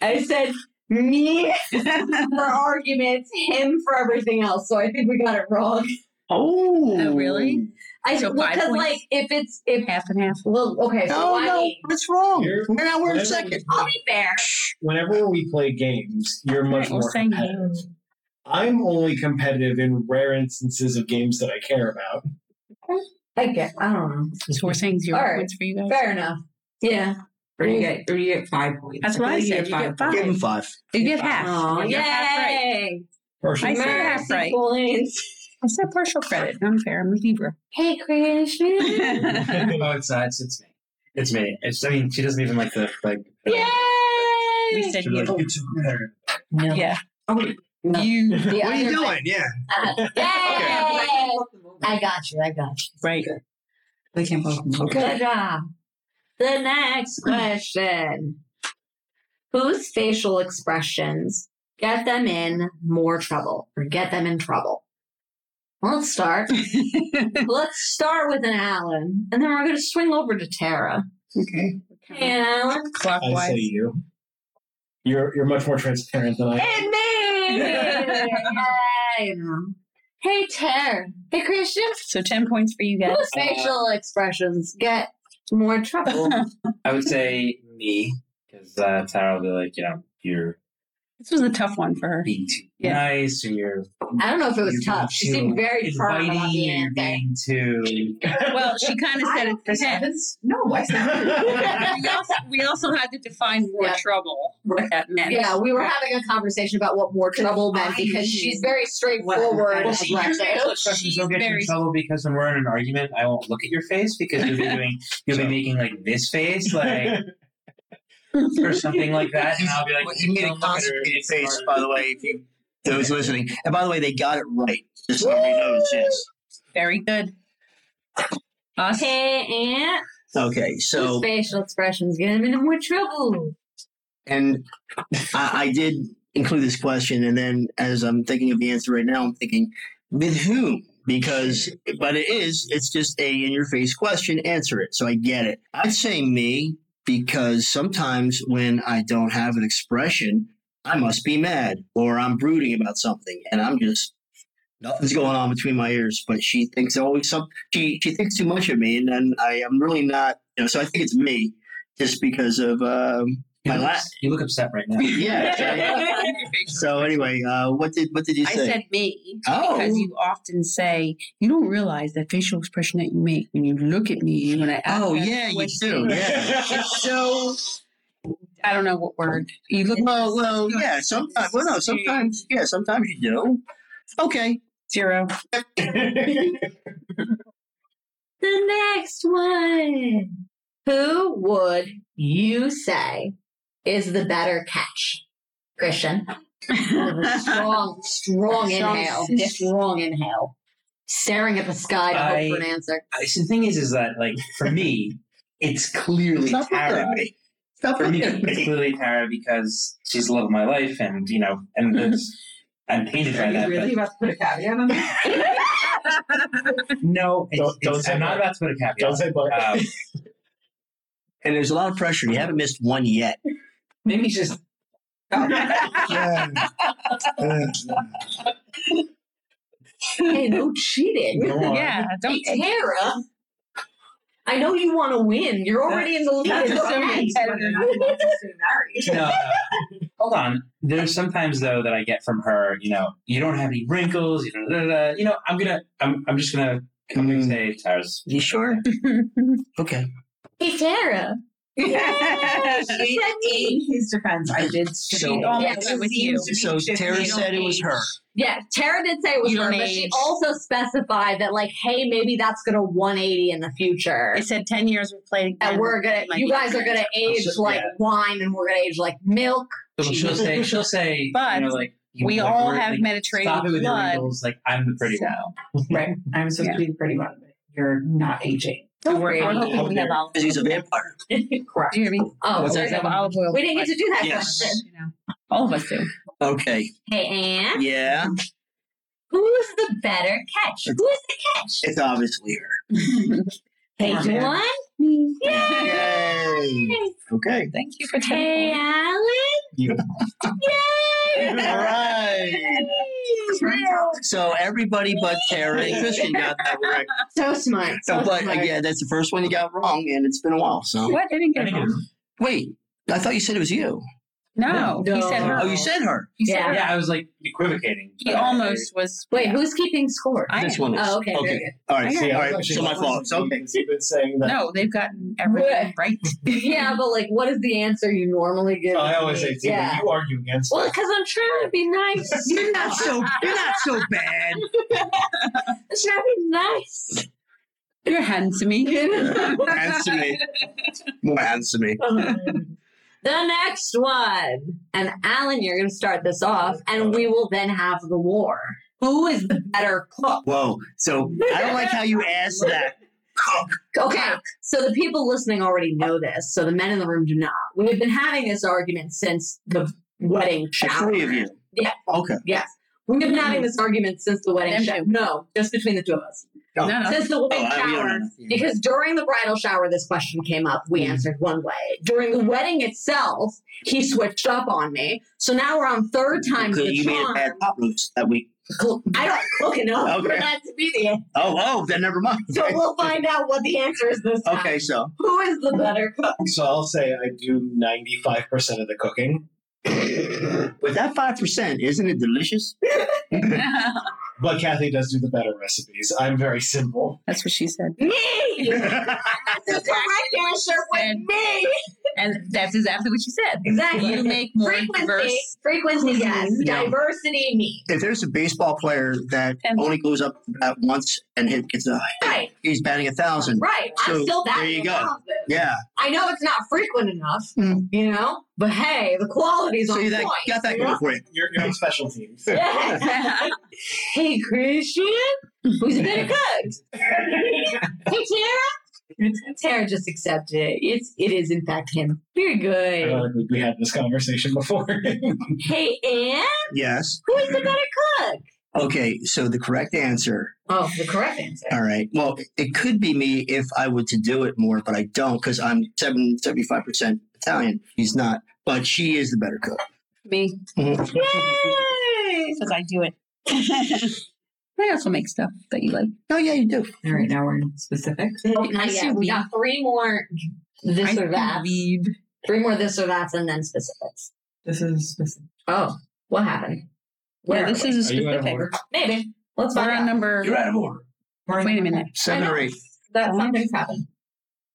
[SPEAKER 2] I said me for arguments, him for everything else. So I think we got it wrong.
[SPEAKER 5] oh,
[SPEAKER 1] Oh, really?
[SPEAKER 2] I
[SPEAKER 1] So five
[SPEAKER 2] because
[SPEAKER 1] points?
[SPEAKER 2] like if it's if
[SPEAKER 1] half and half.
[SPEAKER 2] well okay so
[SPEAKER 5] No,
[SPEAKER 2] I
[SPEAKER 5] no,
[SPEAKER 2] mean,
[SPEAKER 5] that's wrong.
[SPEAKER 6] You're-
[SPEAKER 5] And now we're
[SPEAKER 6] whatever-
[SPEAKER 5] second.
[SPEAKER 2] I'll be fair.
[SPEAKER 6] Whenever we play games, you're
[SPEAKER 1] Right,
[SPEAKER 6] much
[SPEAKER 1] we'll
[SPEAKER 6] more
[SPEAKER 1] say you.
[SPEAKER 6] competitive. I'm only competitive in rare instances of games that I care about.
[SPEAKER 2] I get. I don't know.
[SPEAKER 1] So we're saying zero
[SPEAKER 2] All right.
[SPEAKER 1] points for you guys.
[SPEAKER 2] Fair enough. Yeah.
[SPEAKER 3] Or you get, or you get five points.
[SPEAKER 1] That's what I
[SPEAKER 3] feel
[SPEAKER 1] said,
[SPEAKER 3] like
[SPEAKER 1] you get five.
[SPEAKER 5] Give him five.
[SPEAKER 1] You get half.
[SPEAKER 3] Aw,
[SPEAKER 1] You get Oh, half right.
[SPEAKER 2] Yay!
[SPEAKER 7] Partial.
[SPEAKER 1] I said half
[SPEAKER 2] Mercy
[SPEAKER 1] right.
[SPEAKER 2] points.
[SPEAKER 1] I said partial credit. I'm fair. I'm a Libra.
[SPEAKER 2] Hey, creation.
[SPEAKER 7] oh, it's, uh, it's it's me. It's me. It's I mean she doesn't even like the like.
[SPEAKER 1] we
[SPEAKER 2] Yay!
[SPEAKER 1] said
[SPEAKER 7] She'll be
[SPEAKER 1] you.
[SPEAKER 7] like, "It's better."
[SPEAKER 3] No.
[SPEAKER 1] Yeah.
[SPEAKER 3] Oh, wait.
[SPEAKER 1] You.
[SPEAKER 2] The
[SPEAKER 5] What are you
[SPEAKER 2] other-
[SPEAKER 5] doing? Yeah.
[SPEAKER 2] Uh, yay! I got you. I got you.
[SPEAKER 1] Right.
[SPEAKER 3] They can't both move.
[SPEAKER 2] Good job. The next question Whose facial expressions get them in more trouble or get them in trouble? Well, Let's start. Let's start with an Alan, and then we're going to swing over to Tara.
[SPEAKER 1] Okay.
[SPEAKER 2] Hey, Alan.
[SPEAKER 7] I say
[SPEAKER 1] Clockwise.
[SPEAKER 7] you. You're you're much more transparent than I.
[SPEAKER 2] And me! Yay. Hey, Tara. Hey, Christian.
[SPEAKER 1] So 10 points for you guys.
[SPEAKER 2] Whose facial expressions get more trouble?
[SPEAKER 6] I would say me, because uh, Tara will be like, you know, you're
[SPEAKER 1] This was a tough one for her.
[SPEAKER 6] being too
[SPEAKER 1] Yeah.
[SPEAKER 6] nice, or you're
[SPEAKER 2] I don't know if it was
[SPEAKER 6] You're
[SPEAKER 2] tough. She seemed
[SPEAKER 6] too
[SPEAKER 2] very firm
[SPEAKER 6] inviting,
[SPEAKER 2] about the
[SPEAKER 6] you're
[SPEAKER 2] answer.
[SPEAKER 6] being too.
[SPEAKER 1] Well, she kind of said it for
[SPEAKER 8] No, I said
[SPEAKER 1] we, also, we also had to define more
[SPEAKER 2] Yeah.
[SPEAKER 1] trouble, what that meant.
[SPEAKER 2] Yeah, we were having a conversation about what more trouble meant because she's very straightforward.
[SPEAKER 6] Well,
[SPEAKER 2] and
[SPEAKER 6] see,
[SPEAKER 2] aggressive.
[SPEAKER 1] you're very-
[SPEAKER 6] Expressions
[SPEAKER 1] She's
[SPEAKER 6] don't get you
[SPEAKER 1] very-
[SPEAKER 6] in trouble because when we're in an argument, I won't look at your face because you'll be doing, you'll be making like this face, like or something like that, and I'll be like,
[SPEAKER 5] Well, you made a
[SPEAKER 6] don't look at her.
[SPEAKER 5] constipated
[SPEAKER 6] It's
[SPEAKER 5] face,
[SPEAKER 6] hard.
[SPEAKER 5] by the way, if you those listening. And by the way, they got it right. Just so everybody knows, yes.
[SPEAKER 1] Very good. Us.
[SPEAKER 2] Hey, Aunt.
[SPEAKER 5] Okay,
[SPEAKER 2] Whose
[SPEAKER 5] so
[SPEAKER 2] facial expressions get him into more trouble.
[SPEAKER 5] and I, I did include this question, and then as I'm thinking of the answer right now, I'm thinking with whom because but it is it's just a in your face question. Answer it. So I get it. I'd say me because sometimes when I don't have an expression, I must be mad or I'm brooding about something, and I'm just. Nothing's going on between my ears, but she thinks always some she she thinks too much of me, and then I am really not. You know, so I think it's me, just because of um,
[SPEAKER 6] You
[SPEAKER 5] My
[SPEAKER 6] look-
[SPEAKER 5] la-
[SPEAKER 6] you look upset right now.
[SPEAKER 5] yeah. So anyway, uh, what did what did you
[SPEAKER 1] I
[SPEAKER 5] say?
[SPEAKER 1] said me
[SPEAKER 5] Oh.
[SPEAKER 1] because you often say you don't realize that facial expression that you make when you look at me when I ask
[SPEAKER 5] oh
[SPEAKER 1] that
[SPEAKER 5] yeah, you do.
[SPEAKER 1] question.
[SPEAKER 5] Yeah. so
[SPEAKER 1] I don't know what word you look
[SPEAKER 5] well, well, yeah. Sometimes, well, no, sometimes, yeah, sometimes you do. Okay.
[SPEAKER 1] zero.
[SPEAKER 2] The next one. Who would you say is the better catch? Christian. strong, strong inhale. Strong inhale. Staring at the sky to hope for an answer.
[SPEAKER 6] I- so the thing is, is that like for me, it's clearly
[SPEAKER 5] Stop looking
[SPEAKER 6] Tara.
[SPEAKER 5] at me. Stop
[SPEAKER 6] For me,
[SPEAKER 5] looking at
[SPEAKER 6] it's
[SPEAKER 5] me.
[SPEAKER 6] clearly Tara because she's the love of my life, and you know, and it's, I'm painted by
[SPEAKER 3] Are
[SPEAKER 6] that.
[SPEAKER 3] you
[SPEAKER 6] but-
[SPEAKER 3] really about to put a caveat on that?
[SPEAKER 6] No, it's,
[SPEAKER 7] Don't- don't
[SPEAKER 6] it's-
[SPEAKER 7] say
[SPEAKER 6] I'm
[SPEAKER 7] that.
[SPEAKER 6] not about to put a caveat.
[SPEAKER 7] Don't say but.
[SPEAKER 6] Um,
[SPEAKER 5] And there's a lot of pressure. You haven't missed one yet.
[SPEAKER 3] Maybe it's just.
[SPEAKER 1] Oh,
[SPEAKER 2] hey, no cheating.
[SPEAKER 6] no one-
[SPEAKER 1] Yeah, don't
[SPEAKER 2] Hey, Tara. I know you want to win. You're already in the lead.
[SPEAKER 3] That's
[SPEAKER 2] It's
[SPEAKER 3] so
[SPEAKER 2] okay.
[SPEAKER 6] no, no. Hold on. There's sometimes though that I get from her. You know, you don't have any wrinkles. You know, da, da, da. you know I'm gonna. I'm. I'm just gonna come and
[SPEAKER 5] Mm.
[SPEAKER 6] say Tara's.
[SPEAKER 5] You sure? okay.
[SPEAKER 2] Hey, Tara. She said
[SPEAKER 8] in
[SPEAKER 2] me.
[SPEAKER 8] his defense, I did say
[SPEAKER 5] So-
[SPEAKER 8] it
[SPEAKER 1] almost
[SPEAKER 2] Yeah,
[SPEAKER 1] went with you.
[SPEAKER 8] seems to
[SPEAKER 5] So
[SPEAKER 8] be
[SPEAKER 5] Tara
[SPEAKER 8] shifting.
[SPEAKER 5] said it was her.
[SPEAKER 2] Yeah, Tara did say it was
[SPEAKER 1] You
[SPEAKER 2] her,
[SPEAKER 1] don't
[SPEAKER 2] but she
[SPEAKER 1] age.
[SPEAKER 2] also specified that, like, hey, maybe that's going to 180 in the future.
[SPEAKER 1] I said ten years of playing.
[SPEAKER 2] And we're going to, you guys are going to age
[SPEAKER 6] She'll-
[SPEAKER 2] like
[SPEAKER 6] yeah.
[SPEAKER 2] wine and we're going to age like milk.
[SPEAKER 6] She'll, she'll say. She'll say.
[SPEAKER 1] But
[SPEAKER 6] you know, like you-
[SPEAKER 1] We
[SPEAKER 6] like,
[SPEAKER 1] all
[SPEAKER 6] we're-
[SPEAKER 1] have
[SPEAKER 6] like, Stop it
[SPEAKER 1] Mediterranean
[SPEAKER 6] with your
[SPEAKER 1] blood.
[SPEAKER 6] wrinkles. Like I'm the pretty one.
[SPEAKER 1] So
[SPEAKER 3] Right. I'm supposed to be the pretty one. but You're not aging.
[SPEAKER 1] so we're
[SPEAKER 2] worry.
[SPEAKER 1] all
[SPEAKER 7] Up
[SPEAKER 1] we have
[SPEAKER 7] there.
[SPEAKER 1] olive
[SPEAKER 5] Because he's a vampire.
[SPEAKER 3] Correct.
[SPEAKER 1] Do you hear me?
[SPEAKER 2] Oh,
[SPEAKER 5] What's
[SPEAKER 1] we
[SPEAKER 5] that?
[SPEAKER 1] have olive oil.
[SPEAKER 2] we didn't get to do that
[SPEAKER 5] Yes.
[SPEAKER 2] question.
[SPEAKER 1] All of us do.
[SPEAKER 5] Okay.
[SPEAKER 2] Hey, Anne.
[SPEAKER 5] Yeah.
[SPEAKER 2] Who's the better catch? Who's the catch?
[SPEAKER 5] It's obviously her.
[SPEAKER 2] Page
[SPEAKER 3] Yeah.
[SPEAKER 2] one.
[SPEAKER 5] Yay.
[SPEAKER 2] Yay.
[SPEAKER 5] Okay.
[SPEAKER 1] Thank you for telling me.
[SPEAKER 2] Hey, Alan.
[SPEAKER 5] You. All
[SPEAKER 2] Yay.
[SPEAKER 5] right. So everybody but Tara and Christian got that right.
[SPEAKER 2] So smart. So
[SPEAKER 5] So, but
[SPEAKER 2] smart.
[SPEAKER 5] again, that's the first one you got wrong, and it's been a while. So
[SPEAKER 1] What? I didn't
[SPEAKER 6] I
[SPEAKER 1] get it.
[SPEAKER 6] think it is.
[SPEAKER 5] wait, I thought you said it was you.
[SPEAKER 1] No, he said her.
[SPEAKER 5] Oh, you said her.
[SPEAKER 1] He said
[SPEAKER 2] Yeah.
[SPEAKER 1] her.
[SPEAKER 9] Yeah, I was like equivocating.
[SPEAKER 1] He almost was.
[SPEAKER 2] Wait, who's keeping score?
[SPEAKER 1] I
[SPEAKER 5] this
[SPEAKER 1] am.
[SPEAKER 5] one is.
[SPEAKER 2] Oh, okay.
[SPEAKER 5] Okay.
[SPEAKER 2] Very
[SPEAKER 5] All right.
[SPEAKER 1] I
[SPEAKER 5] See,
[SPEAKER 1] got
[SPEAKER 5] all right. So my fault. So, okay.
[SPEAKER 6] You've been saying that.
[SPEAKER 1] No, they've gotten everything right.
[SPEAKER 2] good. Yeah, but like, what is the answer you normally give?
[SPEAKER 6] So I always say, Tina,
[SPEAKER 2] yeah.
[SPEAKER 6] you argue against
[SPEAKER 2] Well,
[SPEAKER 6] us.
[SPEAKER 2] because I'm trying to be nice.
[SPEAKER 5] You're not so. You're not so bad.
[SPEAKER 2] I'm trying to be nice.
[SPEAKER 1] You're handsome.
[SPEAKER 2] You know?
[SPEAKER 5] Hands to me. More hands to me.
[SPEAKER 2] Um, the next one. And Alan, you're going to start this off, and we will then have the war. Who is the better cook?
[SPEAKER 5] Whoa. So I don't like how you asked that. Cook.
[SPEAKER 2] Okay, so the people listening already know this, so the men in the room do not. We've been having this argument since the wedding shower.
[SPEAKER 5] Three of you.
[SPEAKER 2] Yeah.
[SPEAKER 5] Okay.
[SPEAKER 2] Yes. We've been having this argument since the wedding
[SPEAKER 1] Mm-hmm. Them
[SPEAKER 2] shower. No, just between the two of us.
[SPEAKER 5] Oh.
[SPEAKER 1] No, no.
[SPEAKER 2] Since the
[SPEAKER 5] Oh,
[SPEAKER 2] wedding
[SPEAKER 5] I, we don't
[SPEAKER 2] shower,
[SPEAKER 5] know.
[SPEAKER 2] Because during the bridal shower, this question came up.
[SPEAKER 5] Mm-hmm.
[SPEAKER 2] We answered one way. During the wedding itself, he switched up on me. So now we're on third time.
[SPEAKER 5] Because you made a bad pop roast that week.
[SPEAKER 2] I don't cook enough
[SPEAKER 5] Okay.
[SPEAKER 2] for that to be the answer.
[SPEAKER 5] Oh, oh, then never mind.
[SPEAKER 2] So we'll find out what the answer is this time.
[SPEAKER 5] Okay, so
[SPEAKER 2] Who is the better cook?
[SPEAKER 6] So I'll say I do 95% of the cooking,
[SPEAKER 5] with that five percent, isn't it delicious?
[SPEAKER 6] but Kathy does do the better recipes. I'm very simple.
[SPEAKER 1] That's what she said.
[SPEAKER 2] Me! That's the correct answer with me!
[SPEAKER 1] And that's exactly what she said.
[SPEAKER 2] Exactly.
[SPEAKER 1] You make more
[SPEAKER 2] Frequency,
[SPEAKER 1] diverse. Mm-hmm.
[SPEAKER 2] frequency, yes.
[SPEAKER 5] Yeah.
[SPEAKER 2] Diversity, me.
[SPEAKER 5] If there's a baseball player that
[SPEAKER 1] And-
[SPEAKER 5] only goes up to bat once and hit, gets a,
[SPEAKER 2] Right,
[SPEAKER 5] he's batting a thousand.
[SPEAKER 2] right.
[SPEAKER 5] So,
[SPEAKER 2] I'm still that
[SPEAKER 5] there you go.
[SPEAKER 2] involved.
[SPEAKER 5] Yeah.
[SPEAKER 2] I know it's not frequent enough,
[SPEAKER 5] Mm.
[SPEAKER 2] you know, but hey, the quality's
[SPEAKER 5] So
[SPEAKER 2] on
[SPEAKER 5] you
[SPEAKER 2] point.
[SPEAKER 5] like, got that
[SPEAKER 2] you
[SPEAKER 5] going
[SPEAKER 2] know?
[SPEAKER 5] for you.
[SPEAKER 6] You're, you're on special teams.
[SPEAKER 2] Yeah. hey, Christian, who's been cooked? hey, Tara. Tara just accepted it. It's it is in fact him. Very
[SPEAKER 6] I
[SPEAKER 2] good.
[SPEAKER 7] Uh,
[SPEAKER 6] don't think we had this conversation before.
[SPEAKER 2] Hey, Anne,
[SPEAKER 5] Yes.
[SPEAKER 2] who is the better cook?
[SPEAKER 5] Okay. So the correct answer.
[SPEAKER 2] Oh, the correct answer.
[SPEAKER 5] All right. Well, it could be me if I were to do it more, but I don't because I'm seven seventy-five percent Italian. He's not, but she is the better cook.
[SPEAKER 1] Me.
[SPEAKER 5] Mhm.
[SPEAKER 2] Yay!
[SPEAKER 1] Because I do it. I also make stuff that you like.
[SPEAKER 5] Oh yeah, you do.
[SPEAKER 3] All right, now we're in specific.
[SPEAKER 1] Oh,
[SPEAKER 2] Not yet. We got three more this or that. Three more this or that's and then specifics.
[SPEAKER 3] This is specific.
[SPEAKER 2] Oh, what happened?
[SPEAKER 1] Yeah, this
[SPEAKER 2] are we?
[SPEAKER 1] is a
[SPEAKER 6] Are you out of
[SPEAKER 1] specific.
[SPEAKER 6] order?
[SPEAKER 2] Maybe. Let's
[SPEAKER 1] We're
[SPEAKER 2] find
[SPEAKER 1] on
[SPEAKER 2] out.
[SPEAKER 1] number.
[SPEAKER 6] You're out of order.
[SPEAKER 1] Wait a minute.
[SPEAKER 5] Seven or eight.
[SPEAKER 2] That's something's happened.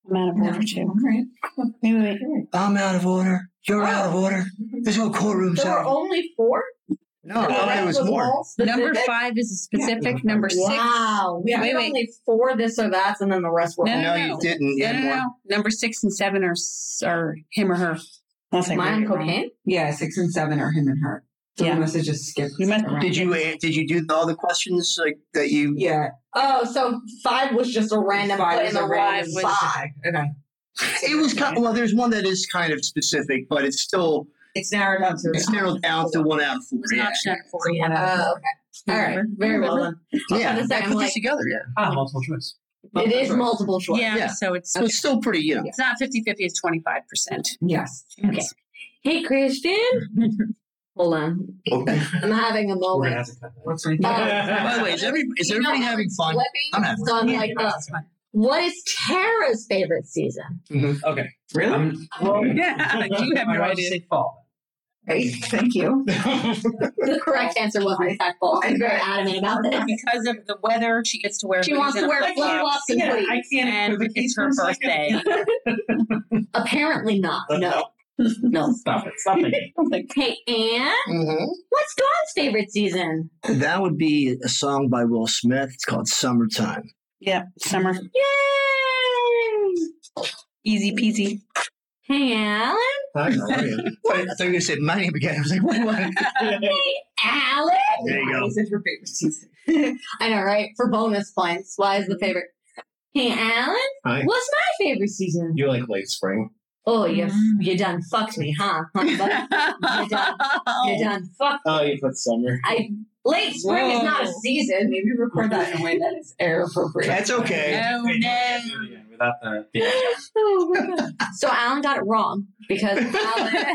[SPEAKER 1] I'm out of order too.
[SPEAKER 3] right.
[SPEAKER 1] Wait, wait,
[SPEAKER 5] I'm out of order. You're out of order. This whole courtroom's
[SPEAKER 2] Oh. There
[SPEAKER 5] out.
[SPEAKER 2] were only four.
[SPEAKER 5] no,
[SPEAKER 2] The
[SPEAKER 5] Oh, I thought
[SPEAKER 2] rest
[SPEAKER 5] it was more.
[SPEAKER 2] all
[SPEAKER 1] wait.
[SPEAKER 2] specific?
[SPEAKER 1] Number five is a specific. Number six.
[SPEAKER 2] Wow. We
[SPEAKER 1] Yeah.
[SPEAKER 2] had
[SPEAKER 1] Wait, wait.
[SPEAKER 2] only four this or that's, and then the rest were
[SPEAKER 1] No,
[SPEAKER 2] all-
[SPEAKER 5] No,
[SPEAKER 1] no.
[SPEAKER 5] you didn't. You
[SPEAKER 1] No,
[SPEAKER 5] had
[SPEAKER 1] no,
[SPEAKER 5] more.
[SPEAKER 1] no. Number six and seven are s- are him or her. Unless I read
[SPEAKER 2] mine
[SPEAKER 1] it wrong.
[SPEAKER 2] cocaine.
[SPEAKER 3] Yeah, six and seven are him and her. So
[SPEAKER 1] Yeah.
[SPEAKER 3] we must have just skipped.
[SPEAKER 1] You must-
[SPEAKER 3] around.
[SPEAKER 5] Did you uh, did you do all the questions like that you?
[SPEAKER 3] Yeah.
[SPEAKER 2] Oh, so five was just a random
[SPEAKER 3] Five
[SPEAKER 2] put
[SPEAKER 3] is
[SPEAKER 2] in the
[SPEAKER 3] a
[SPEAKER 2] random
[SPEAKER 3] random
[SPEAKER 2] spot.
[SPEAKER 3] five. Okay.
[SPEAKER 5] It was kind well. There's one that is kind of specific, but it's still
[SPEAKER 3] It's narrowed down to
[SPEAKER 5] it's narrowed down to one out of four.
[SPEAKER 1] It was an
[SPEAKER 5] Yeah,
[SPEAKER 1] option out of four.
[SPEAKER 3] one out
[SPEAKER 2] Oh, okay. All right. Very well done.
[SPEAKER 5] yeah.
[SPEAKER 2] I was
[SPEAKER 5] I
[SPEAKER 2] gonna say,
[SPEAKER 5] put
[SPEAKER 2] I'm
[SPEAKER 5] this
[SPEAKER 2] like-
[SPEAKER 5] together. Yeah,
[SPEAKER 6] Ah, multiple choice.
[SPEAKER 2] It is multiple choice.
[SPEAKER 1] Yeah,
[SPEAKER 5] Yeah.
[SPEAKER 1] so it's
[SPEAKER 5] so it's still pretty. You know,
[SPEAKER 1] it's not 50 50, it's 25%.
[SPEAKER 3] Yes.
[SPEAKER 2] Okay. Hey, Christian. Hold on.
[SPEAKER 5] Okay.
[SPEAKER 2] I'm having a
[SPEAKER 6] We're going to
[SPEAKER 2] moment.
[SPEAKER 6] have to cut that.
[SPEAKER 3] What's my
[SPEAKER 2] Uh,
[SPEAKER 5] By the way, is every is
[SPEAKER 2] You
[SPEAKER 5] everybody
[SPEAKER 2] know,
[SPEAKER 5] having fun?
[SPEAKER 2] Flipping
[SPEAKER 5] I'm having
[SPEAKER 2] so I'm like, oh, what is Tara's favorite season?
[SPEAKER 6] Okay.
[SPEAKER 3] Really?
[SPEAKER 6] I'm,
[SPEAKER 1] Yeah, you have no
[SPEAKER 6] I
[SPEAKER 1] idea.
[SPEAKER 6] Say fall.
[SPEAKER 3] Hey, thank you.
[SPEAKER 2] The correct answer was in fact fall. I'm very adamant about this.
[SPEAKER 1] Because of the weather, she gets to wear.
[SPEAKER 2] She wants
[SPEAKER 1] hoodies
[SPEAKER 2] to
[SPEAKER 1] and
[SPEAKER 2] wear
[SPEAKER 1] flip-flops,
[SPEAKER 2] flip flops and hoodies.
[SPEAKER 1] and it's her birthday.
[SPEAKER 2] Apparently not. No. No.
[SPEAKER 6] Stop it. Stop it.
[SPEAKER 2] Hey, Anne,
[SPEAKER 5] Mhm.
[SPEAKER 2] what's Dawn's favorite season?
[SPEAKER 5] That would be a song by Will Smith. It's called "Summertime."
[SPEAKER 1] Yeah, summer,
[SPEAKER 2] Yay!
[SPEAKER 1] easy peasy.
[SPEAKER 2] Hey, Alan.
[SPEAKER 5] I don't know, what are you- I thought you were gonna say my name again. I was like, what? what?
[SPEAKER 2] Hey, Alan.
[SPEAKER 5] There you go.
[SPEAKER 3] This is your favorite season.
[SPEAKER 2] I know, right? For bonus points, why is the favorite? Hey, Alan.
[SPEAKER 6] Hi.
[SPEAKER 2] What's my favorite season?
[SPEAKER 6] You like late spring.
[SPEAKER 2] Oh, you you done fucked me, huh? Huh,
[SPEAKER 1] Oh,
[SPEAKER 2] buddy? you done, you done fucked.
[SPEAKER 6] Oh, you put summer.
[SPEAKER 2] I late spring is not a
[SPEAKER 1] Whoa.
[SPEAKER 2] season.
[SPEAKER 3] Maybe record that in a way that is air appropriate.
[SPEAKER 5] That's okay.
[SPEAKER 1] No,
[SPEAKER 6] Wait,
[SPEAKER 1] Oh, no.
[SPEAKER 6] yeah, Without the. Yeah.
[SPEAKER 2] Oh, my God. so Alan got it wrong because Alan is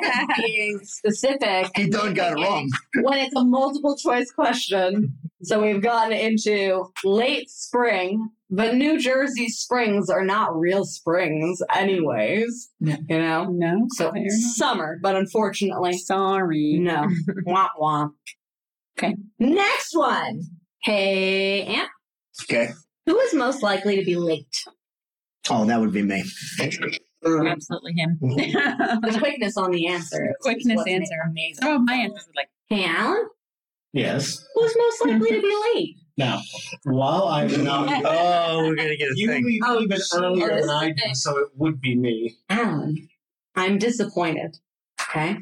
[SPEAKER 2] being specific.
[SPEAKER 5] He done got it wrong.
[SPEAKER 2] When it's a multiple choice question, So we've gotten into late spring, but New Jersey springs are not real springs, anyways.
[SPEAKER 10] No.
[SPEAKER 2] You know?
[SPEAKER 1] No.
[SPEAKER 2] So
[SPEAKER 1] fair enough.
[SPEAKER 2] it's summer, but unfortunately,
[SPEAKER 1] sorry.
[SPEAKER 2] no. womp womp.
[SPEAKER 1] Okay.
[SPEAKER 2] Next one. Hey, Aunt.
[SPEAKER 5] Okay.
[SPEAKER 2] Who is most likely to be late?
[SPEAKER 5] Oh, that would be me.
[SPEAKER 1] Absolutely him.
[SPEAKER 2] The quickness on the answer. is
[SPEAKER 1] Quickness
[SPEAKER 2] what's
[SPEAKER 1] answer.
[SPEAKER 2] Amazing.
[SPEAKER 1] Some of my answers were like,
[SPEAKER 2] Hey, Alan.
[SPEAKER 6] Yes.
[SPEAKER 2] Who's most likely to be late?
[SPEAKER 6] Now, while I'm not,
[SPEAKER 5] Oh, we're gonna get a
[SPEAKER 6] you
[SPEAKER 5] thing.
[SPEAKER 6] leave
[SPEAKER 2] Oh,
[SPEAKER 6] even
[SPEAKER 2] shit.
[SPEAKER 6] earlier than I do, so it would be me.
[SPEAKER 2] Alan, I'm disappointed. Okay.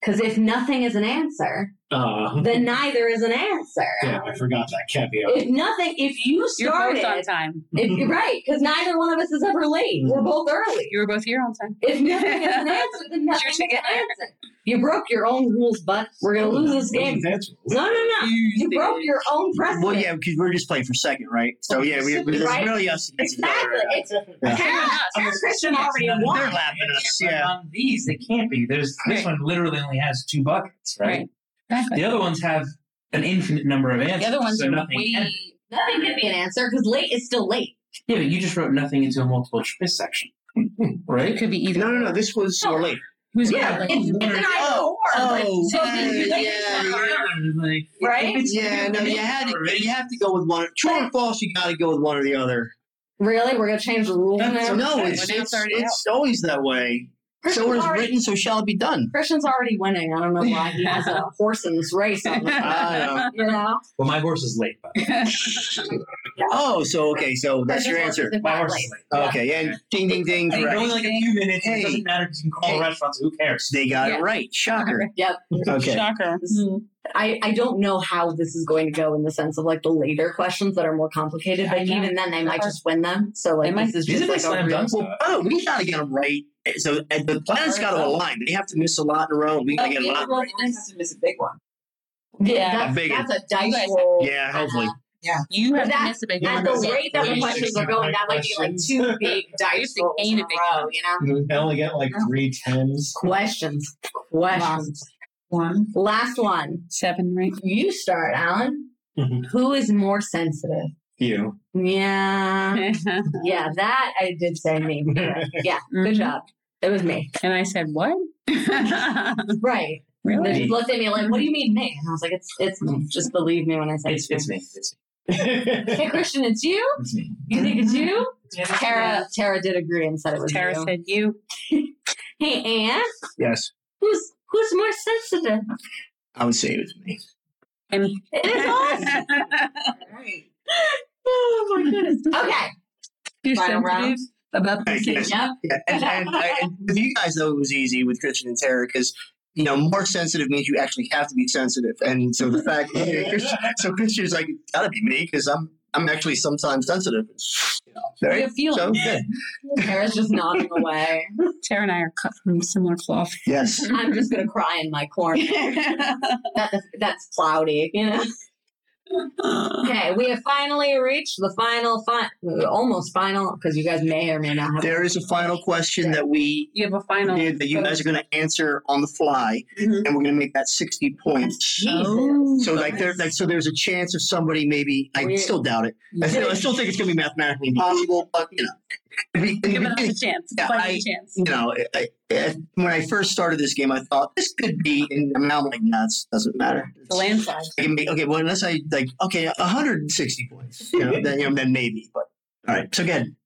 [SPEAKER 2] Because if nothing is an answer,
[SPEAKER 6] Uh,
[SPEAKER 2] then neither is an answer.
[SPEAKER 6] damn, I forgot that caveat.
[SPEAKER 2] If nothing, if you
[SPEAKER 1] You're both on
[SPEAKER 2] started,
[SPEAKER 1] time.
[SPEAKER 2] if you're right, because neither one of us is ever late. We're both early.
[SPEAKER 1] You were both here on time.
[SPEAKER 2] If nothing is an answer, then nothing is an
[SPEAKER 1] together.
[SPEAKER 2] answer. You broke your own rules, but we're gonna lose this game.
[SPEAKER 6] That's
[SPEAKER 2] No, no, no. You broke your own precedent.
[SPEAKER 5] Well, yeah, because we're just playing for second, right? So yeah, we, we, it's
[SPEAKER 2] Right.
[SPEAKER 5] really us against each
[SPEAKER 2] Exactly.
[SPEAKER 5] other.
[SPEAKER 2] It's a
[SPEAKER 5] Yeah.
[SPEAKER 2] Sarah Christian already
[SPEAKER 5] They're
[SPEAKER 2] won.
[SPEAKER 5] laughing at us.
[SPEAKER 6] But
[SPEAKER 5] Yeah.
[SPEAKER 6] on these, they can't be. There's this
[SPEAKER 1] Right.
[SPEAKER 6] one literally only has two buckets, right?
[SPEAKER 1] Right. Exactly.
[SPEAKER 6] The other ones have an infinite number of answers.
[SPEAKER 1] The other ones
[SPEAKER 6] so
[SPEAKER 1] are
[SPEAKER 6] nothing.
[SPEAKER 1] way.
[SPEAKER 2] Nothing can be an answer because late is still late.
[SPEAKER 6] yeah, but you just wrote nothing into a multiple choice section,
[SPEAKER 1] It
[SPEAKER 6] right?
[SPEAKER 1] could be either.
[SPEAKER 5] No, no, no. This was
[SPEAKER 2] No.
[SPEAKER 5] or late.
[SPEAKER 1] Who's
[SPEAKER 2] Yeah,
[SPEAKER 1] more
[SPEAKER 2] it's,
[SPEAKER 1] likely?
[SPEAKER 2] it's an either
[SPEAKER 5] Oh,
[SPEAKER 2] or. like,
[SPEAKER 5] oh,
[SPEAKER 2] so then you
[SPEAKER 5] yeah,
[SPEAKER 2] think
[SPEAKER 5] yeah,
[SPEAKER 2] it's
[SPEAKER 5] yeah.
[SPEAKER 6] Like,
[SPEAKER 2] Right?
[SPEAKER 5] Yeah, no, you had to. You have to go with one. True or false? You got to go with one or the other.
[SPEAKER 2] Really? We're going to change the rule now?
[SPEAKER 5] No, it's
[SPEAKER 1] When I
[SPEAKER 5] it's,
[SPEAKER 1] started
[SPEAKER 5] it's always that way.
[SPEAKER 2] Christian's,
[SPEAKER 5] So it was
[SPEAKER 2] already,
[SPEAKER 5] written, so shall it be done.
[SPEAKER 2] Christian's already winning. I don't know why he has a horse in this race. On the,
[SPEAKER 5] I
[SPEAKER 2] you know?
[SPEAKER 6] Well, my horse is late, but
[SPEAKER 5] know. Oh, so okay, so that's your
[SPEAKER 2] Christian's horse
[SPEAKER 5] answer.
[SPEAKER 2] is
[SPEAKER 6] my
[SPEAKER 2] not
[SPEAKER 6] horse
[SPEAKER 2] late.
[SPEAKER 6] is late.
[SPEAKER 5] Okay, and ding, ding, ding.
[SPEAKER 6] And
[SPEAKER 5] correct.
[SPEAKER 6] only like a few minutes.
[SPEAKER 5] Hey.
[SPEAKER 6] It doesn't matter. You can call
[SPEAKER 5] Hey.
[SPEAKER 6] restaurants. Who cares?
[SPEAKER 5] They got it right. Shocker.
[SPEAKER 2] Yep.
[SPEAKER 5] Okay.
[SPEAKER 1] Shocker.
[SPEAKER 2] I, I don't know how this is going to go in the sense of like the later questions that are more complicated, but
[SPEAKER 1] Yeah, I know.
[SPEAKER 2] even then they might just win them. So like
[SPEAKER 3] They might-
[SPEAKER 2] this is
[SPEAKER 6] These
[SPEAKER 2] just
[SPEAKER 6] are
[SPEAKER 2] like a
[SPEAKER 6] like slam
[SPEAKER 2] real-
[SPEAKER 6] dunks.
[SPEAKER 5] Well, oh, we gotta get them right. So uh, the planets got to align. They have to miss a lot in a row. We gotta get a lot.
[SPEAKER 3] Well, you have to miss a big one.
[SPEAKER 2] Yeah,
[SPEAKER 5] A big
[SPEAKER 2] that's, that's a
[SPEAKER 1] You
[SPEAKER 2] dice
[SPEAKER 1] guys-
[SPEAKER 2] roll.
[SPEAKER 5] Yeah, hopefully.
[SPEAKER 1] You have
[SPEAKER 2] That-
[SPEAKER 1] to miss a big
[SPEAKER 6] Yeah,
[SPEAKER 2] At
[SPEAKER 1] one.
[SPEAKER 2] the
[SPEAKER 6] that's
[SPEAKER 2] rate that the
[SPEAKER 6] like
[SPEAKER 2] questions are going, that might be like
[SPEAKER 6] questions.
[SPEAKER 2] two big dice
[SPEAKER 1] to
[SPEAKER 2] rolls in
[SPEAKER 1] gain
[SPEAKER 2] a
[SPEAKER 1] a big
[SPEAKER 2] row, you know?
[SPEAKER 7] Mm-hmm.
[SPEAKER 6] I only get like three tens.
[SPEAKER 2] Questions. Questions.
[SPEAKER 1] One.
[SPEAKER 2] Last one.
[SPEAKER 1] Seven, right?
[SPEAKER 2] You start, Alan.
[SPEAKER 7] Mm-hmm.
[SPEAKER 6] Mhm.
[SPEAKER 2] Who is more sensitive?
[SPEAKER 6] You.
[SPEAKER 2] Yeah.
[SPEAKER 1] and
[SPEAKER 2] Yeah, that I did say me. Yeah,
[SPEAKER 1] Mhm.
[SPEAKER 2] good job. It was me.
[SPEAKER 1] I said, what?
[SPEAKER 2] Right. They
[SPEAKER 1] really?
[SPEAKER 2] just looked at me like, what do you mean me? And I was like, it's it's me. Just believe me when I say
[SPEAKER 6] It's it's me. It's
[SPEAKER 2] Hey,
[SPEAKER 6] me.
[SPEAKER 2] Christian, it's you?
[SPEAKER 6] it's me.
[SPEAKER 2] You think it's you? Tara Tara did agree and said it was
[SPEAKER 1] Tara
[SPEAKER 2] you.
[SPEAKER 1] said, you.
[SPEAKER 2] Hey, Anne,
[SPEAKER 6] Yes.
[SPEAKER 2] who's who's more sensitive?
[SPEAKER 5] I would say it was me.
[SPEAKER 1] And
[SPEAKER 2] It is awesome.
[SPEAKER 1] oh my goodness.
[SPEAKER 2] Okay.
[SPEAKER 1] You're
[SPEAKER 2] Final
[SPEAKER 1] sensitive
[SPEAKER 2] round.
[SPEAKER 1] about
[SPEAKER 5] Thank
[SPEAKER 1] this.
[SPEAKER 5] you.
[SPEAKER 2] Yep.
[SPEAKER 5] Yeah, and, and, I, and with you guys though it was easy with Christian and Tara because you know more sensitive means you actually have to be sensitive, and so the fact so Christian's like it's gotta be me because I'm I'm actually sometimes sensitive. You know,
[SPEAKER 1] You're feeling
[SPEAKER 5] So yeah.
[SPEAKER 2] Tara's just nodding away.
[SPEAKER 1] Tara and I are cut from similar cloth.
[SPEAKER 5] yes,
[SPEAKER 2] I'm just gonna cry in my corner. That, that's cloudy, you know. Okay, we have finally reached the final, fi- almost final, because you guys may or may not have.
[SPEAKER 5] there is a final question that we
[SPEAKER 1] you have a final.
[SPEAKER 5] did that you guys are going to answer on the fly,
[SPEAKER 1] Mhm.
[SPEAKER 5] and we're going to make that sixty points. Oh. So like there, like so, there's a chance of somebody maybe. I
[SPEAKER 2] Weird.
[SPEAKER 5] still doubt it. I still, I still think it's going to be mathematically impossible, but you know, it'd be-
[SPEAKER 1] Give
[SPEAKER 5] it'd
[SPEAKER 1] us
[SPEAKER 5] be-
[SPEAKER 1] a chance.
[SPEAKER 5] Yeah,
[SPEAKER 1] Plenty
[SPEAKER 5] I-
[SPEAKER 1] of chance.
[SPEAKER 5] you know, I, I, when I first started this game, I thought this could be, and now I'm like, nah, it doesn't matter.
[SPEAKER 1] The landslide.
[SPEAKER 5] I can be, okay, well, unless I like, okay, 160 points, you know, then you know, then maybe. But all right, so again,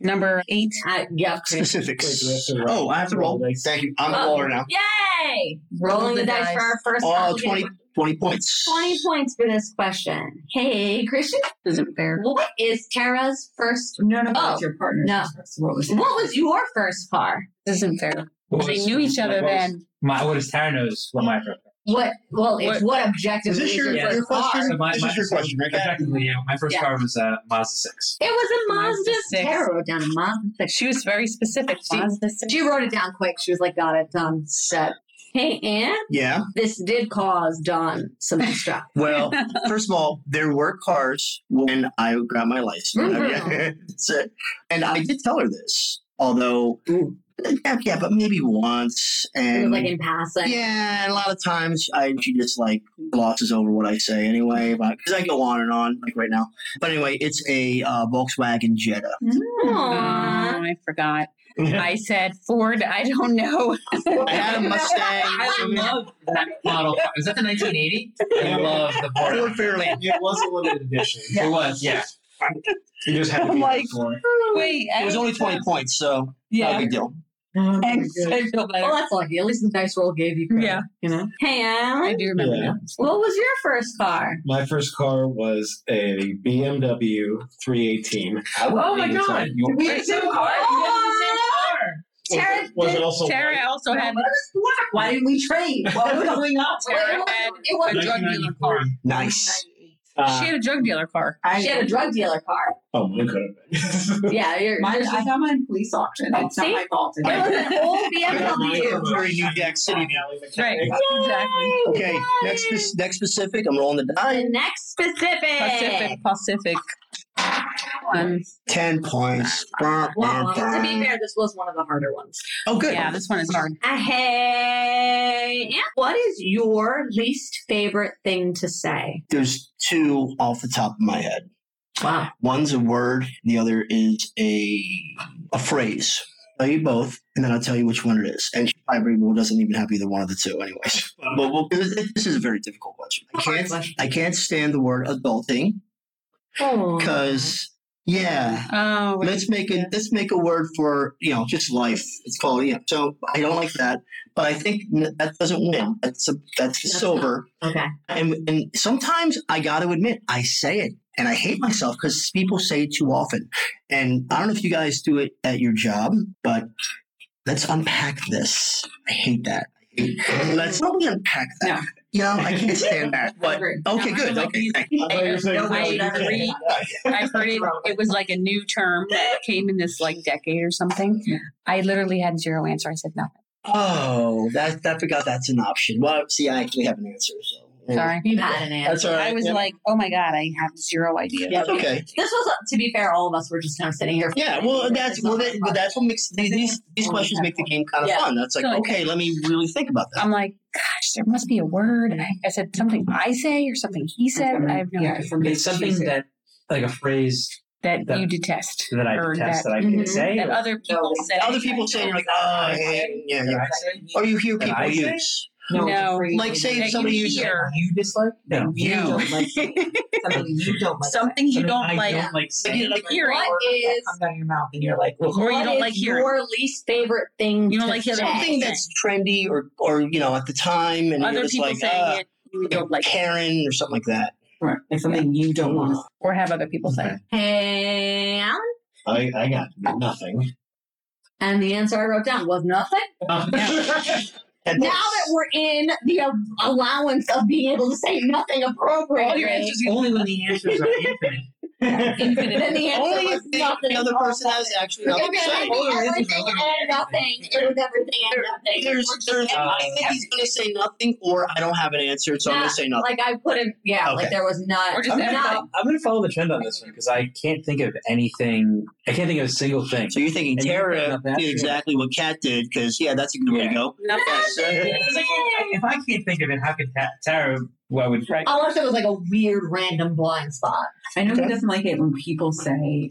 [SPEAKER 1] Number eight.
[SPEAKER 2] Uh, yep.
[SPEAKER 5] specifics.
[SPEAKER 6] Wait, do I have to roll?
[SPEAKER 5] oh, I have to roll. Thank you. I'm a
[SPEAKER 2] Oh.
[SPEAKER 5] roller now.
[SPEAKER 2] Yay! Rolling the dice for our first.
[SPEAKER 5] Oh,
[SPEAKER 2] complicated
[SPEAKER 5] 20, 20 points.
[SPEAKER 2] 20 points for this question. Hey, Christian,
[SPEAKER 1] Isn't fair.
[SPEAKER 2] what is Tara's first?
[SPEAKER 3] No, no,
[SPEAKER 2] Oh,
[SPEAKER 3] it's your partner.
[SPEAKER 2] no.
[SPEAKER 3] What was
[SPEAKER 2] What was your first car?
[SPEAKER 1] Isn't fair.
[SPEAKER 6] What
[SPEAKER 1] They
[SPEAKER 6] was-
[SPEAKER 1] knew each other
[SPEAKER 6] what was-
[SPEAKER 1] then.
[SPEAKER 6] My what is Tara knows? What my
[SPEAKER 2] What? Well,
[SPEAKER 1] What-
[SPEAKER 2] it's what objective
[SPEAKER 5] Is this your,
[SPEAKER 6] Yeah.
[SPEAKER 5] your question?
[SPEAKER 6] So my,
[SPEAKER 5] this
[SPEAKER 6] my,
[SPEAKER 5] is your
[SPEAKER 6] so
[SPEAKER 5] question, right? Kat?
[SPEAKER 6] Technically, yeah. My first
[SPEAKER 2] Yeah.
[SPEAKER 6] car was uh, Mazda six.
[SPEAKER 2] It was a Mazda
[SPEAKER 1] Mazda six.
[SPEAKER 2] Tara wrote down a Mazda six.
[SPEAKER 1] She was very specific.
[SPEAKER 2] She-
[SPEAKER 1] Mazda six.
[SPEAKER 2] She wrote it down quick. She was like, "Got it done." Set. Hey, Anne,
[SPEAKER 5] Yeah.
[SPEAKER 2] this did cause Dawn some extra.
[SPEAKER 5] Well, first of all, there were cars when I got my license.
[SPEAKER 2] Mhm.
[SPEAKER 5] So- and I did tell her this. Although, yeah, yeah, but maybe once.
[SPEAKER 2] Mm. It was
[SPEAKER 5] And
[SPEAKER 2] like in passing.
[SPEAKER 5] Mm. yeah, and a lot of times I she just like glosses over what I say anyway, but because I go on and on like right now. But anyway, it's a uh, Volkswagen Jetta.
[SPEAKER 2] Aw.
[SPEAKER 1] Oh, I forgot. I said Ford. I don't know.
[SPEAKER 5] I had a
[SPEAKER 3] I
[SPEAKER 5] Mustang.
[SPEAKER 3] love that model. Is that the 1980?
[SPEAKER 6] I
[SPEAKER 7] uh,
[SPEAKER 6] love the Ford.
[SPEAKER 5] Ford Fairlane.
[SPEAKER 6] It was a limited edition. It was, yeah. You just had to be
[SPEAKER 5] Like-
[SPEAKER 6] for it.
[SPEAKER 1] Wait,
[SPEAKER 2] eh.
[SPEAKER 5] It was only twenty points, so not a
[SPEAKER 1] Yeah,
[SPEAKER 5] big deal.
[SPEAKER 3] Oh,
[SPEAKER 1] I feel
[SPEAKER 2] Well,
[SPEAKER 1] better.
[SPEAKER 2] that's lucky. At least the dice roll gave you. credit,
[SPEAKER 1] Yeah,
[SPEAKER 3] You know,
[SPEAKER 2] Hey,
[SPEAKER 1] I
[SPEAKER 2] Alan,
[SPEAKER 1] do remember
[SPEAKER 6] Yeah.
[SPEAKER 1] that.
[SPEAKER 2] what was your first car?
[SPEAKER 7] My first car was a BMW 318.
[SPEAKER 6] Oh my god!
[SPEAKER 7] You-
[SPEAKER 3] we had the same car.
[SPEAKER 2] Oh!
[SPEAKER 3] You had the same car.
[SPEAKER 2] Tara,
[SPEAKER 7] was it
[SPEAKER 2] did-
[SPEAKER 7] also
[SPEAKER 1] Tara also had
[SPEAKER 3] Why didn't we trade? What was going on?
[SPEAKER 1] Tara
[SPEAKER 2] Wait,
[SPEAKER 1] had
[SPEAKER 2] it was
[SPEAKER 1] a drug dealer car.
[SPEAKER 5] Nice.
[SPEAKER 7] Uh,
[SPEAKER 1] She had a drug dealer car.
[SPEAKER 2] She had a drug dealer car.
[SPEAKER 7] oh, mine could have been.
[SPEAKER 2] Yeah, you're.
[SPEAKER 3] Mine,
[SPEAKER 2] there's
[SPEAKER 3] I
[SPEAKER 2] just-
[SPEAKER 3] got mine police auction. It's not
[SPEAKER 2] See?
[SPEAKER 3] my fault.
[SPEAKER 2] it was an old
[SPEAKER 7] I got mine
[SPEAKER 2] BMW.
[SPEAKER 7] from a
[SPEAKER 5] Very New Jack City.
[SPEAKER 7] back alley
[SPEAKER 1] Right.
[SPEAKER 7] mechanic.
[SPEAKER 1] Exactly.
[SPEAKER 5] Okay, next spec- next specific. I'm rolling the die.
[SPEAKER 2] The next specific.
[SPEAKER 1] Pacific. Pacific. Um,
[SPEAKER 5] Ten points. Bah, bah,
[SPEAKER 2] Well, to be
[SPEAKER 5] bah.
[SPEAKER 2] fair, this was one of the harder ones.
[SPEAKER 5] Oh, good.
[SPEAKER 1] yeah, this one is hard.
[SPEAKER 2] Uh, hey, yeah. what is your least favorite thing to say?
[SPEAKER 5] There's two off the top of my head.
[SPEAKER 2] Wow.
[SPEAKER 5] One's a word. The other is a a phrase. I'll tell you both, and then I'll tell you which one it is. And she probably well, doesn't even have either one of the two, anyways. But, but, but this is a very difficult question. I can't. I can't stand the word adulting Oh. because yeah,
[SPEAKER 1] Oh, wait.
[SPEAKER 5] let's make a let's make a word for you know just life. It's called yeah. So I don't like that, but I think n- that doesn't win. That's a, that's
[SPEAKER 2] That's
[SPEAKER 5] sober.
[SPEAKER 2] Okay.
[SPEAKER 5] And and sometimes I got to admit I say it and I hate myself because people say it too often. And I don't know if you guys do it at your job, but let's unpack this. I hate that. Let's probably unpack that. You know, I can't stand that. But okay, good. Okay, thank you.
[SPEAKER 7] I thought you were saying,
[SPEAKER 1] I
[SPEAKER 7] no, you can't.
[SPEAKER 1] agree. I heard it. It was like a new term that came in this like decade or something. I literally had zero answer. I said nothing.
[SPEAKER 5] Oh, that I forgot that's an option. Well, see, I actually have an answer. So
[SPEAKER 1] Sorry.
[SPEAKER 2] You had an answer.
[SPEAKER 5] That's all right.
[SPEAKER 1] I was
[SPEAKER 5] Yeah.
[SPEAKER 1] like, oh my god, I have zero idea.
[SPEAKER 5] That's okay.
[SPEAKER 2] This was, to be fair, all of us were just kind of sitting here.
[SPEAKER 5] Yeah, well, that's well, that, but that's what makes these these- these questions make the game kind of
[SPEAKER 2] Yeah.
[SPEAKER 5] fun. That's like,
[SPEAKER 1] So, like-
[SPEAKER 5] okay, let me really think about that.
[SPEAKER 1] I'm like, gosh, there must be a word. And I, I said something I say or something he said. I have no idea.
[SPEAKER 6] It's something that, like a phrase
[SPEAKER 1] That
[SPEAKER 6] That-
[SPEAKER 1] you detest.
[SPEAKER 6] that I
[SPEAKER 1] or
[SPEAKER 6] detest that, I
[SPEAKER 2] Mhm.
[SPEAKER 6] can say.
[SPEAKER 1] that
[SPEAKER 6] or
[SPEAKER 1] other people say.
[SPEAKER 5] Other people say you're like, oh, yeah, yeah,
[SPEAKER 6] that
[SPEAKER 5] yeah.
[SPEAKER 6] I say.
[SPEAKER 5] Or you hear
[SPEAKER 6] That
[SPEAKER 5] people
[SPEAKER 6] I say?
[SPEAKER 5] use.
[SPEAKER 1] No.
[SPEAKER 5] Like, say
[SPEAKER 1] That
[SPEAKER 5] if
[SPEAKER 1] you
[SPEAKER 5] somebody uses
[SPEAKER 1] hear.
[SPEAKER 3] You dislike
[SPEAKER 6] No.
[SPEAKER 3] you
[SPEAKER 5] you.
[SPEAKER 3] don't like something you don't like.
[SPEAKER 1] Something you
[SPEAKER 6] Something
[SPEAKER 1] don't
[SPEAKER 6] I
[SPEAKER 1] like.
[SPEAKER 6] don't like
[SPEAKER 1] you
[SPEAKER 6] saying.
[SPEAKER 1] like hearing.
[SPEAKER 2] What
[SPEAKER 3] that
[SPEAKER 2] is
[SPEAKER 3] comes out of your mouth and you're like, well,
[SPEAKER 1] Or you
[SPEAKER 2] what
[SPEAKER 1] don't
[SPEAKER 2] is
[SPEAKER 1] like hearing.
[SPEAKER 2] your least favorite thing
[SPEAKER 1] You don't
[SPEAKER 2] to
[SPEAKER 1] like
[SPEAKER 2] say?
[SPEAKER 1] hearing.
[SPEAKER 5] Something that's trendy or, or you know, at the time, and
[SPEAKER 1] Other
[SPEAKER 5] it's
[SPEAKER 1] people
[SPEAKER 5] like,
[SPEAKER 1] saying
[SPEAKER 5] uh,
[SPEAKER 1] it. You don't like,
[SPEAKER 5] Karen or something like that.
[SPEAKER 3] right. it's something you don't want.
[SPEAKER 1] or have other people say. it.
[SPEAKER 2] Hey, Alan?
[SPEAKER 7] I, I got nothing.
[SPEAKER 2] And the answer I wrote down was nothing.
[SPEAKER 5] And
[SPEAKER 2] Now that we're in the a- allowance of being able to say nothing
[SPEAKER 6] All
[SPEAKER 2] appropriately,
[SPEAKER 6] your answers, only when the answers are infinite.
[SPEAKER 2] then the answer
[SPEAKER 5] only
[SPEAKER 2] was
[SPEAKER 5] if the,
[SPEAKER 2] nothing.
[SPEAKER 5] the other person has actually
[SPEAKER 2] We're
[SPEAKER 5] nothing to
[SPEAKER 2] gonna
[SPEAKER 5] say.
[SPEAKER 2] have everything and nothing. It was everything and nothing.
[SPEAKER 5] There's,
[SPEAKER 2] We're just
[SPEAKER 5] there's,
[SPEAKER 2] ending
[SPEAKER 5] I think he's going to say nothing, or I don't have an answer, so I'm
[SPEAKER 2] Nah,
[SPEAKER 5] going to say nothing.
[SPEAKER 2] Like I couldn't. Yeah, like
[SPEAKER 5] Okay.
[SPEAKER 2] there was not.
[SPEAKER 1] Or just
[SPEAKER 6] I'm
[SPEAKER 2] not
[SPEAKER 6] gonna, follow, I'm gonna follow the trend on this one because I can't think of anything. I can't think of a single thing.
[SPEAKER 5] So you're thinking
[SPEAKER 6] And you bring
[SPEAKER 5] Tara
[SPEAKER 6] up that
[SPEAKER 5] did
[SPEAKER 6] too.
[SPEAKER 5] exactly what Kat did because yeah, that's a good way to
[SPEAKER 6] Yeah.
[SPEAKER 5] go.
[SPEAKER 6] It's like, if I can't think of it, how could Ta- Tara? Why would right?
[SPEAKER 2] Unless it was like a weird random blind spot.
[SPEAKER 3] I know he doesn't like it when people say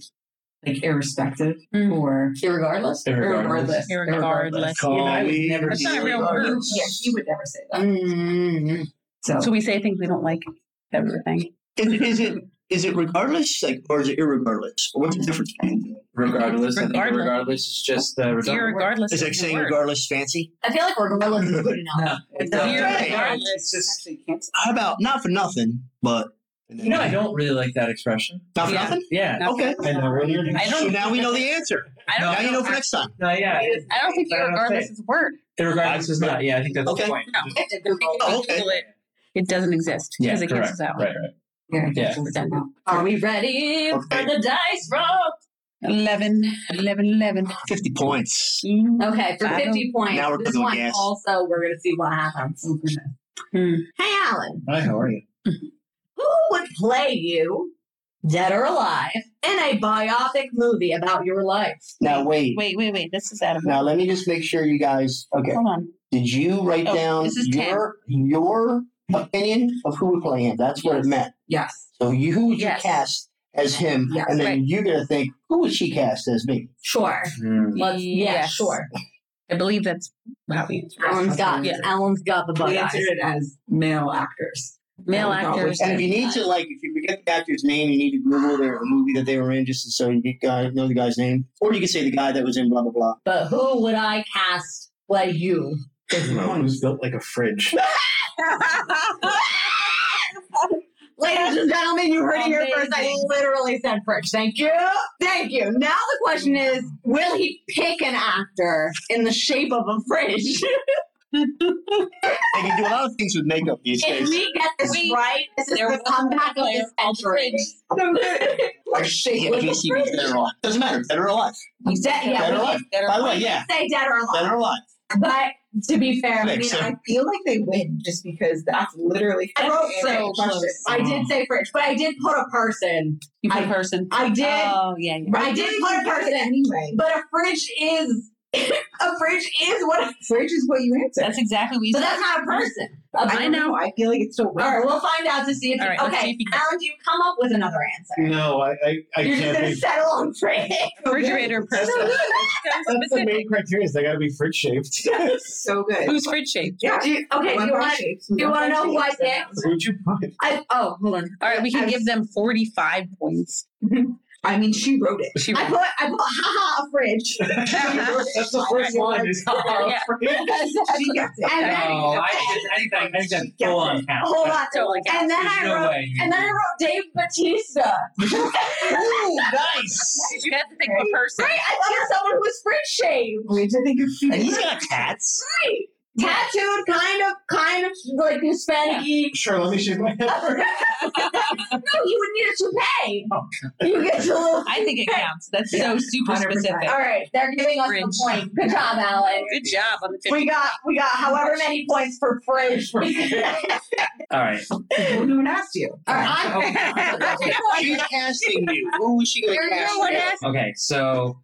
[SPEAKER 3] like irrespective
[SPEAKER 1] Mm.
[SPEAKER 3] or
[SPEAKER 2] Irregardless.
[SPEAKER 3] irregardless.
[SPEAKER 1] Irregardless.
[SPEAKER 5] Call
[SPEAKER 6] I would
[SPEAKER 5] me.
[SPEAKER 6] never
[SPEAKER 1] That's
[SPEAKER 6] do
[SPEAKER 1] not a
[SPEAKER 6] that.
[SPEAKER 1] real
[SPEAKER 3] Yeah,
[SPEAKER 1] word.
[SPEAKER 3] he would never say that.
[SPEAKER 5] Mm-hmm.
[SPEAKER 2] Mm.
[SPEAKER 3] So,
[SPEAKER 1] So we say things we don't like. Everything.
[SPEAKER 5] Is, is it is it regardless, like, or is it irregardless? What's the difference? between them?
[SPEAKER 6] Regardless, I think
[SPEAKER 1] Regardless.
[SPEAKER 6] regardless is just the redundant word.
[SPEAKER 1] Irregardless.
[SPEAKER 5] It's like
[SPEAKER 1] is a
[SPEAKER 5] saying
[SPEAKER 1] word.
[SPEAKER 5] regardless fancy.
[SPEAKER 2] I feel like regardless is good enough.
[SPEAKER 3] no, it's
[SPEAKER 1] You're
[SPEAKER 3] not.
[SPEAKER 1] regardless.
[SPEAKER 3] It's just
[SPEAKER 5] How about not for nothing, but
[SPEAKER 6] You know, I don't really like that expression.
[SPEAKER 5] not for
[SPEAKER 1] Yeah.
[SPEAKER 5] nothing.
[SPEAKER 6] Yeah.
[SPEAKER 1] Not-
[SPEAKER 5] Okay.
[SPEAKER 6] And uh, when you're
[SPEAKER 1] I
[SPEAKER 5] So
[SPEAKER 1] don't.
[SPEAKER 5] now we know the answer.
[SPEAKER 1] I don't.
[SPEAKER 5] Now you know for
[SPEAKER 1] I,
[SPEAKER 5] next time.
[SPEAKER 6] no, yeah, it-
[SPEAKER 1] I don't think
[SPEAKER 6] I don't know if
[SPEAKER 1] irregardless
[SPEAKER 6] they-
[SPEAKER 1] is a word.
[SPEAKER 6] irregardless is not. Yeah, I think that's
[SPEAKER 5] Okay.
[SPEAKER 6] the point.
[SPEAKER 1] No.
[SPEAKER 5] Oh, okay.
[SPEAKER 1] It doesn't exist
[SPEAKER 6] Yeah,
[SPEAKER 1] because it
[SPEAKER 6] correct.
[SPEAKER 1] gets us out.
[SPEAKER 6] Right, right. Yeah.
[SPEAKER 2] Are we ready
[SPEAKER 5] Okay.
[SPEAKER 2] for the dice roll?
[SPEAKER 1] 11, 11, 11.
[SPEAKER 5] Fifty points.
[SPEAKER 2] Okay, for
[SPEAKER 1] I don't-
[SPEAKER 2] 50 points.
[SPEAKER 5] Now we're
[SPEAKER 2] this
[SPEAKER 5] cooking with
[SPEAKER 2] one
[SPEAKER 5] gas.
[SPEAKER 2] also, we're going to see what happens. Hey, Alan,
[SPEAKER 7] Hi, how are you?
[SPEAKER 2] who would play you dead or alive, in a biopic movie about your life.
[SPEAKER 5] Now wait.
[SPEAKER 1] Wait, wait, wait. This is out of
[SPEAKER 5] Now let me just make sure you guys. Okay.
[SPEAKER 1] Hold on.
[SPEAKER 5] Did you write
[SPEAKER 1] Oh,
[SPEAKER 5] down
[SPEAKER 1] this is Tim.
[SPEAKER 5] your your opinion of who would play him? That's what it meant.
[SPEAKER 11] Yes.
[SPEAKER 5] So you who would
[SPEAKER 2] Yes.
[SPEAKER 5] you cast as him,
[SPEAKER 2] Yes,
[SPEAKER 5] and then
[SPEAKER 1] right.
[SPEAKER 5] you're gonna think who would she cast as me?
[SPEAKER 2] Sure.
[SPEAKER 6] Hmm.
[SPEAKER 2] Let's, yeah,
[SPEAKER 1] Yes.
[SPEAKER 2] sure.
[SPEAKER 1] I believe that's how we answer.
[SPEAKER 2] Alan's got, Alan's got the bug
[SPEAKER 11] We
[SPEAKER 2] eyes.
[SPEAKER 11] answered it as male actors.
[SPEAKER 1] Male
[SPEAKER 11] Yeah, probably.
[SPEAKER 1] actors.
[SPEAKER 5] And if you need to, like, if you forget the actor's name, you need to Google their the movie that they were in, just so you guys know the guy's name, or you can say the guy that was in blah blah blah.
[SPEAKER 2] But who would I cast play you?
[SPEAKER 7] Someone who's built like a fridge.
[SPEAKER 2] Ladies and gentlemen, you heard it here first. I
[SPEAKER 1] Amazing.
[SPEAKER 2] literally said first. Thank you. Thank you. Now the question is will he pick an actor in the shape of a fridge?
[SPEAKER 5] They can do a lot of things with makeup these
[SPEAKER 2] if
[SPEAKER 5] days.
[SPEAKER 2] we get this
[SPEAKER 1] We-
[SPEAKER 2] right, this is
[SPEAKER 1] there
[SPEAKER 2] the
[SPEAKER 1] was a
[SPEAKER 2] comeback of
[SPEAKER 1] player
[SPEAKER 2] this
[SPEAKER 1] called the
[SPEAKER 2] century.
[SPEAKER 5] I just say yeah, JC was dead or alive. Doesn't matter, dead or alive.
[SPEAKER 2] Exactly.
[SPEAKER 5] Dead or
[SPEAKER 2] Yeah,
[SPEAKER 5] alive. By the way, yeah,
[SPEAKER 2] we say dead or alive.
[SPEAKER 5] dead or alive.
[SPEAKER 2] But to be fair,
[SPEAKER 3] I
[SPEAKER 5] Fix
[SPEAKER 3] mean,
[SPEAKER 5] it.
[SPEAKER 3] I feel like they win just because that's literally
[SPEAKER 2] I wrote
[SPEAKER 3] so close.
[SPEAKER 2] I did say fridge, but I did put a person.
[SPEAKER 1] You put
[SPEAKER 2] I-
[SPEAKER 1] a person.
[SPEAKER 2] I did.
[SPEAKER 1] Oh yeah, yeah.
[SPEAKER 2] I did put a person.
[SPEAKER 3] anyway.
[SPEAKER 2] But a fridge is a fridge is what. a-
[SPEAKER 3] Fridge is what you answer.
[SPEAKER 1] That's exactly what you
[SPEAKER 2] But
[SPEAKER 1] said.
[SPEAKER 2] that's not a person. A
[SPEAKER 3] I
[SPEAKER 2] person-
[SPEAKER 3] don't know. I feel like it's so
[SPEAKER 2] All right, we'll find out to see if.
[SPEAKER 1] All right, let's see
[SPEAKER 2] okay,
[SPEAKER 1] if you can-
[SPEAKER 2] Alan, do you come up with another answer?
[SPEAKER 7] No, I, I,
[SPEAKER 6] Mm-hmm.
[SPEAKER 7] I
[SPEAKER 2] You're just
[SPEAKER 7] can't.
[SPEAKER 2] gonna
[SPEAKER 7] Be,
[SPEAKER 2] settle on fridge.
[SPEAKER 1] Refrigerator person.
[SPEAKER 7] that's the main criteria is they got to be fridge shaped.
[SPEAKER 3] That's so good.
[SPEAKER 1] Who's fridge shaped?
[SPEAKER 3] Yeah.
[SPEAKER 2] Mm. Do you, okay, do
[SPEAKER 3] One
[SPEAKER 2] you
[SPEAKER 3] bar
[SPEAKER 2] want? Do
[SPEAKER 3] shapes,
[SPEAKER 2] you
[SPEAKER 3] one
[SPEAKER 2] want to
[SPEAKER 3] bar
[SPEAKER 2] know who I
[SPEAKER 3] shapes.
[SPEAKER 2] picked?
[SPEAKER 7] Who'd you put?
[SPEAKER 2] I oh, hold on.
[SPEAKER 1] All right, we can
[SPEAKER 2] I-
[SPEAKER 1] give them forty-five points.
[SPEAKER 3] I mean, she wrote it.
[SPEAKER 1] She
[SPEAKER 2] I put I put haha a fridge.
[SPEAKER 7] That's the first line. is-
[SPEAKER 1] Yeah.
[SPEAKER 3] She gets it.
[SPEAKER 2] And then
[SPEAKER 6] No, I think- I think that- I think that's full on count.
[SPEAKER 2] Hold on.
[SPEAKER 6] That's full on count.
[SPEAKER 2] And then
[SPEAKER 6] There's
[SPEAKER 2] I
[SPEAKER 6] no
[SPEAKER 2] wrote-
[SPEAKER 6] way.
[SPEAKER 2] and then I wrote Dave Batista.
[SPEAKER 5] Ooh, nice.
[SPEAKER 1] You had to think of a person.
[SPEAKER 2] Right? I thought of someone who was fridge shaved.
[SPEAKER 3] Wait, I think it's
[SPEAKER 5] And he's got tats.
[SPEAKER 2] Right. Tattooed, kind of, kind of like Hispanic.
[SPEAKER 7] Sure, let me shake my head.
[SPEAKER 2] no, you would need a toupee.
[SPEAKER 1] Oh.
[SPEAKER 2] You get your little.
[SPEAKER 1] I think it counts. That's so super
[SPEAKER 3] 100%.
[SPEAKER 1] specific.
[SPEAKER 2] All right, they're giving us
[SPEAKER 1] Fridge.
[SPEAKER 2] the point. Good job, Alan.
[SPEAKER 1] Good job on the
[SPEAKER 2] We
[SPEAKER 1] fifty.
[SPEAKER 2] got we got however many points for fridge. All right,
[SPEAKER 6] All right.
[SPEAKER 3] Who asked you?
[SPEAKER 2] I-
[SPEAKER 5] She's casting you. Who is she going to
[SPEAKER 1] You're-
[SPEAKER 5] cast?
[SPEAKER 1] you're one ass-
[SPEAKER 6] Okay, so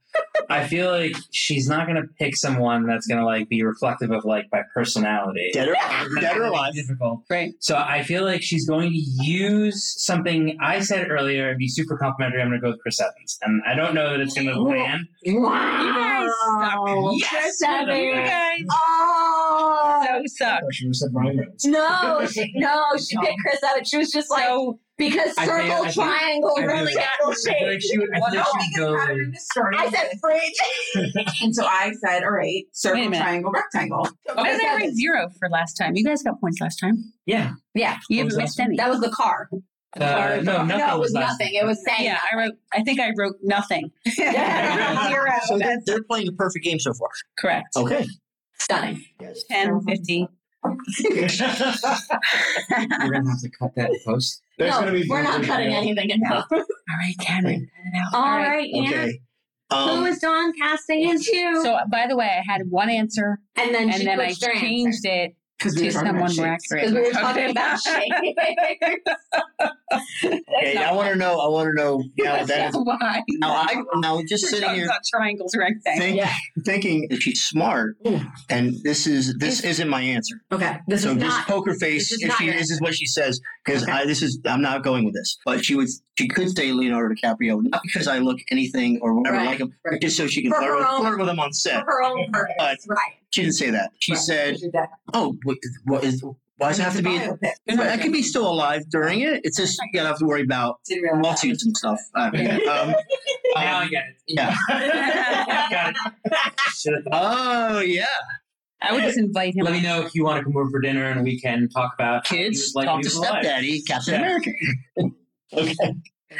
[SPEAKER 6] I feel like she's not gonna pick someone that's gonna like be reflective of like my personality.
[SPEAKER 5] Dead or dead or alive.
[SPEAKER 6] Difficult.
[SPEAKER 1] Right.
[SPEAKER 6] So I feel like she's going to use something I said earlier and be super complimentary. I'm gonna go with Chris Evans, and I don't know that it's gonna land.
[SPEAKER 1] You guys
[SPEAKER 2] wow.
[SPEAKER 1] suck.
[SPEAKER 2] Oh, Chris
[SPEAKER 1] You
[SPEAKER 2] Evans.
[SPEAKER 1] guys
[SPEAKER 2] Oh.
[SPEAKER 1] so suck.
[SPEAKER 7] She was said Ryan Reynolds.
[SPEAKER 2] No, she, no, she picked Chris Evans. She was just like
[SPEAKER 1] So
[SPEAKER 2] because
[SPEAKER 6] I think- I
[SPEAKER 2] circle,
[SPEAKER 6] think-
[SPEAKER 2] triangle,
[SPEAKER 6] I really-
[SPEAKER 2] rectangle
[SPEAKER 6] I feel
[SPEAKER 2] shape.
[SPEAKER 6] like she would. I feel like she'd go.
[SPEAKER 2] I said fridge.
[SPEAKER 3] and so I said, all right,
[SPEAKER 1] Wait a
[SPEAKER 3] circle,
[SPEAKER 1] minute.
[SPEAKER 3] triangle, rectangle.
[SPEAKER 1] why did Oh, I write zero for last time? You guys got points last time.
[SPEAKER 6] Yeah.
[SPEAKER 1] Yeah, you
[SPEAKER 6] What was
[SPEAKER 1] haven't
[SPEAKER 6] that?
[SPEAKER 1] missed any.
[SPEAKER 2] That was the car.
[SPEAKER 6] Uh, no, nothing
[SPEAKER 2] no, it was
[SPEAKER 6] last-
[SPEAKER 2] nothing. It was saying.
[SPEAKER 1] yeah, I wrote. I think I wrote nothing. Zero.
[SPEAKER 2] uh,
[SPEAKER 5] So they're, they're playing the perfect game so far.
[SPEAKER 1] Correct.
[SPEAKER 5] Okay.
[SPEAKER 2] Stunning.
[SPEAKER 1] Ten, fifty.
[SPEAKER 7] There's
[SPEAKER 6] We're gonna have to cut that in post.
[SPEAKER 2] no,
[SPEAKER 7] gonna be
[SPEAKER 2] we're not cutting anything in half. All
[SPEAKER 1] All right, Cameron. cut it out.
[SPEAKER 2] right, Anna.
[SPEAKER 5] Okay. Um,
[SPEAKER 2] Who is Dawn casting as you?
[SPEAKER 1] So, by the way, I had one answer,
[SPEAKER 2] and then she
[SPEAKER 1] and then I
[SPEAKER 2] switched her
[SPEAKER 1] changed it
[SPEAKER 3] Because
[SPEAKER 1] to someone more accurate.
[SPEAKER 2] because we were talking
[SPEAKER 1] Okay.
[SPEAKER 2] about shape.
[SPEAKER 5] okay. I want to know. I want to know now that is.
[SPEAKER 1] Why?
[SPEAKER 5] Now I now just
[SPEAKER 1] We're
[SPEAKER 5] sitting
[SPEAKER 1] talking
[SPEAKER 5] here
[SPEAKER 1] about triangles, rectangles.
[SPEAKER 5] think, thinking if she's smart, and this is this isn't my answer.
[SPEAKER 2] okay, this
[SPEAKER 5] so
[SPEAKER 2] is
[SPEAKER 5] this
[SPEAKER 2] not.
[SPEAKER 5] poker face,
[SPEAKER 2] this is
[SPEAKER 5] if
[SPEAKER 2] not
[SPEAKER 5] she
[SPEAKER 2] your
[SPEAKER 5] is, is what she says. Because I this is I'm not going with this. But she would she could say Leonardo DiCaprio, not because I look anything or whatever
[SPEAKER 2] Right,
[SPEAKER 5] like him,
[SPEAKER 2] right.
[SPEAKER 5] just so she can
[SPEAKER 2] For
[SPEAKER 5] flirt with,
[SPEAKER 2] her own-
[SPEAKER 5] flirt with him on set.
[SPEAKER 2] For her own purpose,
[SPEAKER 5] But-
[SPEAKER 2] right?
[SPEAKER 5] She didn't say that. She
[SPEAKER 2] Right.
[SPEAKER 5] said, "Oh, what, what is? Why does it have to be?
[SPEAKER 3] Biopic.
[SPEAKER 5] I could be still alive during it. It's just you gotta have to worry about lawsuits and stuff." I mean, um,
[SPEAKER 6] Now I
[SPEAKER 5] um,
[SPEAKER 6] get it.
[SPEAKER 5] yeah.
[SPEAKER 6] Got it. Should've thought.
[SPEAKER 5] Oh yeah.
[SPEAKER 1] I would just invite him.
[SPEAKER 6] Let me know if you want to come over for dinner and we can talk about how he
[SPEAKER 5] Kids
[SPEAKER 6] was like
[SPEAKER 5] talk
[SPEAKER 6] when
[SPEAKER 5] to
[SPEAKER 6] he was alive.
[SPEAKER 5] stepdaddy, Captain
[SPEAKER 6] Yeah.
[SPEAKER 5] America. okay.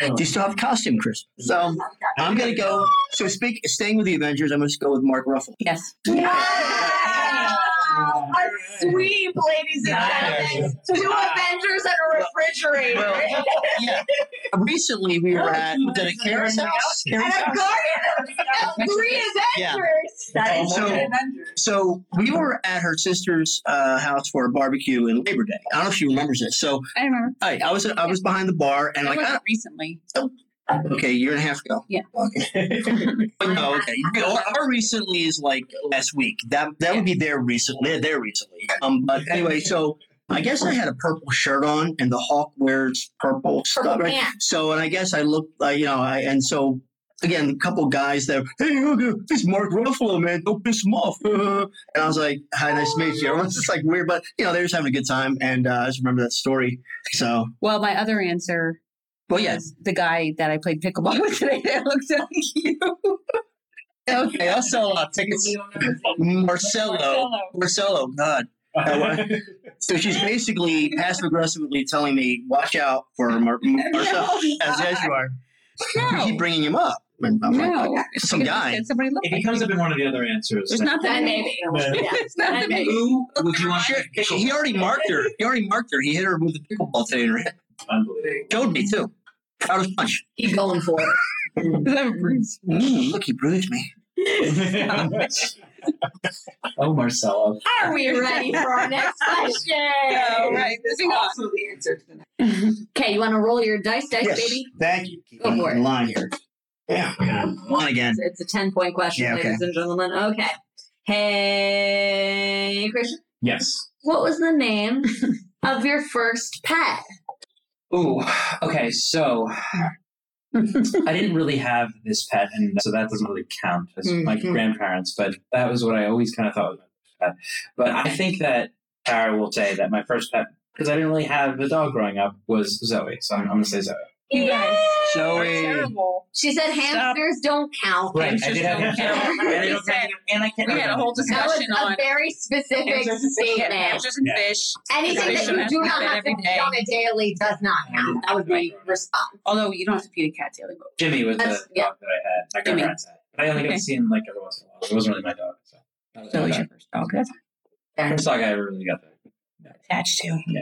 [SPEAKER 5] Do you still have the costume, Chris? So Um, I'm gonna go. So speak, staying with the Avengers, I'm gonna just go with Mark Ruffalo.
[SPEAKER 1] Yes.
[SPEAKER 2] Wow. Wow, a sweep, ladies and gentlemen. Two Avengers and a refrigerator.
[SPEAKER 5] Well, yeah. Recently, we were at was it a Kara's house.
[SPEAKER 2] And
[SPEAKER 5] Kara's
[SPEAKER 2] a
[SPEAKER 5] house?
[SPEAKER 2] garden of three
[SPEAKER 5] Yeah.
[SPEAKER 2] Avengers. That is
[SPEAKER 5] So-
[SPEAKER 2] three Avengers.
[SPEAKER 5] So we were at her sister's uh, house for a barbecue in Labor Day. I don't know if she remembers it. So
[SPEAKER 1] I remember.
[SPEAKER 5] I, I was I was behind the bar and
[SPEAKER 1] It
[SPEAKER 5] like uh,
[SPEAKER 1] wasn't recently.
[SPEAKER 5] I- okay, a year and a half ago.
[SPEAKER 1] Yeah.
[SPEAKER 5] Okay. But no, okay. Our, our recently is like last week. That that would be their recent. They're their recently. Um. But anyway, so I guess I had a purple shirt on and the hawk wears purple stuff.
[SPEAKER 2] Purple
[SPEAKER 5] right?
[SPEAKER 2] pants.
[SPEAKER 5] So and I guess I looked like you know I and so. Again, a couple guys that, hey, look, it's Mark Ruffalo, man. Don't piss him off. and I was like, hi, nice to meet you. Everyone's just like weird, but, you know, they were just having a good time. And uh, I just remember that story. So,
[SPEAKER 1] Well, my other answer
[SPEAKER 5] well, Oh, yeah.
[SPEAKER 1] was the guy that I played pickleball with today that looked like you.
[SPEAKER 5] Okay, I'll sell a lot of tickets. Marcelo. Marcelo, God. That one. So she's basically passive aggressively telling me, watch out for Mar- Marcelo as, as you are. You keep bringing him up. And I'm like,
[SPEAKER 1] No.
[SPEAKER 5] some guy.
[SPEAKER 1] Somebody looked
[SPEAKER 9] If
[SPEAKER 1] like
[SPEAKER 9] he comes up in one of the other answers,
[SPEAKER 1] There's not that
[SPEAKER 2] Then
[SPEAKER 1] many.
[SPEAKER 2] maybe.
[SPEAKER 9] then-
[SPEAKER 2] Yeah.
[SPEAKER 1] It's not that many.
[SPEAKER 9] who would you want?
[SPEAKER 5] Sure, He already marked her. He already marked her. He hit her with a pickleball today in her head.
[SPEAKER 9] Unbelievable.
[SPEAKER 5] Showed me, too. Proud as punch.
[SPEAKER 2] Keep going for it. Mm-hmm.
[SPEAKER 5] Mm, look, he bruised me.
[SPEAKER 9] oh, Marcelo.
[SPEAKER 2] Are we ready for our next question?
[SPEAKER 4] All right, moving on.
[SPEAKER 10] also the answer to the next.
[SPEAKER 2] Okay, you want to roll your dice, dice,
[SPEAKER 5] Yes.
[SPEAKER 2] baby?
[SPEAKER 5] Thank you.
[SPEAKER 2] Go
[SPEAKER 5] I'm
[SPEAKER 2] for it.
[SPEAKER 5] in line here. Yeah. I'm on again.
[SPEAKER 2] It's a 10 point question,
[SPEAKER 5] Yeah, okay.
[SPEAKER 2] ladies and gentlemen. Okay. Hey, Christian,
[SPEAKER 9] Yes.
[SPEAKER 2] what was the name of your first pet?
[SPEAKER 9] Ooh. Okay. So I didn't really have this pet, and so that doesn't really count as my
[SPEAKER 1] Mm-hmm.
[SPEAKER 2] Mhm.
[SPEAKER 9] grandparents. But that was what I always kind of thought was my first pet. But I think that Tara will say that my first pet, because I didn't really have a dog growing up, was Zoe. So I'm, I'm going to say Zoe.
[SPEAKER 4] You guys
[SPEAKER 5] Zoe.
[SPEAKER 2] She said hamsters don't count.
[SPEAKER 9] Right. I did have
[SPEAKER 1] Hamsters
[SPEAKER 9] hamsters.
[SPEAKER 1] don't
[SPEAKER 9] And I don't-
[SPEAKER 1] count.
[SPEAKER 9] and I can't.
[SPEAKER 1] We had a whole
[SPEAKER 2] That was
[SPEAKER 1] discussion
[SPEAKER 2] a
[SPEAKER 1] on
[SPEAKER 2] very specific
[SPEAKER 1] hamsters and fish. Yeah,
[SPEAKER 2] statement.
[SPEAKER 1] hamsters and
[SPEAKER 9] Yeah.
[SPEAKER 1] fish.
[SPEAKER 2] Anything that you do not have to
[SPEAKER 1] Every
[SPEAKER 2] feed on a daily does not count. That would be response.
[SPEAKER 1] Although you don't have to feed a cat daily. but-
[SPEAKER 9] Jimmy was the dog
[SPEAKER 2] That's-
[SPEAKER 9] that I
[SPEAKER 2] yeah.
[SPEAKER 9] had. My
[SPEAKER 1] Jimmy.
[SPEAKER 9] grandparents had. But I only got
[SPEAKER 1] Okay.
[SPEAKER 9] to see him like every once in a while. It wasn't really my dog. So. That was
[SPEAKER 1] So
[SPEAKER 9] my
[SPEAKER 1] is
[SPEAKER 9] dog.
[SPEAKER 1] your first dog. That's
[SPEAKER 9] First dog I ever really got there.
[SPEAKER 1] attached to.
[SPEAKER 9] Yeah.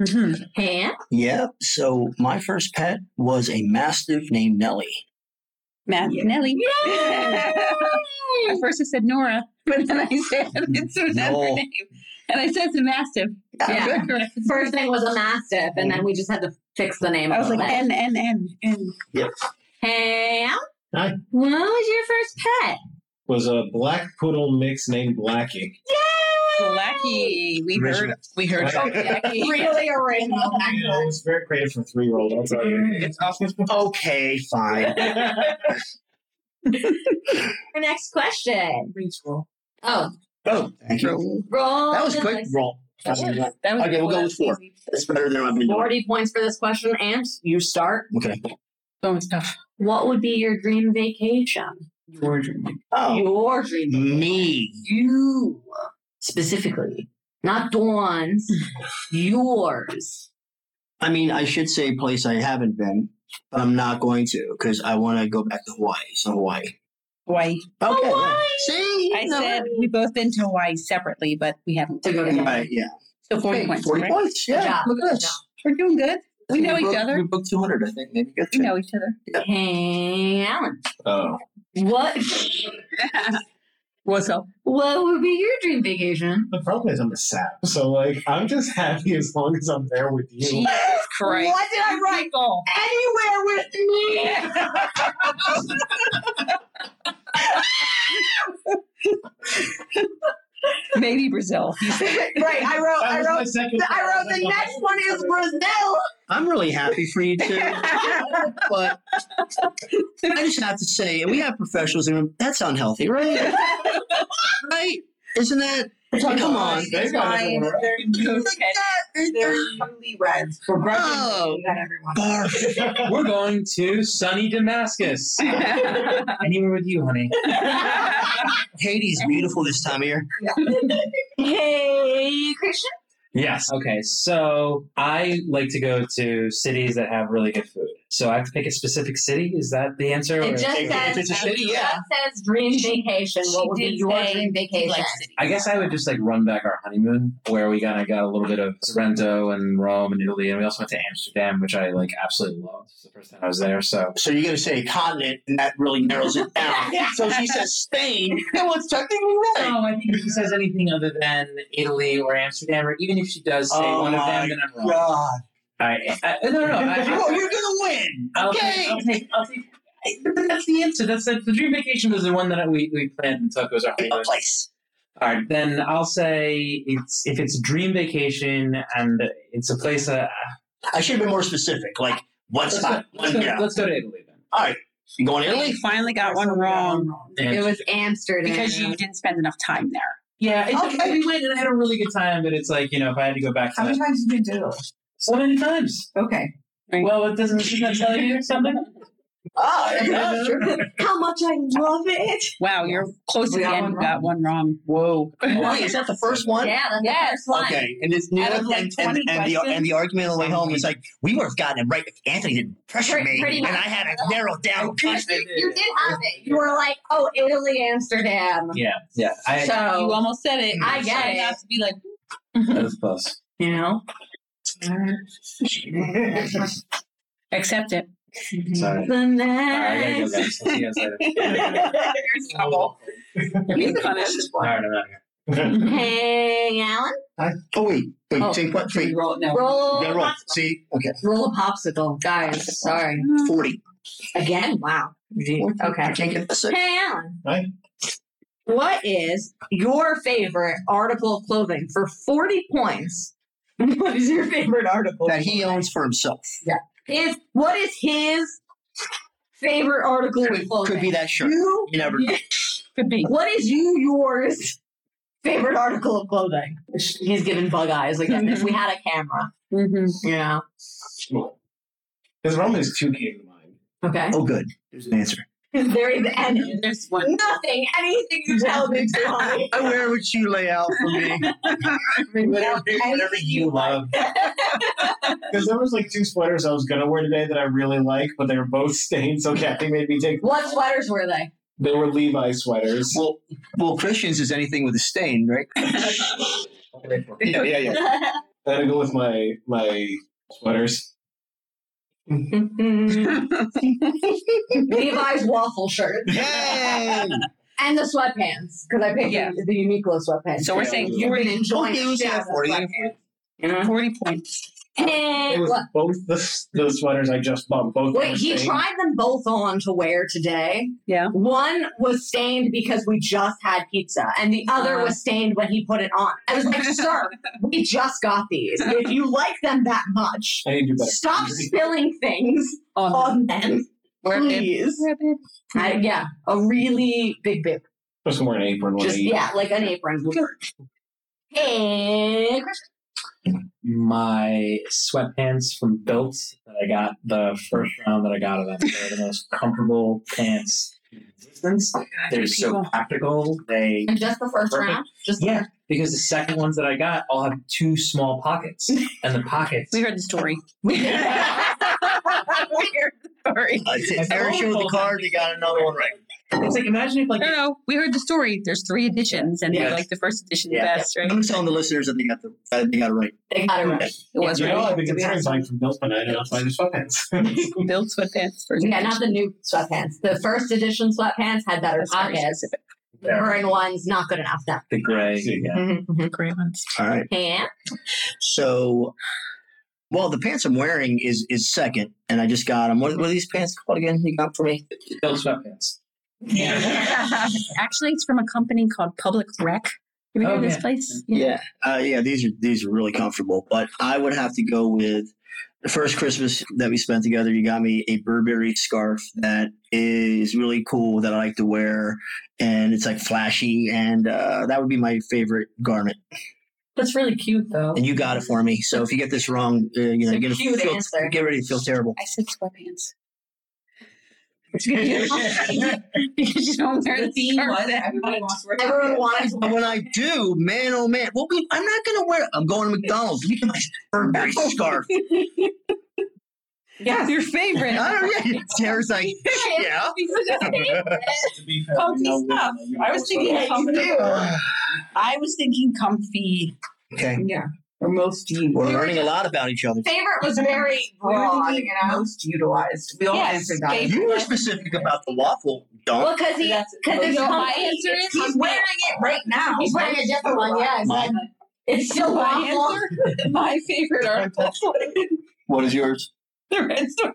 [SPEAKER 1] Mhm.
[SPEAKER 2] Ham?
[SPEAKER 5] Yeah. So my first pet was a mastiff named Nellie.
[SPEAKER 1] Matt,
[SPEAKER 5] Yeah.
[SPEAKER 1] Nelly. At first I said Nora, but then I said it's another
[SPEAKER 5] No.
[SPEAKER 1] name. And I said it's a mastiff.
[SPEAKER 2] Yeah.
[SPEAKER 1] Correct.
[SPEAKER 2] Oh, First thing was a mastiff, and then we just had to fix the name.
[SPEAKER 1] I was
[SPEAKER 2] of
[SPEAKER 1] like,
[SPEAKER 2] it.
[SPEAKER 1] N, N, N, N.
[SPEAKER 2] Ham?
[SPEAKER 7] Hi.
[SPEAKER 2] What was your first pet?
[SPEAKER 7] Was a black poodle mix named Blackie.
[SPEAKER 1] Blackie. We heard.
[SPEAKER 7] Original.
[SPEAKER 1] We heard. about Blackie.
[SPEAKER 2] Really a rainbow.
[SPEAKER 7] Yeah, it was very creative for three year old. I'll tell you.
[SPEAKER 5] Okay, fine.
[SPEAKER 2] Our next question. Oh,
[SPEAKER 5] Oh, thank you.
[SPEAKER 2] roll.
[SPEAKER 5] That was
[SPEAKER 2] the
[SPEAKER 5] quick
[SPEAKER 2] dice.
[SPEAKER 5] roll. That's
[SPEAKER 1] That was
[SPEAKER 5] Okay, we'll go with four. better than I've been doing.
[SPEAKER 2] 40 points for this question, and you start.
[SPEAKER 5] Okay.
[SPEAKER 1] That was tough.
[SPEAKER 2] What would be your dream vacation?
[SPEAKER 5] Oh,
[SPEAKER 2] Your dream.
[SPEAKER 5] me.
[SPEAKER 2] You specifically, not Dawn's, yours.
[SPEAKER 5] I mean, I should say a place I haven't been, but I'm not going to because I want to go back to Hawaii. So Hawaii.
[SPEAKER 1] Hawaii.
[SPEAKER 5] Okay. yeah.
[SPEAKER 2] Hawaii!
[SPEAKER 5] See.
[SPEAKER 1] I said we've both been to Hawaii separately, but we haven't.
[SPEAKER 2] To go to-
[SPEAKER 5] Right, yeah.
[SPEAKER 1] So 40
[SPEAKER 5] Hey,
[SPEAKER 1] points.
[SPEAKER 5] Forty
[SPEAKER 1] right?
[SPEAKER 5] points. Yeah.
[SPEAKER 2] Good job,
[SPEAKER 5] Look at
[SPEAKER 2] good
[SPEAKER 5] us.
[SPEAKER 1] We're doing good. We know each
[SPEAKER 5] booked-
[SPEAKER 1] other.
[SPEAKER 5] We booked two hundred, I think. Maybe. Good.
[SPEAKER 1] We know each other.
[SPEAKER 2] Hey, Alan,
[SPEAKER 7] Oh,
[SPEAKER 2] what,
[SPEAKER 1] What's up?
[SPEAKER 2] what would be your dream vacation?
[SPEAKER 7] the problem is I'm a sap. So like, I'm just happy as long as I'm there with you.
[SPEAKER 1] Jesus Christ.
[SPEAKER 2] What did I write?
[SPEAKER 1] Michael.
[SPEAKER 2] Anywhere with me.
[SPEAKER 1] Maybe Brazil. You said
[SPEAKER 2] right. I wrote. I
[SPEAKER 7] That
[SPEAKER 2] wrote.
[SPEAKER 7] was my second
[SPEAKER 2] I
[SPEAKER 7] thought.
[SPEAKER 2] wrote. The next one is Brazil.
[SPEAKER 5] I'm really happy for you too. but I just have to say, and we have professionals in the room, that's unhealthy, right? right? Isn't that? Come on.
[SPEAKER 7] They've got everywhere.
[SPEAKER 10] They're newly reds. For breakfast,
[SPEAKER 5] Oh.
[SPEAKER 10] you got everyone.
[SPEAKER 5] Barf.
[SPEAKER 9] We're going to sunny Damascus. Anywhere with you, honey.
[SPEAKER 5] Haiti's beautiful this time of year.
[SPEAKER 2] Hey, Christian.
[SPEAKER 9] Yes. Okay. So I like to go to cities that have really good food.
[SPEAKER 6] So I have to pick a specific city. Is that the answer?
[SPEAKER 2] It
[SPEAKER 6] Or-
[SPEAKER 2] just
[SPEAKER 5] If
[SPEAKER 2] says,
[SPEAKER 5] it's a shitty,
[SPEAKER 2] it
[SPEAKER 5] yeah.
[SPEAKER 2] just says dream vacation. What would be your dream vacation?
[SPEAKER 6] I guess I would just like run back our honeymoon where we kind of got a little bit of Sorrento and Rome and Italy, and we also went to Amsterdam, which I like absolutely loved. It's the first time I was there, so
[SPEAKER 5] So you're going to say continent, and that really narrows it down. So she says Spain. That was technically right.
[SPEAKER 6] No, Oh, I think if she says anything other than Italy or Amsterdam, or even if she does say
[SPEAKER 5] Oh
[SPEAKER 6] one of
[SPEAKER 5] my
[SPEAKER 6] them, then I'm wrong.
[SPEAKER 5] God.
[SPEAKER 6] I, I, no, no, no. I,
[SPEAKER 5] Oh, you're going to win.
[SPEAKER 6] will
[SPEAKER 5] Okay.
[SPEAKER 6] Take, I'll take, I'll take, I- but that's the answer. That's the, the dream vacation was the one that we, we planned and took was our
[SPEAKER 5] Pick a
[SPEAKER 6] honeymoon.
[SPEAKER 5] place.
[SPEAKER 6] All right, then I'll say it's if it's dream vacation and it's a place that
[SPEAKER 5] I should have been more specific. Like, one
[SPEAKER 6] let's, go,
[SPEAKER 5] spot. One,
[SPEAKER 6] let's, go,
[SPEAKER 5] you know.
[SPEAKER 6] let's go to Italy then.
[SPEAKER 5] All right. You going to Italy?
[SPEAKER 4] We finally got one wrong
[SPEAKER 2] It was Amsterdam.
[SPEAKER 4] because you didn't spend enough time there.
[SPEAKER 6] Yeah, it's,
[SPEAKER 5] Okay.
[SPEAKER 6] we went and had a really good time, but it's like you know if I had to go back to
[SPEAKER 3] How many
[SPEAKER 5] Uh,
[SPEAKER 6] that,
[SPEAKER 3] times did you do it?
[SPEAKER 6] so many times.
[SPEAKER 3] Okay.
[SPEAKER 6] Well, it doesn't doesn't that tell you something?
[SPEAKER 5] Oh, yeah, sure.
[SPEAKER 2] How much I love it.
[SPEAKER 4] Wow, you're close to
[SPEAKER 3] We
[SPEAKER 4] the
[SPEAKER 3] got
[SPEAKER 4] end.
[SPEAKER 3] one
[SPEAKER 4] We got one wrong. Whoa.
[SPEAKER 5] Wait, is that the first one?
[SPEAKER 2] Yeah, that's the
[SPEAKER 4] Yes.
[SPEAKER 2] first one.
[SPEAKER 5] Okay, and it's and,
[SPEAKER 4] Out of, like,
[SPEAKER 5] and, and,
[SPEAKER 4] 20
[SPEAKER 5] and the
[SPEAKER 4] questions?
[SPEAKER 5] and the argument on the way home is like we would have gotten it right if Anthony didn't pressure
[SPEAKER 2] Pretty-
[SPEAKER 5] me,
[SPEAKER 2] pretty
[SPEAKER 5] and
[SPEAKER 2] much.
[SPEAKER 5] I had to narrow down.
[SPEAKER 6] I
[SPEAKER 5] punishment.
[SPEAKER 6] did.
[SPEAKER 2] You did have it. You were like, oh, Italy, Amsterdam.
[SPEAKER 6] Yeah, yeah. I,
[SPEAKER 2] So
[SPEAKER 1] You almost said it.
[SPEAKER 2] I get
[SPEAKER 1] Try
[SPEAKER 2] it.
[SPEAKER 1] Not to be like,
[SPEAKER 6] that was close.
[SPEAKER 2] you know,
[SPEAKER 4] Accept it.
[SPEAKER 6] Sorry.
[SPEAKER 2] the
[SPEAKER 6] All right, I gotta go,
[SPEAKER 2] next.
[SPEAKER 6] guys. I'll see you guys later.
[SPEAKER 4] There's trouble. He's punished.
[SPEAKER 6] All right, I'm out of here.
[SPEAKER 2] Hey, Alan,
[SPEAKER 5] I- oh wait, wait,
[SPEAKER 2] Oh.
[SPEAKER 5] take what? Wait,
[SPEAKER 4] Roll it now.
[SPEAKER 2] roll,
[SPEAKER 5] yeah,
[SPEAKER 2] a
[SPEAKER 5] roll.
[SPEAKER 2] popsicle.
[SPEAKER 5] See, okay,
[SPEAKER 2] roll a popsicle, guys. Sorry,
[SPEAKER 5] forty.
[SPEAKER 2] again. Wow. Gee,
[SPEAKER 5] I
[SPEAKER 2] Okay.
[SPEAKER 5] can't get this.
[SPEAKER 2] Hey, Alan.
[SPEAKER 7] Hi.
[SPEAKER 2] What is your favorite article of clothing for forty points? What is your favorite article?
[SPEAKER 5] That he owns for himself
[SPEAKER 2] Is what is his favorite article of clothing?
[SPEAKER 5] could be that shirt.
[SPEAKER 2] You
[SPEAKER 5] You never. know.
[SPEAKER 4] Could be.
[SPEAKER 2] What is you yours favorite article of clothing? He's giving bug eyes again. if we had a camera,
[SPEAKER 4] Mm-hmm.
[SPEAKER 2] you know.
[SPEAKER 7] Because Rome is two came to mind.
[SPEAKER 2] Okay.
[SPEAKER 5] Oh, good. There's an answer.
[SPEAKER 2] There is any
[SPEAKER 4] There's one.
[SPEAKER 2] nothing, anything you tell me to honey.
[SPEAKER 5] Where would you lay out for me?
[SPEAKER 2] Whatever-
[SPEAKER 5] whatever you love.
[SPEAKER 7] Because there was like two sweaters I was gonna wear today that I really like, but they were both stained, so Kathy made me take.
[SPEAKER 2] What sweaters were they?
[SPEAKER 7] They were Levi sweaters.
[SPEAKER 5] Well, well, Christians is anything with a stain, right?
[SPEAKER 7] Yeah, yeah, yeah. I had to go with my my sweaters.
[SPEAKER 2] Levi's waffle shirt
[SPEAKER 5] Yay!
[SPEAKER 2] and the sweatpants because I picked
[SPEAKER 4] Yeah.
[SPEAKER 2] the, the Uniqlo sweatpants.
[SPEAKER 4] So we're saying
[SPEAKER 2] You've been enjoying
[SPEAKER 5] Okay,
[SPEAKER 2] the
[SPEAKER 5] we'll say
[SPEAKER 2] shit out of
[SPEAKER 5] 40.
[SPEAKER 2] the sweatpants.
[SPEAKER 4] 40 points.
[SPEAKER 7] It
[SPEAKER 2] And
[SPEAKER 7] was
[SPEAKER 2] what?
[SPEAKER 7] both the, the sweaters I just bought. Both
[SPEAKER 2] Wait,
[SPEAKER 7] were
[SPEAKER 2] he
[SPEAKER 7] stained.
[SPEAKER 2] tried them both on to wear today.
[SPEAKER 4] Yeah.
[SPEAKER 2] One was stained because we just had pizza, and the other was stained when he put it on. I was like, sir, we just got these. If you like them that much,
[SPEAKER 7] I need to do better.
[SPEAKER 2] stop spilling things
[SPEAKER 4] On
[SPEAKER 2] on them. Please. I, yeah, a really big, big,
[SPEAKER 7] Put some more an apron when I
[SPEAKER 2] just,
[SPEAKER 7] eat.
[SPEAKER 2] yeah, like an apron. Hey, Chris.
[SPEAKER 6] My sweatpants from Built that I got the first round that I got of them. They're the most comfortable pants in existence. They're so practical. They
[SPEAKER 2] And just the first
[SPEAKER 6] Perfect.
[SPEAKER 2] round, just
[SPEAKER 6] yeah, because the second ones that I got all have two small pockets, and the pockets.
[SPEAKER 4] We heard the story. we heard the story.
[SPEAKER 5] Uh, Eric showed the card. They got another one right.
[SPEAKER 6] It's like imagine if like
[SPEAKER 4] No, no, we heard the story. There's three editions, and we
[SPEAKER 5] Yeah.
[SPEAKER 4] like the first edition
[SPEAKER 5] Yeah.
[SPEAKER 4] the best,
[SPEAKER 5] I'm
[SPEAKER 4] right?
[SPEAKER 5] just telling the listeners that they got the that they got it right.
[SPEAKER 2] they got it right. It was
[SPEAKER 7] You
[SPEAKER 2] right.
[SPEAKER 7] know, I've been
[SPEAKER 2] to be
[SPEAKER 7] considering
[SPEAKER 2] honest.
[SPEAKER 7] buying from Bill's, but I did not find the sweatpants.
[SPEAKER 4] Build sweatpants first.
[SPEAKER 2] Yeah, not the new sweatpants. The first edition sweatpants had better
[SPEAKER 4] That's very
[SPEAKER 2] pockets.
[SPEAKER 4] specific.
[SPEAKER 2] The current one's not good enough. Though.
[SPEAKER 6] the gray.
[SPEAKER 7] yeah.
[SPEAKER 4] The gray ones.
[SPEAKER 5] All right.
[SPEAKER 2] And
[SPEAKER 5] So, well, the pants I'm wearing is is second, and I just got them. What, what are these pants called again? You got for me?
[SPEAKER 6] Built sweatpants.
[SPEAKER 4] Actually, it's from a company called Public Rec. You ever
[SPEAKER 6] Oh,
[SPEAKER 4] hear this
[SPEAKER 6] yeah.
[SPEAKER 4] place?
[SPEAKER 5] Yeah, uh, yeah. These are these are really comfortable, but I would have to go with the first Christmas that we spent together. You got me a Burberry scarf that is really cool that I like to wear, and it's like flashy, and uh, that would be my favorite garment.
[SPEAKER 2] that's really cute, though.
[SPEAKER 5] And you got it for me. So if you get this wrong, uh, you know,
[SPEAKER 2] It's a
[SPEAKER 5] you're gonna
[SPEAKER 2] cute
[SPEAKER 5] feel,
[SPEAKER 2] answer.
[SPEAKER 5] get ready to feel terrible.
[SPEAKER 4] I said sweatpants. because you don't wear the
[SPEAKER 3] theme
[SPEAKER 4] scarf
[SPEAKER 3] was
[SPEAKER 4] that
[SPEAKER 3] everybody wants to work.
[SPEAKER 2] Everyone wanted
[SPEAKER 5] And when I do, man, oh man, well, we, I'm not gonna wear. I'm going to McDonald's. Look at my Burberry scarf.
[SPEAKER 3] Yes.
[SPEAKER 4] Your favorite.
[SPEAKER 5] I don't know. Yeah. Sarah's like, yeah.
[SPEAKER 7] To be fair,
[SPEAKER 4] Comfy
[SPEAKER 7] we know
[SPEAKER 4] stuff.
[SPEAKER 7] women, you
[SPEAKER 4] I
[SPEAKER 7] know,
[SPEAKER 4] was
[SPEAKER 7] so-
[SPEAKER 4] thinking comfy. I was thinking comfy.
[SPEAKER 5] okay.
[SPEAKER 10] Yeah. Or most used.
[SPEAKER 5] We're learning a lot about each other.
[SPEAKER 2] Favorite was very broad, you know.
[SPEAKER 10] Most utilized. We all
[SPEAKER 2] Yes,
[SPEAKER 10] answered that.
[SPEAKER 2] favorite.
[SPEAKER 5] You were specific about the waffle dunk.
[SPEAKER 2] Well, because he, because it's
[SPEAKER 3] You know what
[SPEAKER 2] my answer is he's wearing it right now. He's wearing a different one. Yeah,
[SPEAKER 5] Mine.
[SPEAKER 2] exactly. It's still
[SPEAKER 4] My
[SPEAKER 2] waffle.
[SPEAKER 4] My favorite are
[SPEAKER 5] What is yours?
[SPEAKER 4] the red store.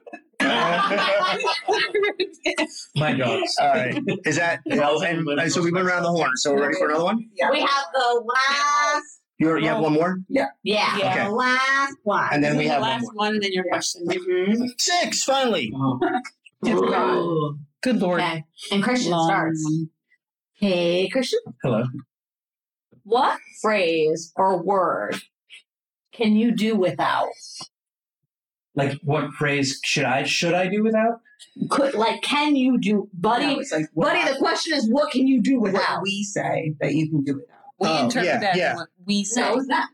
[SPEAKER 9] My dogs.
[SPEAKER 5] All right. Is that well, and, and so we went around the horn. So we're ready for another one?
[SPEAKER 10] Yeah.
[SPEAKER 2] we have the last.
[SPEAKER 5] You you have one more?
[SPEAKER 2] Yeah,
[SPEAKER 5] Okay.
[SPEAKER 2] the last one.
[SPEAKER 5] And then we
[SPEAKER 1] the
[SPEAKER 5] have one
[SPEAKER 1] last
[SPEAKER 5] more.
[SPEAKER 1] one, and then your question.
[SPEAKER 2] Mhm.
[SPEAKER 5] Six, finally.
[SPEAKER 4] Good lord.
[SPEAKER 2] Okay. And Christian
[SPEAKER 1] Long
[SPEAKER 2] starts.
[SPEAKER 1] one.
[SPEAKER 2] Hey, Christian.
[SPEAKER 6] Hello.
[SPEAKER 2] What phrase or word can you do without?
[SPEAKER 6] Like, what phrase should I should I do without?
[SPEAKER 2] Could like, can you do, buddy?
[SPEAKER 10] it's like what,
[SPEAKER 2] buddy, the question is, what can you do
[SPEAKER 10] what
[SPEAKER 2] without?
[SPEAKER 10] we say that you can do it.
[SPEAKER 1] We
[SPEAKER 5] Oh,
[SPEAKER 1] interpret
[SPEAKER 5] yeah,
[SPEAKER 1] that as
[SPEAKER 5] yeah.
[SPEAKER 1] what we say.
[SPEAKER 2] No, it's not.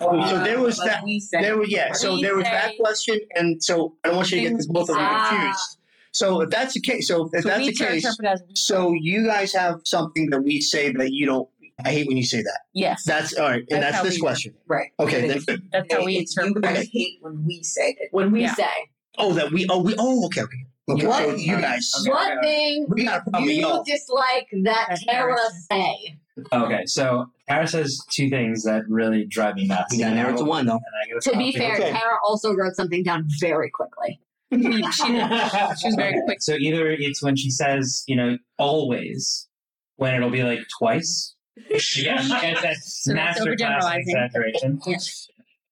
[SPEAKER 5] so there was
[SPEAKER 10] What
[SPEAKER 5] that.
[SPEAKER 10] we say.
[SPEAKER 5] There was yeah. So there was that question, and so I want you to get this both of them
[SPEAKER 2] Ah.
[SPEAKER 5] confused. So if that's the case, so if
[SPEAKER 1] So
[SPEAKER 5] that's
[SPEAKER 1] we
[SPEAKER 5] the case,
[SPEAKER 1] interpret as we
[SPEAKER 5] so you guys have something that we say that you don't. I hate when you say that.
[SPEAKER 1] yes.
[SPEAKER 5] That's all right, and
[SPEAKER 1] That's
[SPEAKER 5] that's,
[SPEAKER 1] how
[SPEAKER 5] this
[SPEAKER 1] we-
[SPEAKER 5] question.
[SPEAKER 10] Right.
[SPEAKER 5] Okay,
[SPEAKER 10] But
[SPEAKER 5] then.
[SPEAKER 1] That's how we
[SPEAKER 10] it's you
[SPEAKER 1] interpret
[SPEAKER 10] guys
[SPEAKER 1] it.
[SPEAKER 10] hate when we say it.
[SPEAKER 2] When we
[SPEAKER 1] Yeah.
[SPEAKER 2] say,
[SPEAKER 5] Oh, that we. Oh, we. Oh, okay. Okay. okay.
[SPEAKER 2] What?
[SPEAKER 5] So you guys,
[SPEAKER 7] Okay,
[SPEAKER 2] what
[SPEAKER 7] okay.
[SPEAKER 2] thing
[SPEAKER 5] we got a problem. with
[SPEAKER 2] you
[SPEAKER 5] y'all.
[SPEAKER 2] dislike that
[SPEAKER 1] That's
[SPEAKER 2] Tara
[SPEAKER 1] embarrassing.
[SPEAKER 2] say?
[SPEAKER 6] Okay, so Tara says two things that really drive me nuts.
[SPEAKER 5] We got an error to one though.
[SPEAKER 6] And I gotta
[SPEAKER 2] To be
[SPEAKER 6] stop you.
[SPEAKER 2] fair,
[SPEAKER 5] Okay.
[SPEAKER 2] Tara also wrote something down very quickly.
[SPEAKER 1] She was very quick.
[SPEAKER 6] So either it's when she says, you know, always, when it'll be like twice. Again, it's that
[SPEAKER 1] that's
[SPEAKER 6] masterclass in
[SPEAKER 1] overgeneralizing.
[SPEAKER 6] exaggeration.
[SPEAKER 1] Yeah.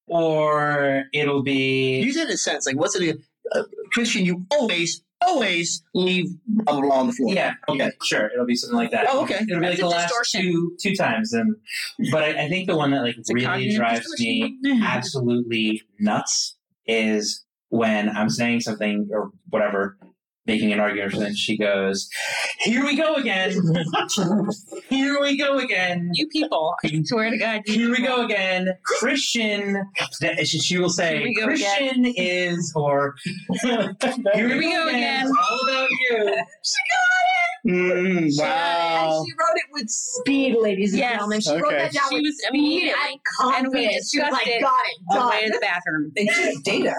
[SPEAKER 6] Or it'll be
[SPEAKER 5] Use it in a sense. Like, what's it? Uh, Christian, you always, always leave blah blah blah on the floor.
[SPEAKER 6] yeah, okay, sure, it'll be something like that.
[SPEAKER 5] Oh, okay.
[SPEAKER 6] It'll be like
[SPEAKER 1] That's
[SPEAKER 6] the
[SPEAKER 1] a
[SPEAKER 6] last
[SPEAKER 1] distortion.
[SPEAKER 6] two two times, and but I, I think the one that like
[SPEAKER 1] a
[SPEAKER 6] really
[SPEAKER 1] cognitive
[SPEAKER 6] drives me absolutely nuts is when I'm saying something or whatever, making an argument, and she goes, "Here we go again. Here we go again.
[SPEAKER 1] You people, I swear to God, you
[SPEAKER 6] Here we
[SPEAKER 1] people.
[SPEAKER 6] go again. Christian." That- she- she will
[SPEAKER 1] Here
[SPEAKER 6] say,
[SPEAKER 1] we go
[SPEAKER 6] "Christian is," or "Here we go again. It's all about you."
[SPEAKER 5] Mm, wow.
[SPEAKER 2] And she wrote it with speed, ladies and
[SPEAKER 1] Yes.
[SPEAKER 2] gentlemen. She wrote
[SPEAKER 5] Okay.
[SPEAKER 2] that down
[SPEAKER 1] She
[SPEAKER 2] with
[SPEAKER 1] was, I mean,
[SPEAKER 2] speed and
[SPEAKER 1] and we
[SPEAKER 2] confidence. She was
[SPEAKER 1] discussed
[SPEAKER 2] like,
[SPEAKER 1] it
[SPEAKER 2] got it,
[SPEAKER 1] on the
[SPEAKER 2] done.
[SPEAKER 1] way to the bathroom.
[SPEAKER 10] It's just data.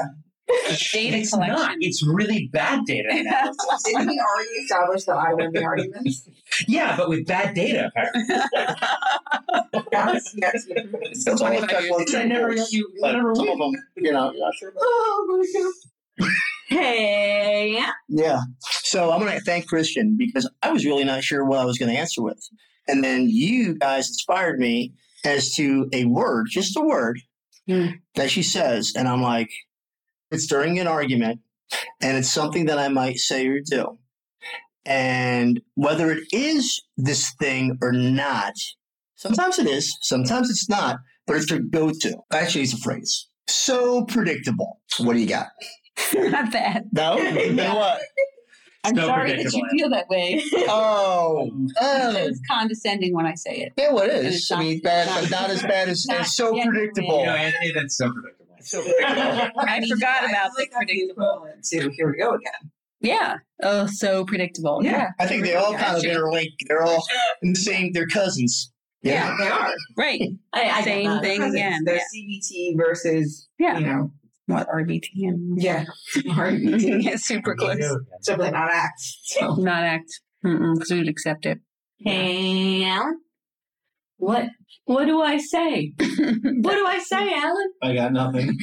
[SPEAKER 1] Data
[SPEAKER 6] it's
[SPEAKER 1] collection.
[SPEAKER 6] not. It's really bad data analysis.
[SPEAKER 10] Didn't we already establish that I win the arguments?
[SPEAKER 6] yeah, but with bad data. Apparently.
[SPEAKER 10] yes, yes. we do.
[SPEAKER 5] That's all I've got one
[SPEAKER 6] I never, you,
[SPEAKER 5] But
[SPEAKER 6] never
[SPEAKER 5] some of them, you know, you're not sure about.
[SPEAKER 2] Hey, yeah.
[SPEAKER 5] Yeah. So I'm going to thank Christian because I was really not sure what I was going to answer with. And then you guys inspired me as to a word, just a word
[SPEAKER 1] Hmm.
[SPEAKER 5] that she says. And I'm like, it's during an argument and it's something that I might say or do. And whether it is this thing or not, sometimes it is, sometimes it's not, but it's her go to. Actually, it's a phrase. So predictable. What do you got?
[SPEAKER 1] Not bad.
[SPEAKER 5] No? Then what?
[SPEAKER 1] I'm
[SPEAKER 6] So
[SPEAKER 1] sorry that you
[SPEAKER 6] predictable.
[SPEAKER 1] feel that way.
[SPEAKER 5] Oh,
[SPEAKER 6] Mm.
[SPEAKER 5] oh.
[SPEAKER 1] it's condescending when I say it.
[SPEAKER 5] Yeah, what
[SPEAKER 1] And
[SPEAKER 5] is?
[SPEAKER 1] it's
[SPEAKER 5] I
[SPEAKER 1] not-
[SPEAKER 5] mean, bad,
[SPEAKER 1] not-
[SPEAKER 5] but not as bad as
[SPEAKER 1] not
[SPEAKER 5] it's so
[SPEAKER 1] yet
[SPEAKER 5] predictable.
[SPEAKER 6] You know, Anthony, that's so predictable.
[SPEAKER 5] So predictable.
[SPEAKER 1] I forgot
[SPEAKER 10] I
[SPEAKER 1] about the
[SPEAKER 10] feel like that's
[SPEAKER 1] predictable.
[SPEAKER 10] equivalent to here we go again.
[SPEAKER 1] Yeah. Oh, so predictable.
[SPEAKER 10] Yeah.
[SPEAKER 1] Yeah.
[SPEAKER 5] I think they all kind of interlink. They're all in the same. They're cousins. Yeah.
[SPEAKER 10] they are.
[SPEAKER 1] Right.
[SPEAKER 2] I, I
[SPEAKER 1] Same
[SPEAKER 2] got that.
[SPEAKER 1] thing
[SPEAKER 10] Cousins.
[SPEAKER 1] again.
[SPEAKER 10] They're CBT versus,
[SPEAKER 1] Yeah.
[SPEAKER 10] you know,
[SPEAKER 1] What RBT and
[SPEAKER 10] yeah, RBT.
[SPEAKER 1] yeah, super close.
[SPEAKER 10] Simply not act. So.
[SPEAKER 1] Mm-hmm. Not act. Because we would accept it.
[SPEAKER 2] Hey, Alan. What? What do I say? what do I say, Alan?
[SPEAKER 7] I got nothing.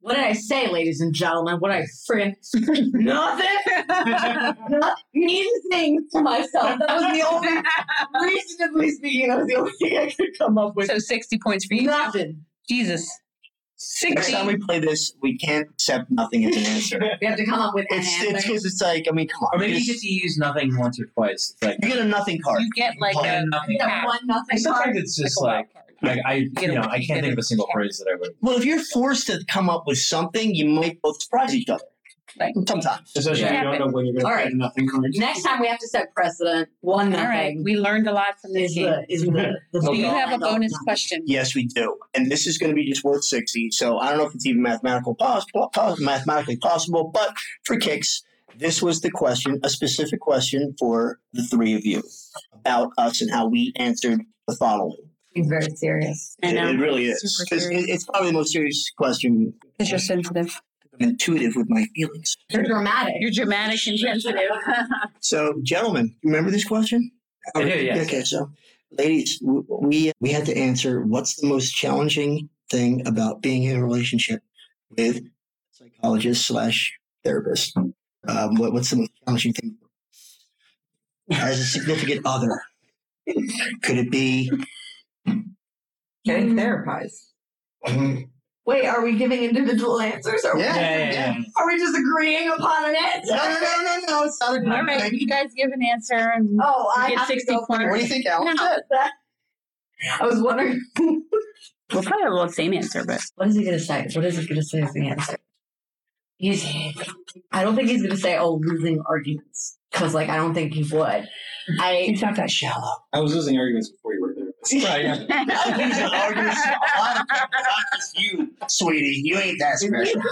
[SPEAKER 2] What did I say, ladies and gentlemen? What I frick? Nothing. Not anything to myself. That was the only reasonably speaking. That was the only thing I could come up with.
[SPEAKER 1] so 60 points for you.
[SPEAKER 2] Nothing.
[SPEAKER 1] Jesus. 60.
[SPEAKER 5] Next time we play this, we can't accept nothing as an answer.
[SPEAKER 2] We have to come up with an
[SPEAKER 5] It's it's
[SPEAKER 2] answer.
[SPEAKER 5] because it's like I mean, come
[SPEAKER 6] Or
[SPEAKER 5] on.
[SPEAKER 6] maybe
[SPEAKER 5] You
[SPEAKER 6] you
[SPEAKER 5] just-
[SPEAKER 6] get to use nothing once or twice. It's like,
[SPEAKER 5] you get a nothing card.
[SPEAKER 1] you get like
[SPEAKER 6] plan
[SPEAKER 1] a
[SPEAKER 6] nothing.
[SPEAKER 2] That one nothing
[SPEAKER 6] Sometimes it's just like, like I, you know, I can't think of a single phrase that I would.
[SPEAKER 5] Well, if you're forced to come up with something, you might both surprise each other. Sometimes.
[SPEAKER 7] Especially if you don't know when you're going
[SPEAKER 2] All
[SPEAKER 7] to
[SPEAKER 2] right.
[SPEAKER 7] play the nothing cards.
[SPEAKER 2] Next time we have to set precedent. One
[SPEAKER 1] All right,
[SPEAKER 2] nothing.
[SPEAKER 1] we learned a lot from this
[SPEAKER 2] Is
[SPEAKER 1] game.
[SPEAKER 2] the, is the, the
[SPEAKER 1] Do you
[SPEAKER 2] big-
[SPEAKER 1] have a bonus question?
[SPEAKER 5] Yes, we do. And this is going to be just worth 60. So I don't know if it's even mathematical pos- pos- mathematically possible, but for kicks, this was the question, a specific question for the three of you about us and how we answered the following.
[SPEAKER 2] He's very serious.
[SPEAKER 1] I
[SPEAKER 5] It,
[SPEAKER 1] know.
[SPEAKER 5] it really is.
[SPEAKER 1] Super
[SPEAKER 5] 'Cause
[SPEAKER 1] serious.
[SPEAKER 5] it- it's probably the most serious question.
[SPEAKER 1] Because you're sensitive.
[SPEAKER 5] I'm intuitive with my feelings.
[SPEAKER 2] You're dramatic.
[SPEAKER 1] You're dramatic and sensitive.
[SPEAKER 5] So, gentlemen, you remember this question?
[SPEAKER 6] I do, yes.
[SPEAKER 5] Okay, so, ladies, w- we we had to answer what's the most challenging thing about being in a relationship with a psychologist slash therapist? Um, what, what's the most challenging thing as a significant other? Could it be?
[SPEAKER 10] Getting therapized.
[SPEAKER 2] Wait, are we giving individual answers? Are,
[SPEAKER 5] Yeah,
[SPEAKER 6] yeah, yeah.
[SPEAKER 2] we, are we just agreeing upon an answer?
[SPEAKER 5] No, no, no, no, no. It's not a good
[SPEAKER 1] All right,
[SPEAKER 5] thing.
[SPEAKER 1] you guys give an answer and
[SPEAKER 2] Oh, I
[SPEAKER 1] get
[SPEAKER 2] have to
[SPEAKER 1] 60
[SPEAKER 2] go
[SPEAKER 1] points.
[SPEAKER 5] What do you think, Alan?
[SPEAKER 1] No,
[SPEAKER 2] I was wondering,
[SPEAKER 1] we'll probably have all the same answer, but
[SPEAKER 2] what is he going to say? What is he going to say as the answer? He's, I don't think he's going to say, oh, losing arguments. Because, like, I don't think he would. I,
[SPEAKER 5] He's not that shallow.
[SPEAKER 7] I was losing arguments before you were there.
[SPEAKER 5] Right. I'm losing arguments. A lot of people, not just you, sweetie. You ain't that special.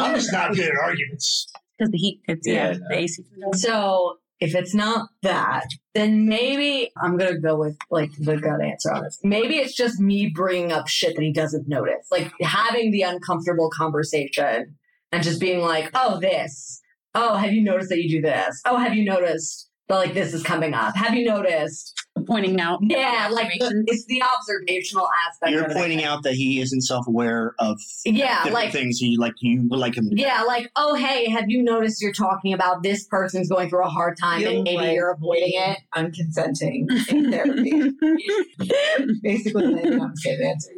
[SPEAKER 5] I'm just not good at arguments.
[SPEAKER 1] because the heat, it's, yeah,
[SPEAKER 6] Yeah.
[SPEAKER 1] the AC.
[SPEAKER 2] so if it's not that, then maybe I'm going to go with, like, the gut answer on this. Maybe it's just me bringing up shit that he doesn't notice. Like, having the uncomfortable conversation and just being like, oh, this. Oh, have you noticed that you do this? Oh, have you noticed that, like, this is coming up? Have you noticed?
[SPEAKER 1] Pointing out.
[SPEAKER 2] Yeah, like it's the observational aspect.
[SPEAKER 5] You're
[SPEAKER 2] of it.
[SPEAKER 5] pointing out that he isn't self-aware of
[SPEAKER 2] Yeah,
[SPEAKER 5] different
[SPEAKER 2] like
[SPEAKER 5] things. You like you would like him. to-
[SPEAKER 2] yeah, like oh hey, have you noticed you're talking about this person's going through a hard time and
[SPEAKER 10] Feels
[SPEAKER 2] maybe
[SPEAKER 10] like
[SPEAKER 2] you're avoiding it?
[SPEAKER 10] Unconsenting in therapy. Basically, they didn't have the same answer.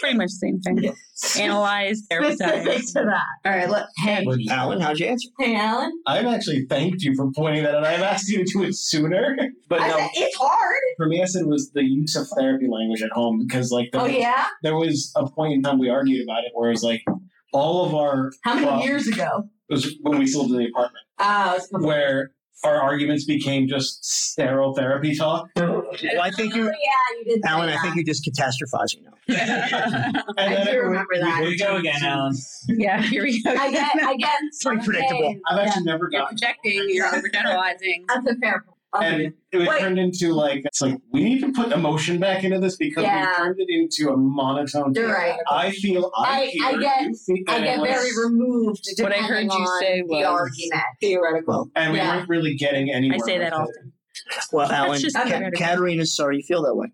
[SPEAKER 1] Pretty much the same thing.
[SPEAKER 10] Yeah.
[SPEAKER 1] Analyze,
[SPEAKER 2] Specific
[SPEAKER 1] therapize.
[SPEAKER 2] to that. All right, look, hey,
[SPEAKER 5] Alan, how'd you answer?
[SPEAKER 2] hey, Alan.
[SPEAKER 7] I've actually thanked you for pointing that out. I've asked you to do it sooner. But
[SPEAKER 2] I
[SPEAKER 7] no,
[SPEAKER 2] said, it's hard.
[SPEAKER 7] for me, I said it was the use of therapy language at home because, like, the,
[SPEAKER 2] Oh yeah,
[SPEAKER 7] there was a point in time we argued about it where it was like all of our
[SPEAKER 2] how many
[SPEAKER 7] Well,
[SPEAKER 2] years ago?
[SPEAKER 7] it was when we still lived in the apartment
[SPEAKER 2] Uh, it's before-
[SPEAKER 7] where our arguments became just sterile therapy talk.
[SPEAKER 5] Well, I think
[SPEAKER 2] Oh,
[SPEAKER 5] you,
[SPEAKER 2] yeah, you did. say
[SPEAKER 5] Alan. I
[SPEAKER 2] that.
[SPEAKER 5] think you're just catastrophizing now.
[SPEAKER 7] And
[SPEAKER 2] I
[SPEAKER 7] then
[SPEAKER 2] do
[SPEAKER 7] it-
[SPEAKER 2] remember
[SPEAKER 7] we-
[SPEAKER 2] that.
[SPEAKER 7] we-
[SPEAKER 6] Here we go again, Alan.
[SPEAKER 1] Yeah, here we go.
[SPEAKER 2] I get, I get.
[SPEAKER 5] pretty predictable.
[SPEAKER 7] I've actually never
[SPEAKER 1] You're
[SPEAKER 7] gotten.
[SPEAKER 1] projecting, you're overgeneralizing.
[SPEAKER 2] That's a fair point. I'll give
[SPEAKER 7] And
[SPEAKER 2] you-
[SPEAKER 7] it was
[SPEAKER 2] Wait.
[SPEAKER 7] turned into like it's like we need to put emotion back into this because
[SPEAKER 2] Yeah.
[SPEAKER 7] we turned it into a monotone.
[SPEAKER 2] You're right.
[SPEAKER 7] I feel. I,
[SPEAKER 2] I-
[SPEAKER 7] feel,
[SPEAKER 2] I get-
[SPEAKER 7] you feel,
[SPEAKER 2] I
[SPEAKER 7] and it
[SPEAKER 2] get
[SPEAKER 7] was-
[SPEAKER 2] very removed.
[SPEAKER 1] What I heard
[SPEAKER 2] depending
[SPEAKER 1] you
[SPEAKER 2] on
[SPEAKER 1] say was-
[SPEAKER 2] the argument.
[SPEAKER 10] Theoretical.
[SPEAKER 7] And we
[SPEAKER 2] Yeah.
[SPEAKER 7] weren't really getting anywhere.
[SPEAKER 1] I say that
[SPEAKER 7] with it.
[SPEAKER 1] often.
[SPEAKER 5] Well, Alan,
[SPEAKER 1] just
[SPEAKER 5] Ka-
[SPEAKER 1] unbearable.
[SPEAKER 5] Katerina's sorry you feel that way.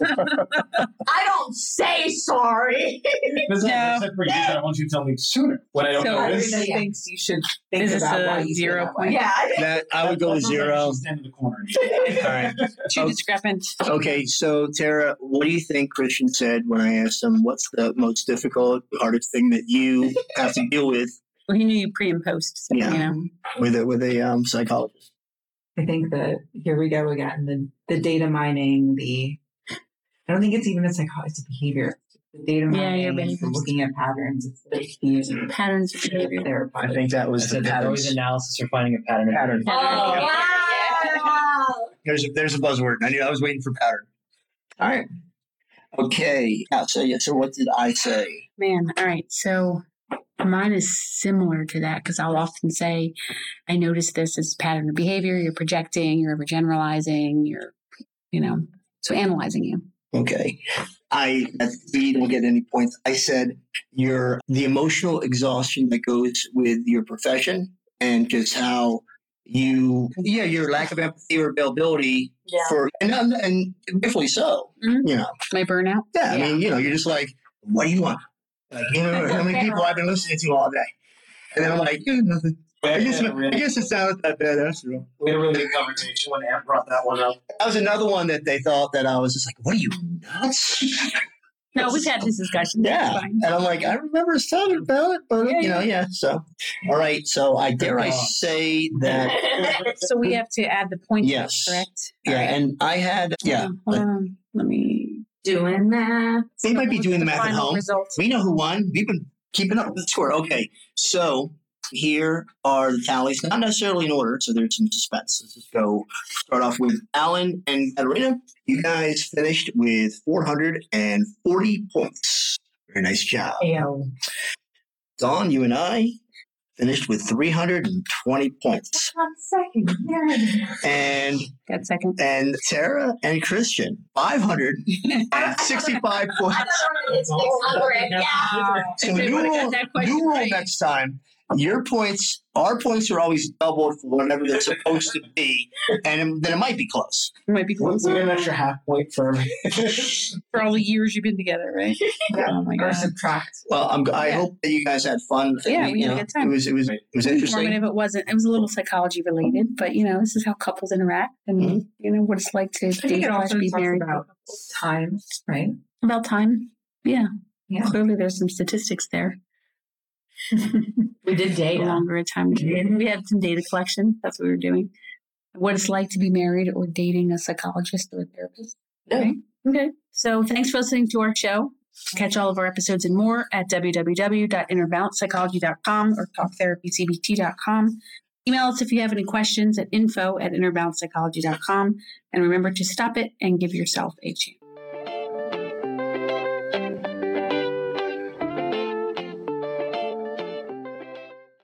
[SPEAKER 2] I don't say sorry.
[SPEAKER 7] Because
[SPEAKER 1] No.
[SPEAKER 7] I said, "Forgive that. I want you to tell me sooner when I don't
[SPEAKER 1] So-
[SPEAKER 7] know this.
[SPEAKER 10] Everybody
[SPEAKER 2] Yeah.
[SPEAKER 10] thinks Oh, you should think
[SPEAKER 1] Is this
[SPEAKER 10] about why
[SPEAKER 1] a
[SPEAKER 10] you feel
[SPEAKER 1] zero
[SPEAKER 10] that way.
[SPEAKER 1] point?
[SPEAKER 2] yeah, I-
[SPEAKER 5] That I would go with zero.
[SPEAKER 7] Stand in the corner.
[SPEAKER 5] All right.
[SPEAKER 1] Too
[SPEAKER 5] Oh.
[SPEAKER 1] discrepant.
[SPEAKER 5] Okay, so Tara, what do you think Christian said when I asked him what's the most difficult, hardest thing that you have to deal with
[SPEAKER 1] Well, he knew you pre and post, so,
[SPEAKER 5] Yeah.
[SPEAKER 1] you know.
[SPEAKER 5] with a, with a um, psychologist?
[SPEAKER 10] I think that here we go again. The the data mining, the I don't think it's even a psychology, it's a behavior. The data
[SPEAKER 1] Yeah,
[SPEAKER 10] mining,
[SPEAKER 1] you're
[SPEAKER 10] it's the
[SPEAKER 1] being-
[SPEAKER 10] looking at patterns, it's the using
[SPEAKER 1] Patterns of behavior.
[SPEAKER 5] I
[SPEAKER 10] therapy.
[SPEAKER 5] think that
[SPEAKER 6] I
[SPEAKER 5] was the
[SPEAKER 6] said there's
[SPEAKER 5] pattern.
[SPEAKER 6] always analysis or finding a pattern.
[SPEAKER 5] Pattern.
[SPEAKER 2] oh, wow.
[SPEAKER 5] There's a, there's a buzzword. I
[SPEAKER 2] Oh.
[SPEAKER 5] knew I was waiting for pattern. All right. Okay. Yeah, so yeah, so what did I say?
[SPEAKER 1] Man, all right. So mine is similar to that because I'll often say, I notice this as a pattern of behavior. You're projecting, you're overgeneralizing, you're, you know, so analyzing you.
[SPEAKER 5] Okay. I we don't get any points. I said your the emotional exhaustion that goes with your profession and just how you yeah your lack of empathy or availability
[SPEAKER 2] Yeah.
[SPEAKER 5] for and and rightfully so
[SPEAKER 1] Mhm.
[SPEAKER 5] you know
[SPEAKER 1] My burnout.
[SPEAKER 5] yeah, I mean you know you're just like what do you want like you know how many people I've been listening to all day and then I'm like yeah, nothing. I guess, I guess it's not that bad after all.
[SPEAKER 7] We had a really good conversation when Ant brought that one up.
[SPEAKER 5] That was another one that they thought that I was just like, what are you nuts?
[SPEAKER 1] No, we've had this discussion.
[SPEAKER 5] Yeah.
[SPEAKER 1] Fine.
[SPEAKER 5] And I'm like, I remember us talking about it, but
[SPEAKER 1] Yeah,
[SPEAKER 5] you know, yeah. So, all right. So I dare I say that,
[SPEAKER 1] So we have to add the point. to it,
[SPEAKER 5] Yes.
[SPEAKER 1] Correct?
[SPEAKER 5] yeah. And I had, yeah,
[SPEAKER 1] Hold on. Let me.
[SPEAKER 2] Doing that.
[SPEAKER 5] they might be doing the math at
[SPEAKER 1] Final
[SPEAKER 5] home.
[SPEAKER 1] result.
[SPEAKER 5] We know who won. We've been keeping up with the score. Okay, so here are the tallies, not necessarily in order, so there's some suspense. Let's just go start off with Alan and Katerina. You guys finished with 440 points. Very nice job. Don, you and I finished with 320 points.
[SPEAKER 2] One second. Yeah.
[SPEAKER 5] And
[SPEAKER 1] Got second.
[SPEAKER 5] and Sarah and Christian, 565 points.
[SPEAKER 2] It's 600. Yeah.
[SPEAKER 5] So new rule, new rule next time. Your points, our points are always doubled for whatever they're supposed to be, and then it might be close.
[SPEAKER 1] Might be
[SPEAKER 7] We'll
[SPEAKER 1] close.
[SPEAKER 7] get an extra half point for every.
[SPEAKER 1] For all the years you've been together, right?
[SPEAKER 7] Yeah.
[SPEAKER 10] um,
[SPEAKER 1] Oh my
[SPEAKER 3] Or
[SPEAKER 1] God.
[SPEAKER 3] subtract.
[SPEAKER 5] Well, I'm, I
[SPEAKER 1] Yeah.
[SPEAKER 5] hope that you guys had fun.
[SPEAKER 1] Yeah, we
[SPEAKER 5] you
[SPEAKER 1] had a
[SPEAKER 5] know,
[SPEAKER 1] good time.
[SPEAKER 5] It was it was it was interesting.
[SPEAKER 1] Informative. It wasn't. It was a little psychology related, but you know, this is how couples interact, and you know what it's like to
[SPEAKER 3] I think
[SPEAKER 1] date
[SPEAKER 3] it
[SPEAKER 1] slash
[SPEAKER 3] also
[SPEAKER 1] be
[SPEAKER 3] talks
[SPEAKER 1] married.
[SPEAKER 3] about time, right?
[SPEAKER 1] About time. Yeah.
[SPEAKER 3] Yeah.
[SPEAKER 1] Clearly, there's some statistics there.
[SPEAKER 2] We did
[SPEAKER 1] The
[SPEAKER 2] data.
[SPEAKER 1] longer a time. We had some data collection. That's what we were doing. What it's like to be married or dating a psychologist or a therapist.
[SPEAKER 3] Yeah.
[SPEAKER 1] Okay. Okay. So thanks for listening to our show. Catch all of our episodes and more at www.innerbalancepsychology.com or talktherapycbt.com. Email us if you have any questions at info at innerbalancepsychology.com. And remember to stop it and give yourself a chance.